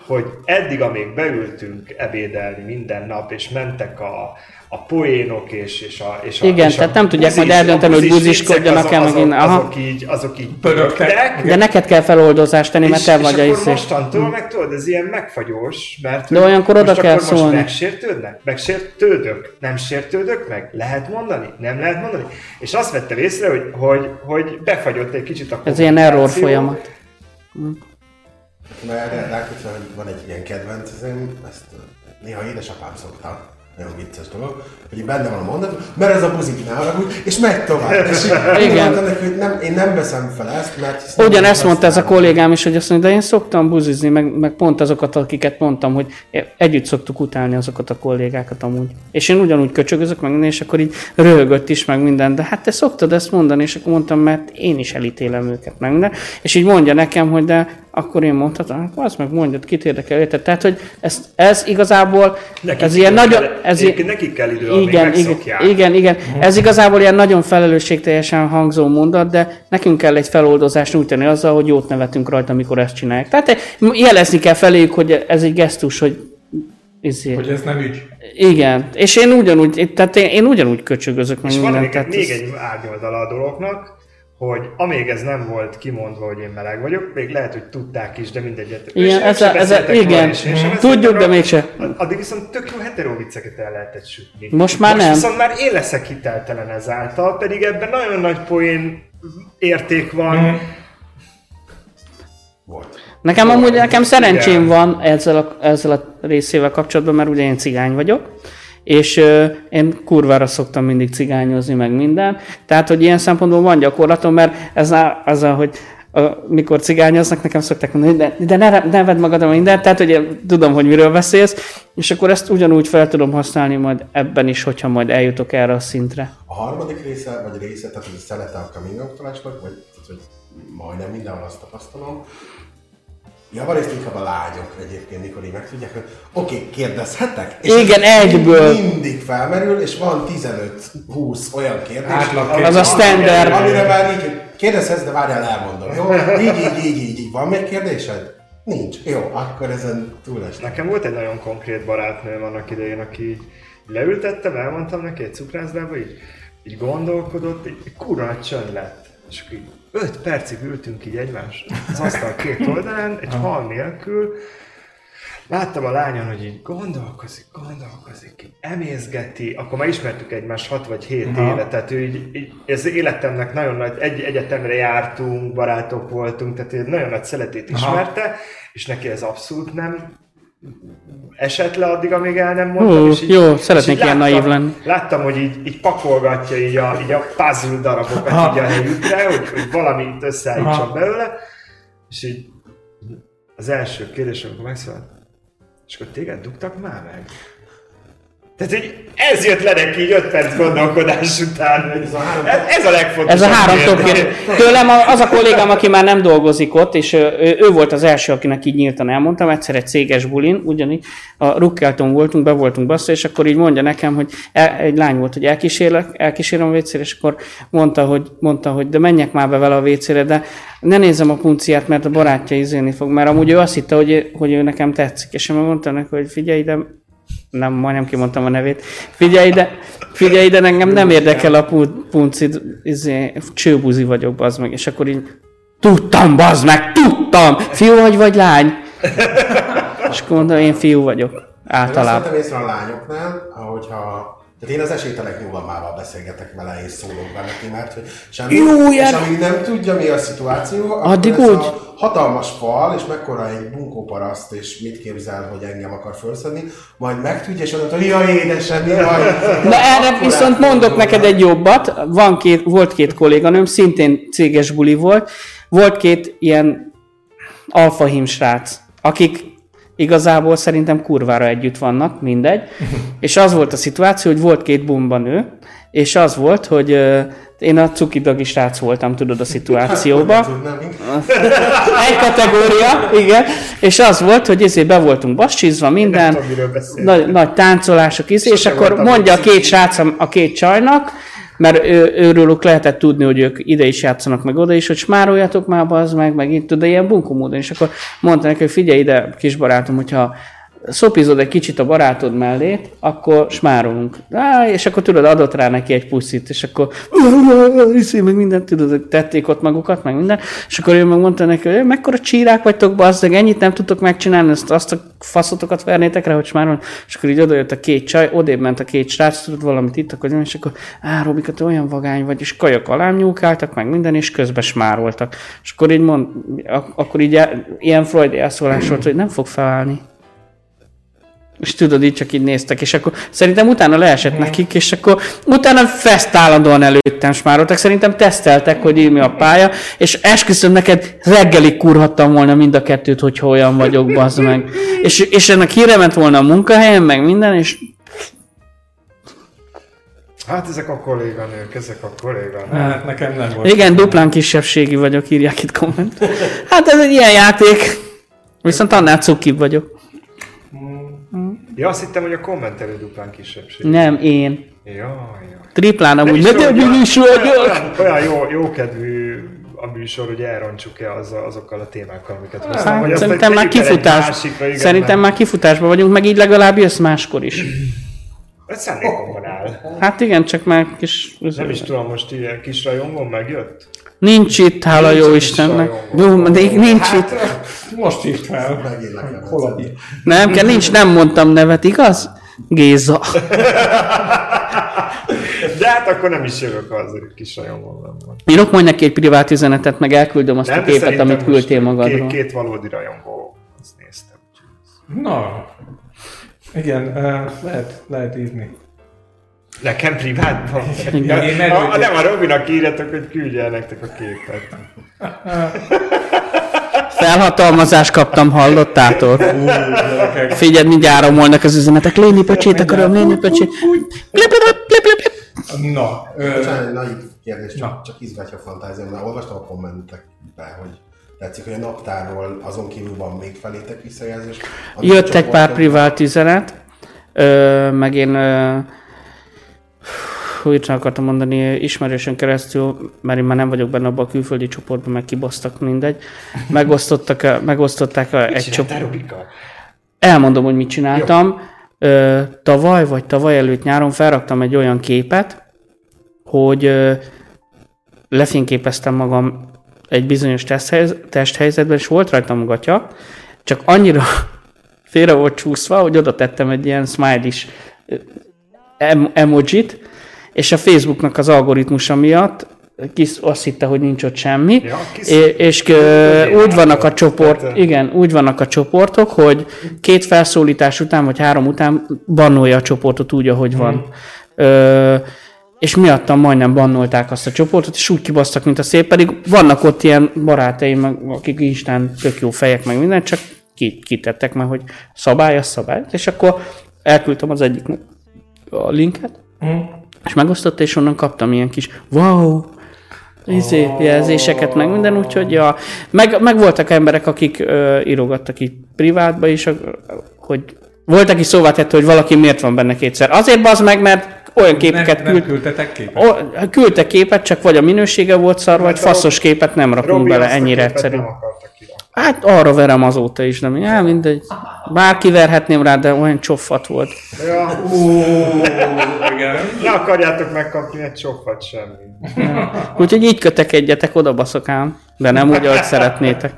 Speaker 1: hogy eddig, amíg beültünk ebédelni minden nap, és mentek a, a poénok, és, és a... És a
Speaker 2: Igen,
Speaker 1: és
Speaker 2: tehát
Speaker 1: a
Speaker 2: nem tudják majd
Speaker 1: buzis-
Speaker 2: eldönteni, hogy
Speaker 1: a buzis
Speaker 2: buziskodjanak
Speaker 1: viccek,
Speaker 2: el, meg
Speaker 1: azok,
Speaker 2: innen.
Speaker 1: azok,
Speaker 2: Aha.
Speaker 1: azok így, azok így
Speaker 4: Pörögtek.
Speaker 1: pörögtek,
Speaker 2: De neked kell feloldozást tenni, mert te vagy a
Speaker 1: és
Speaker 2: izé.
Speaker 1: akkor mostantól meg tudod, ez ilyen megfagyós, mert
Speaker 2: De olyankor
Speaker 1: most
Speaker 2: oda
Speaker 1: akkor
Speaker 2: kell
Speaker 1: most
Speaker 2: szólni.
Speaker 1: Megsértődnek? Megsértődök? Nem sértődök meg? Lehet mondani? Nem lehet mondani? És azt vettem észre, hogy, hogy, hogy befagyott egy kicsit a
Speaker 2: Ez ilyen error
Speaker 1: kommunikáció.
Speaker 2: folyamat.
Speaker 3: Mert rákötve, hogy van egy ilyen kedvencem, ezt ö, néha édesapám szokta, nagyon vicces dolog, hogy így benne van a mondat, mert ez a buzik ne haragudj, és megy tovább. És így
Speaker 2: Igen.
Speaker 3: mondtam neki, hogy nem, én nem veszem fel ezt, mert... hisz nem
Speaker 2: Ugyanezt
Speaker 3: használom.
Speaker 2: mondta ez a kollégám is, hogy azt mondja, de én szoktam buzizni, meg, meg pont azokat, akiket mondtam, hogy e- együtt szoktuk utálni azokat a kollégákat amúgy. És én ugyanúgy köcsögözök meg, minden, és akkor így röhögött is meg minden, de hát te szoktad ezt mondani, és akkor mondtam, mert én is elítélem őket meg minden. És így mondja nekem, hogy de akkor én mondhatom, hát az meg mondjad, kit érdekel, érted? Tehát, hogy ez, ez igazából,
Speaker 1: Nekik
Speaker 2: ez ilyen
Speaker 1: kell-
Speaker 2: nagyon... Ez ilyen-
Speaker 1: egyébként nekik kell idő, amíg megszokják.
Speaker 2: igen, igen, igen.
Speaker 1: Mhm.
Speaker 2: Ez igazából ilyen nagyon felelősségteljesen hangzó mondat, de nekünk kell egy feloldozást nyújtani azzal, hogy jót nevetünk rajta, amikor ezt eh, csinálják. Tehát jelezni kell feléjük, hogy ez egy gesztus, hogy, izé,
Speaker 4: Hogy ez nem ügy.
Speaker 2: Igen, és én ugyanúgy, tehát én, én ugyanúgy köcsögözök meg
Speaker 1: És van
Speaker 2: mindent.
Speaker 1: még,
Speaker 2: Tehát
Speaker 1: még
Speaker 2: ez,
Speaker 1: egy árnyoldala a dolognak, hogy amíg ez nem volt kimondva, hogy én meleg vagyok, még lehet, hogy tudták is, de mindegy. hát
Speaker 2: Igen, ez a, ez a, igen, Mhm. tudjuk, de mégse.
Speaker 1: Addig viszont tök jó hetero vicceket el lehetett sütni.
Speaker 2: Most már
Speaker 1: Most
Speaker 2: nem.
Speaker 1: viszont már én leszek hiteltelen ezáltal, pedig ebben nagyon nagy poén érték van.
Speaker 2: Mhm.
Speaker 1: Mm.
Speaker 3: Volt.
Speaker 2: Nekem amúgy nekem szerencsém
Speaker 1: Igen.
Speaker 2: van ezzel a, ezzel a részével kapcsolatban, mert ugye én cigány vagyok, és ö, én kurvára szoktam mindig cigányozni, meg minden. Tehát, hogy ilyen szempontból van gyakorlatom, mert ez á- az, a, hogy a, mikor cigányoznak, nekem szokták mondani, hogy de, de ne, ne vedd magadra mindent, tehát hogy én tudom, hogy miről beszélsz, és akkor ezt ugyanúgy fel tudom használni majd ebben is, hogyha majd eljutok erre a szintre.
Speaker 3: A harmadik része, vagy része, tehát ez a szelete a coming out vagy tehát, hogy majdnem mindenhol azt tapasztalom, Javarészt inkább a lányok egyébként, mikor így megtudják, hogy oké, okay, kérdezhetek?
Speaker 2: Igen,
Speaker 3: ez
Speaker 2: egyből.
Speaker 3: Mindig felmerül, és van 15-20 olyan kérdés,
Speaker 4: Átlag
Speaker 3: ami-
Speaker 2: Az a standard.
Speaker 3: amire már így, hogy kérdezhetsz, de várjál, elmondom, jó? Így, így, így, így, így. Van még kérdésed? Nincs. Jó, akkor ezen túl lesz.
Speaker 1: Nekem volt egy nagyon konkrét barátnőm annak idején, aki így leültettem, elmondtam neki egy cukrászdába, így, így gondolkodott, így, így kurva nagy csönd lett. És akkor így öt percig ültünk így egymás az asztal két oldalán, egy hal nélkül, Láttam a lányon, hogy így gondolkozik, gondolkozik, így emészgeti, akkor már ismertük egymást 6 vagy 7
Speaker 4: Aha.
Speaker 1: éve, tehát ő így, így, ez életemnek nagyon nagy, egy egyetemre jártunk, barátok voltunk, tehát egy nagyon nagy szeletét
Speaker 4: Aha.
Speaker 1: ismerte, és neki ez abszolút nem esett le addig, amíg el nem mondtam.
Speaker 2: Ó,
Speaker 1: és így,
Speaker 2: jó,
Speaker 1: és
Speaker 2: szeretnék
Speaker 1: így
Speaker 2: ilyen
Speaker 1: láttam-
Speaker 2: naív lenni.
Speaker 1: Láttam, hogy így, így pakolgatja így a, így a puzzle darabokat így a helyükre, hogy, hogy valamit összeállítson
Speaker 4: Aha.
Speaker 1: belőle, és így az első kérdés, amikor megszólalt, és akkor téged dugtak már meg? Tehát, hogy ez jött le neki így 5 perc gondolkodás után, hogy ez a, három, ez, a legfontosabb
Speaker 2: Ez a három top
Speaker 1: kérdés.
Speaker 2: kérdés. Tőlem a- az a kollégám, aki már nem dolgozik ott, és ö, ő, ő volt az első, akinek így nyíltan elmondtam, egyszer egy céges bulin, ugyanígy a Rukkelton voltunk, be voltunk bassza, és akkor így mondja nekem, hogy el, egy lány volt, hogy elkísérlek, elkísérem a wc és akkor mondta hogy, mondta, hogy de menjek már be vele a wc de ne nézzem a punciát, mert a barátja izélni fog, mert amúgy ő azt hitte, hogy, hogy ő nekem tetszik, és én mondtam neki, hogy figyelj ide, nem, majdnem kimondtam a nevét. Figyelj ide, figyelj ide, engem nem érdekel a pu- puncid, izé, csőbuzi vagyok, bazd meg. És akkor így, tudtam, bazd meg, tudtam! Fiú vagy, vagy lány? És akkor mondom, én fiú vagyok.
Speaker 3: Én azt
Speaker 2: Általában.
Speaker 3: vettem észre a lányoknál, hogyha Tehát én az esélytelek nyugalmával beszélgetek vele és szólok vele ki, mert hogy semmi,
Speaker 2: Jó,
Speaker 3: és
Speaker 2: jár-
Speaker 3: amíg nem tudja mi a szituáció, akkor
Speaker 2: Addig
Speaker 3: ez
Speaker 2: úgy.
Speaker 3: a hatalmas fal, és mekkora egy bunkóparaszt, és mit képzel, hogy engem akar felszedni, majd megtudja, és azt mondja, jaj édesem, jaj.
Speaker 2: Na erre viszont mondok neked egy jobbat. Van két, volt két kolléganőm, szintén céges buli volt. Volt két ilyen alfahím srác, akik igazából szerintem kurvára együtt vannak, mindegy. És az volt a szituáció, hogy volt két bumba nő, és az volt, hogy ö, én a cukidagi srác voltam, tudod, a szituációban egy kategória, igen. És az volt, hogy ezért be voltunk bassizva, minden,
Speaker 1: tudom, miről beszélünk.
Speaker 2: nagy, nagy táncolások, izé, és
Speaker 1: Sose
Speaker 2: akkor
Speaker 1: voltam
Speaker 2: mondja a
Speaker 1: egy
Speaker 2: két srác a- a két csajnak, mert ő, őrőlük lehetett tudni, hogy ők ide is játszanak, meg oda is, hogy smároljatok már, az meg, meg itt, tudod, ilyen bunkó módon. És akkor mondta neki, hogy figyelj ide, kis barátom, hogyha szopizod egy kicsit a barátod mellét, akkor smárolunk. Á, és akkor tudod, adott rá neki egy puszit, és akkor iszi, meg mindent, tudod, hogy tették ott magukat, meg minden. És akkor ő meg mondta neki, hogy mekkora csírák vagytok, bazdeg, ennyit nem tudtok megcsinálni, ezt azt a faszotokat vernétek rá, hogy smárolunk. És akkor így odajött a két csaj, odébb ment a két srác, tudod, valamit ittak, vagy nem, és akkor á, Robika, te olyan vagány vagy, és kajak alám nyúkáltak, meg minden, és közben smároltak. És akkor így mond, ak- akkor így el- ilyen Freud elszólás volt, hogy nem fog felállni. És tudod, így csak így néztek, és akkor szerintem utána leesett nekik, és akkor utána fest állandóan előttem smároltak, szerintem teszteltek, hogy így mi a pálya, és esküszöm neked, reggelig kurhattam volna mind a kettőt, hogyha olyan vagyok, bazd meg. És, és ennek híre ment volna a munkahelyen, meg minden, és
Speaker 1: Hát ezek a kolléganők, ezek a kolléganők.
Speaker 4: Hát nekem nem volt.
Speaker 2: igen, duplán kisebbségi vagyok, írják itt komment. Hát ez egy ilyen játék. Viszont annál cukibb vagyok.
Speaker 1: Ja, azt hittem, hogy a kommentelő duplán kisebbség.
Speaker 2: Nem, én.
Speaker 1: Jaj, jaj.
Speaker 2: Triplán amúgy, ne
Speaker 1: is
Speaker 2: de
Speaker 1: olyan-
Speaker 2: mi is vagyok!
Speaker 1: Olyan, olyan jó, jó kedvű a műsor, hogy elrontsuk el az, azokkal a témákkal, amiket hoztam.
Speaker 2: Hát,
Speaker 1: hogy azt
Speaker 2: szerintem már
Speaker 1: tegyük el egy
Speaker 2: kifutás.
Speaker 1: Másikra, igen,
Speaker 2: szerintem
Speaker 1: mert
Speaker 2: már kifutásban vagyunk, meg így legalább jössz máskor is.
Speaker 1: Ez szándékomban áll.
Speaker 2: Hát igen, csak már kis...
Speaker 1: Nem is tudom, most ilyen kis rajongon megjött?
Speaker 2: Nincs itt, hála
Speaker 1: Nincs
Speaker 2: jó
Speaker 1: itt
Speaker 2: Istennek.
Speaker 1: sajnálom.
Speaker 2: Bum, de nincs itt.
Speaker 4: Hát, most írt fel.
Speaker 3: Megint le kell
Speaker 4: Hol a
Speaker 3: vezetni.
Speaker 2: Nem, kell, nincs, nem mondtam nevet, igaz? Géza.
Speaker 1: De hát akkor nem is jövök ha az egy kis rajongon nem van.
Speaker 2: Írok majd neki egy privát üzenetet, meg elküldöm azt
Speaker 1: Nem,
Speaker 2: a
Speaker 1: de
Speaker 2: képet,
Speaker 1: szerintem
Speaker 2: amit
Speaker 1: most
Speaker 2: küldtél magadról.
Speaker 1: Két, két valódi rajongó, azt néztem.
Speaker 4: Na. Igen, ö, lehet, lehet írni.
Speaker 1: Nekem privátban?
Speaker 2: Igen.
Speaker 4: Én
Speaker 1: Ja, a, a,
Speaker 4: erőt-
Speaker 1: nem, a Robinak írjatok, hogy küldje el nektek a képet.
Speaker 2: Felhatalmazást kaptam, hallottátok?
Speaker 4: Gyerekek,
Speaker 2: Figyeld, mindjárt áramolnak az üzenetek. Léni pöcsét akarom, léni pöcsét. Plip, plip, plip, plip, plip.
Speaker 4: Na, ö,
Speaker 3: Bocsánat, egy nagy kérdés,
Speaker 4: Na.
Speaker 3: csak, csak izgatja a fantáziám, mert olvastam a kommentekbe, hogy tetszik, hogy a naptárról azon kívül van még felétek visszajelzés. Amit
Speaker 2: Jött
Speaker 3: csak
Speaker 2: egy pár
Speaker 3: voltam-
Speaker 2: privát üzenet, ö, meg én ö, úgy akartam mondani, ismerősen keresztül, mert én már nem vagyok benne abban a külföldi csoportban, meg kibasztak mindegy. Megosztottak, a- megosztották a, egy csoport.
Speaker 1: Csináltál Robika?
Speaker 2: Elmondom, hogy mit csináltam. Ö, tavaly vagy tavaly előtt nyáron felraktam egy olyan képet, hogy ö, lefényképeztem magam egy bizonyos teszthelyz- testhelyzetben, és volt rajtam gatya, csak annyira félre volt csúszva, hogy oda tettem egy ilyen smiley-s ö, em- emojit, és a Facebooknak az algoritmusa miatt kis, azt hitte, hogy nincs ott semmi,
Speaker 1: Ja, kis-
Speaker 2: és, és ö, úgy vannak a csoport,
Speaker 1: Tehát-
Speaker 2: igen, úgy vannak a csoportok, hogy két felszólítás után, vagy három után bannolja a csoportot úgy, ahogy van. Ö, és miattam majdnem bannolták azt a csoportot, és úgy kibasztak, mint a szép, pedig vannak ott ilyen barátaim, meg akik instán tök jó fejek, meg minden, csak ki- kitettek már, hogy szabály, az szabály. És akkor elküldtem az egyiknek a linket, és megosztotta, és onnan kaptam ilyen kis wow, izé,
Speaker 1: Oh.
Speaker 2: jelzéseket, meg minden, úgyhogy ja. meg, meg voltak emberek, akik ö, írogattak itt privátba is, ö, hogy volt, aki szóvá tette, hogy valaki miért van benne kétszer. Azért bazd meg, mert olyan képeket
Speaker 4: nem, nem
Speaker 2: küld,
Speaker 4: küldtetek képet?
Speaker 2: o, küldte képet, csak vagy a minősége volt szar, vagy faszos képet nem rakunk
Speaker 1: Robi
Speaker 2: bele,
Speaker 1: azt a
Speaker 2: ennyire
Speaker 1: képet
Speaker 2: egyszerű.
Speaker 1: Nem akarta kirakni.
Speaker 2: Hát arra verem azóta is, nem? Ja, mindegy. Bárki verhetném rá, de olyan csofat volt.
Speaker 1: Ja, ú,
Speaker 4: Igen.
Speaker 1: ne akarjátok megkapni egy csokkat semmi.
Speaker 2: Úgyhogy így kötekedjetek, oda baszok ám. De nem úgy, ahogy szeretnétek.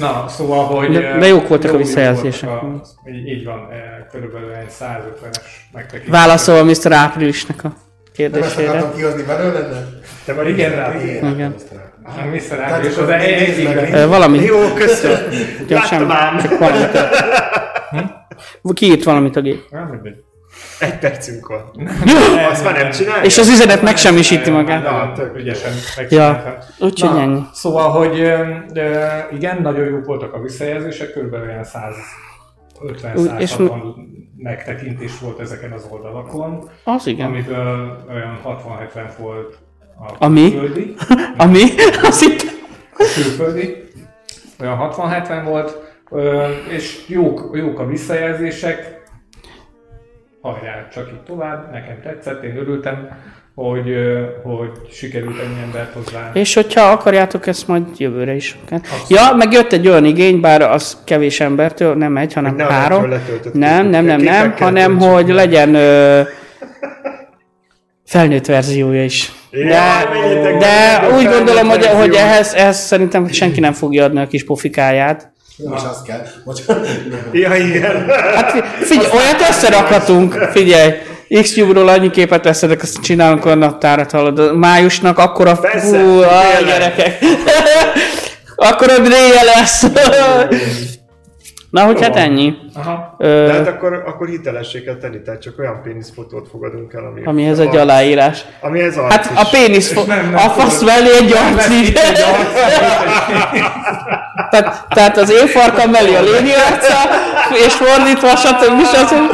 Speaker 4: Na, szóval, hogy...
Speaker 2: De-
Speaker 4: eh,
Speaker 2: de jók voltak a
Speaker 4: jó- jó
Speaker 2: visszajelzések.
Speaker 4: voltak a- Így, így van, eh, körülbelül egy 150-es megtekintés.
Speaker 2: Válaszol Mr. Áprilisnak a
Speaker 3: Nem ezt
Speaker 2: kérdésére.
Speaker 3: akartam kihozni belőle, de...
Speaker 1: Te vagy
Speaker 4: Hát, Igen,
Speaker 1: igen, rá.
Speaker 3: Igen.
Speaker 2: Igen.
Speaker 4: Visszarát, és
Speaker 3: akkor
Speaker 4: az
Speaker 3: nézd meg,
Speaker 4: egyikben...
Speaker 2: Ö, Valami.
Speaker 1: Jó, köszönöm. Láttam
Speaker 2: Gyorsan.
Speaker 1: ám.
Speaker 2: Csak valamit. Hm? Kiírt valamit a gép.
Speaker 4: Nem mindegy.
Speaker 1: Egy percünk van.
Speaker 2: Jó!
Speaker 1: Azt már nem csinálja?
Speaker 2: És az üzenet megsemmisíti magát.
Speaker 4: Na, tök ügyesen megcsináltam.
Speaker 2: Ja, úgyhogy
Speaker 4: Na,
Speaker 2: ennyi.
Speaker 4: Szóval, hogy ö, ö, igen, nagyon jók voltak a visszajelzések, körülbelül olyan 150
Speaker 2: Úgy, és
Speaker 4: 160 megtekintés volt ezeken az oldalakon,
Speaker 2: Az igen.
Speaker 4: amiből olyan 60-70 volt a
Speaker 2: Ami?
Speaker 4: külföldi,
Speaker 2: Ami? Az itt.
Speaker 4: a külföldi, olyan 60-70 volt, ö, és jók, jók a visszajelzések, hajrá, csak így tovább, nekem tetszett, én örültem, hogy, ö, hogy sikerült ennyi embert hozzá.
Speaker 2: És hogyha akarjátok, ezt majd jövőre is. Ja, meg jött egy olyan igény, bár az kevés embertől, nem egy, hanem
Speaker 1: Hogy ne
Speaker 2: három.
Speaker 1: aranyból letöltött
Speaker 2: Nem, nem, nem,
Speaker 1: képekkel
Speaker 2: nem, hanem
Speaker 1: töltsük.
Speaker 2: hogy legyen ö, felnőtt verziója is. De,
Speaker 1: Ja, menjetek
Speaker 2: de
Speaker 1: meg,
Speaker 2: úgy
Speaker 1: felnőtt
Speaker 2: gondolom, hogy,
Speaker 1: verzió.
Speaker 2: hogy ehhez, ehhez szerintem senki nem fogja adni a kis pofikáját.
Speaker 3: Nem is azt kell. Bocsánat.
Speaker 1: Ja, igen.
Speaker 2: Hát fi- figyelj, olyat összerakhatunk, figyelj. x ról annyi képet veszedek, azt csinálunk a naptárat, hallod. A Májusnak akkora...
Speaker 1: Persze,
Speaker 2: Hú, a
Speaker 1: tényleg.
Speaker 2: gyerekek. akkora dréje lesz. Na, hogy hát ennyi.
Speaker 4: Aha.
Speaker 2: Ö,
Speaker 1: Tehát hát akkor, akkor hitelessé kell tenni, tehát csak olyan péniszfotót fogadunk el, ami,
Speaker 2: amihez egy
Speaker 1: a,
Speaker 2: aláírás.
Speaker 1: amihez arc
Speaker 2: Hát a
Speaker 1: is.
Speaker 2: pénisz, fo-
Speaker 4: nem- nem
Speaker 2: a fasz mellé egy arcig. tehát, tehát az én farkam mellé a léni arca, és fordítva, stb. stb.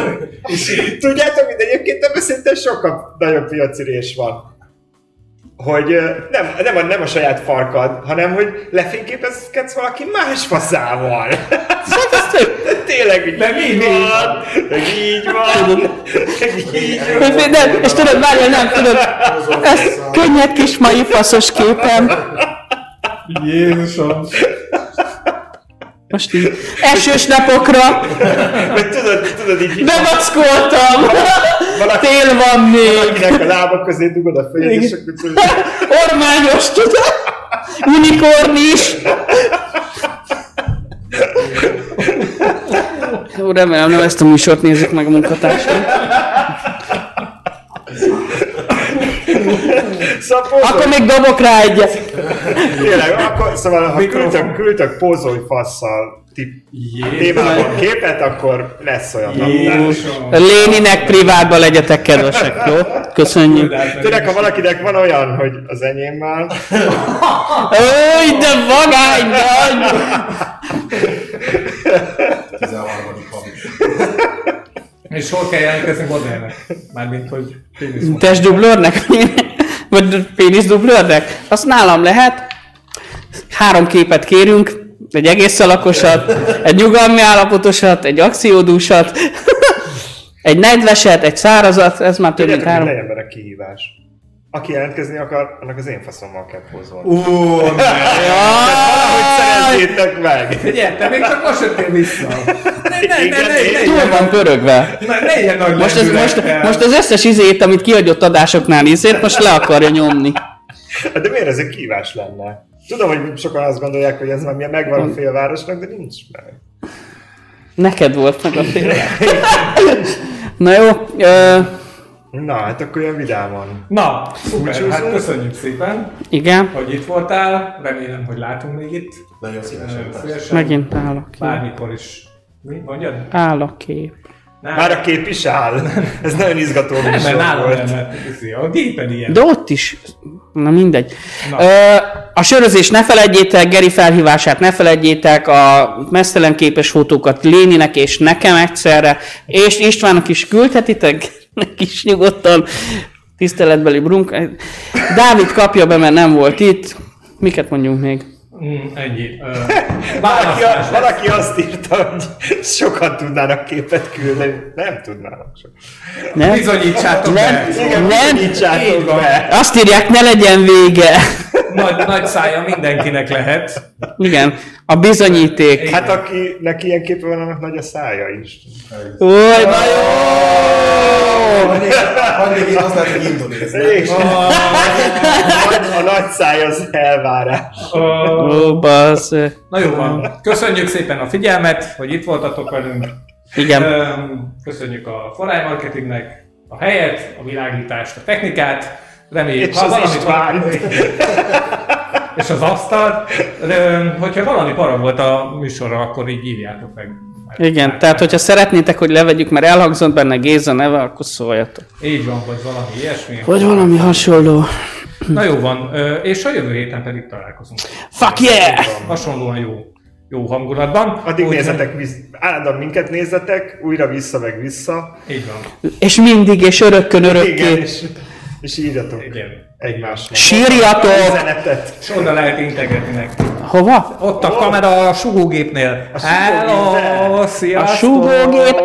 Speaker 1: Tudjátok, mint egyébként ebben szerintem sokkal nagyobb piacirés van. Hogy ö, nem, nem, a, nem a saját farkad, hanem hogy lefényképezkedsz valaki más faszával.
Speaker 2: Hát ez tök.
Speaker 1: Tényleg így,
Speaker 4: De mi
Speaker 1: így
Speaker 4: mi?
Speaker 1: van, meg így van, meg így van.
Speaker 2: Nem, és tudod, várjál, nem, tudod, ez könnyed kis mai faszos képem.
Speaker 4: Jézusom!
Speaker 2: Most így esős napokra
Speaker 1: Meg tudod, tudod így,
Speaker 2: bevackoltam.
Speaker 1: valaki-
Speaker 2: Tél van még!
Speaker 1: Akinek a lábak közé dugod a fejed, és
Speaker 2: Igen.
Speaker 1: akkor tudod,
Speaker 2: Ormányos, tudod? Unikorn is! Jó, remélem nem ezt a műsort nézik meg a munkatársai.
Speaker 1: Szóval
Speaker 2: Akkor
Speaker 1: akkor...
Speaker 2: még dobok rá egyet.
Speaker 1: Tényleg, akkor, szóval ha
Speaker 4: Mikrofon.
Speaker 1: küldtök, küldtök pozolj fasszal tip- témában képet, akkor lesz olyan naptár.
Speaker 4: Jézusom!
Speaker 2: Léninek privátban legyetek kedvesek, jó? Köszönjük.
Speaker 1: Tényleg, ha valakinek van olyan, hogy az enyémmel,
Speaker 2: Új, de vagány, de agy!
Speaker 3: 13. havi.
Speaker 4: És hol kell jelentkezni modellnek? Mármint, hogy pénisz modell.
Speaker 2: Testdublőrnek? Vagy péniszdublőrnek? Azt nálam lehet. Három képet kérünk, egy egész alakosat, egy nyugalmi állapotosat, egy akciódúsat, egy nedveset, egy szárazat, ez már több mint
Speaker 1: tudjátok, hogy
Speaker 2: három.
Speaker 1: legyen vele kihívás. Aki jelentkezni akar, annak az én faszommal kell pozolni.
Speaker 4: Ú, ne!
Speaker 1: Valahogy szerezzétek meg!
Speaker 4: Figyelj, te még csak most jöttél vissza. Ne, ne, ne, ne, ne, ne,
Speaker 2: Túl van pörögve.
Speaker 4: ne, ne ilyen nagy
Speaker 2: Most, ez, most,
Speaker 4: lendülettel.
Speaker 2: most az összes izét, amit kiadott adásoknál izét, most le akarja nyomni.
Speaker 1: Hát De miért ez egy kihívás lenne? Tudom, hogy sokan azt gondolják, hogy ez már milyen megvan
Speaker 4: Mm.
Speaker 1: a félvárosnak, de nincs meg.
Speaker 2: Neked volt meg a fél. Na jó, ö,
Speaker 1: Na, hát akkor ilyen vidáman.
Speaker 4: Na, szuper, hát
Speaker 1: Búcsúzunk.
Speaker 4: köszönjük szépen,
Speaker 2: igen,
Speaker 4: hogy itt voltál. Remélem, hogy látunk még itt.
Speaker 3: Nagyon szívesen.
Speaker 4: Nagyon
Speaker 3: persze.
Speaker 4: szívesen.
Speaker 2: megint állok.
Speaker 4: Bármikor is. Mi? Mondjad?
Speaker 2: Állok kép.
Speaker 4: Nem,
Speaker 1: Már a kép is áll. Ez nagyon izgató
Speaker 4: nem,
Speaker 1: műsor
Speaker 4: mert nálam
Speaker 1: volt.
Speaker 4: nem mert izé, a gépen ilyen.
Speaker 2: De ott is. Na mindegy.
Speaker 4: Na.
Speaker 2: Ö, a sörözés ne felejtjétek, Geri felhívását ne felejtjétek, a mesztelen képes fotókat Léninek és nekem egyszerre, és Istvánnak is küldhetitek, neki is nyugodtan, tiszteletbeli brunk. Dávid kapja be, mert nem volt itt. Miket mondjunk még?
Speaker 4: Mm, ennyi. Ö,
Speaker 1: Valaki,
Speaker 4: választás.
Speaker 1: valaki azt írta, hogy sokan tudnának képet küldeni. Nem tudnának sokan.
Speaker 2: Nem?
Speaker 4: Bizonyítsátok
Speaker 2: Nem.
Speaker 4: be.
Speaker 1: Igen,
Speaker 2: Nem?
Speaker 1: bizonyítsátok
Speaker 4: Így van.
Speaker 1: be.
Speaker 2: Azt írják, ne legyen vége.
Speaker 4: Nagy, nagy szája mindenkinek lehet.
Speaker 2: Igen, a bizonyíték.
Speaker 1: Hát akinek ilyen képe van, annak nagy a szája is.
Speaker 2: Új, na jó!
Speaker 3: Van még- Van még én azt látom, hogy indonéznek.
Speaker 1: És a nagy száj az elvárás.
Speaker 4: Ö,
Speaker 2: Ó, bassz.
Speaker 4: Na jó van. Köszönjük szépen a figyelmet, hogy itt voltatok velünk.
Speaker 2: Igen.
Speaker 4: Öm, Köszönjük a Foray Marketingnek a helyet, a világítást, a technikát. Reméljük,
Speaker 1: És az
Speaker 4: valamit-
Speaker 1: Istvánt.
Speaker 4: és az asztalt. Öm, Hogyha valami para volt a műsorra, akkor így írjátok meg.
Speaker 2: Igen, tehát hogyha szeretnétek, hogy levegyük, mert elhangzott benne Géza neve, akkor szóljatok.
Speaker 4: Így van, vagy valami ilyesmi.
Speaker 2: Vagy valami hasonló.
Speaker 4: Na jó van, ö, és a jövő héten pedig találkozunk.
Speaker 2: Fuck yeah!
Speaker 4: Hasonlóan jó, jó hangulatban.
Speaker 1: Addig
Speaker 4: Úgyhogy-
Speaker 1: nézzetek, visz- állandóan minket nézzetek, újra vissza, meg vissza.
Speaker 4: Így van.
Speaker 2: És mindig, és örökkön
Speaker 1: Igen,
Speaker 2: örökké.
Speaker 1: és, és írjatok
Speaker 4: Igen.
Speaker 1: egymásnak.
Speaker 2: Sírjatok!
Speaker 1: Üzenetet.
Speaker 4: És oda lehet integetni neki.
Speaker 2: Hova?
Speaker 4: Ott a kamera a sugógépnél.
Speaker 1: sugógépnél.
Speaker 4: Hello,
Speaker 2: A
Speaker 4: sziasztok!
Speaker 2: sugógép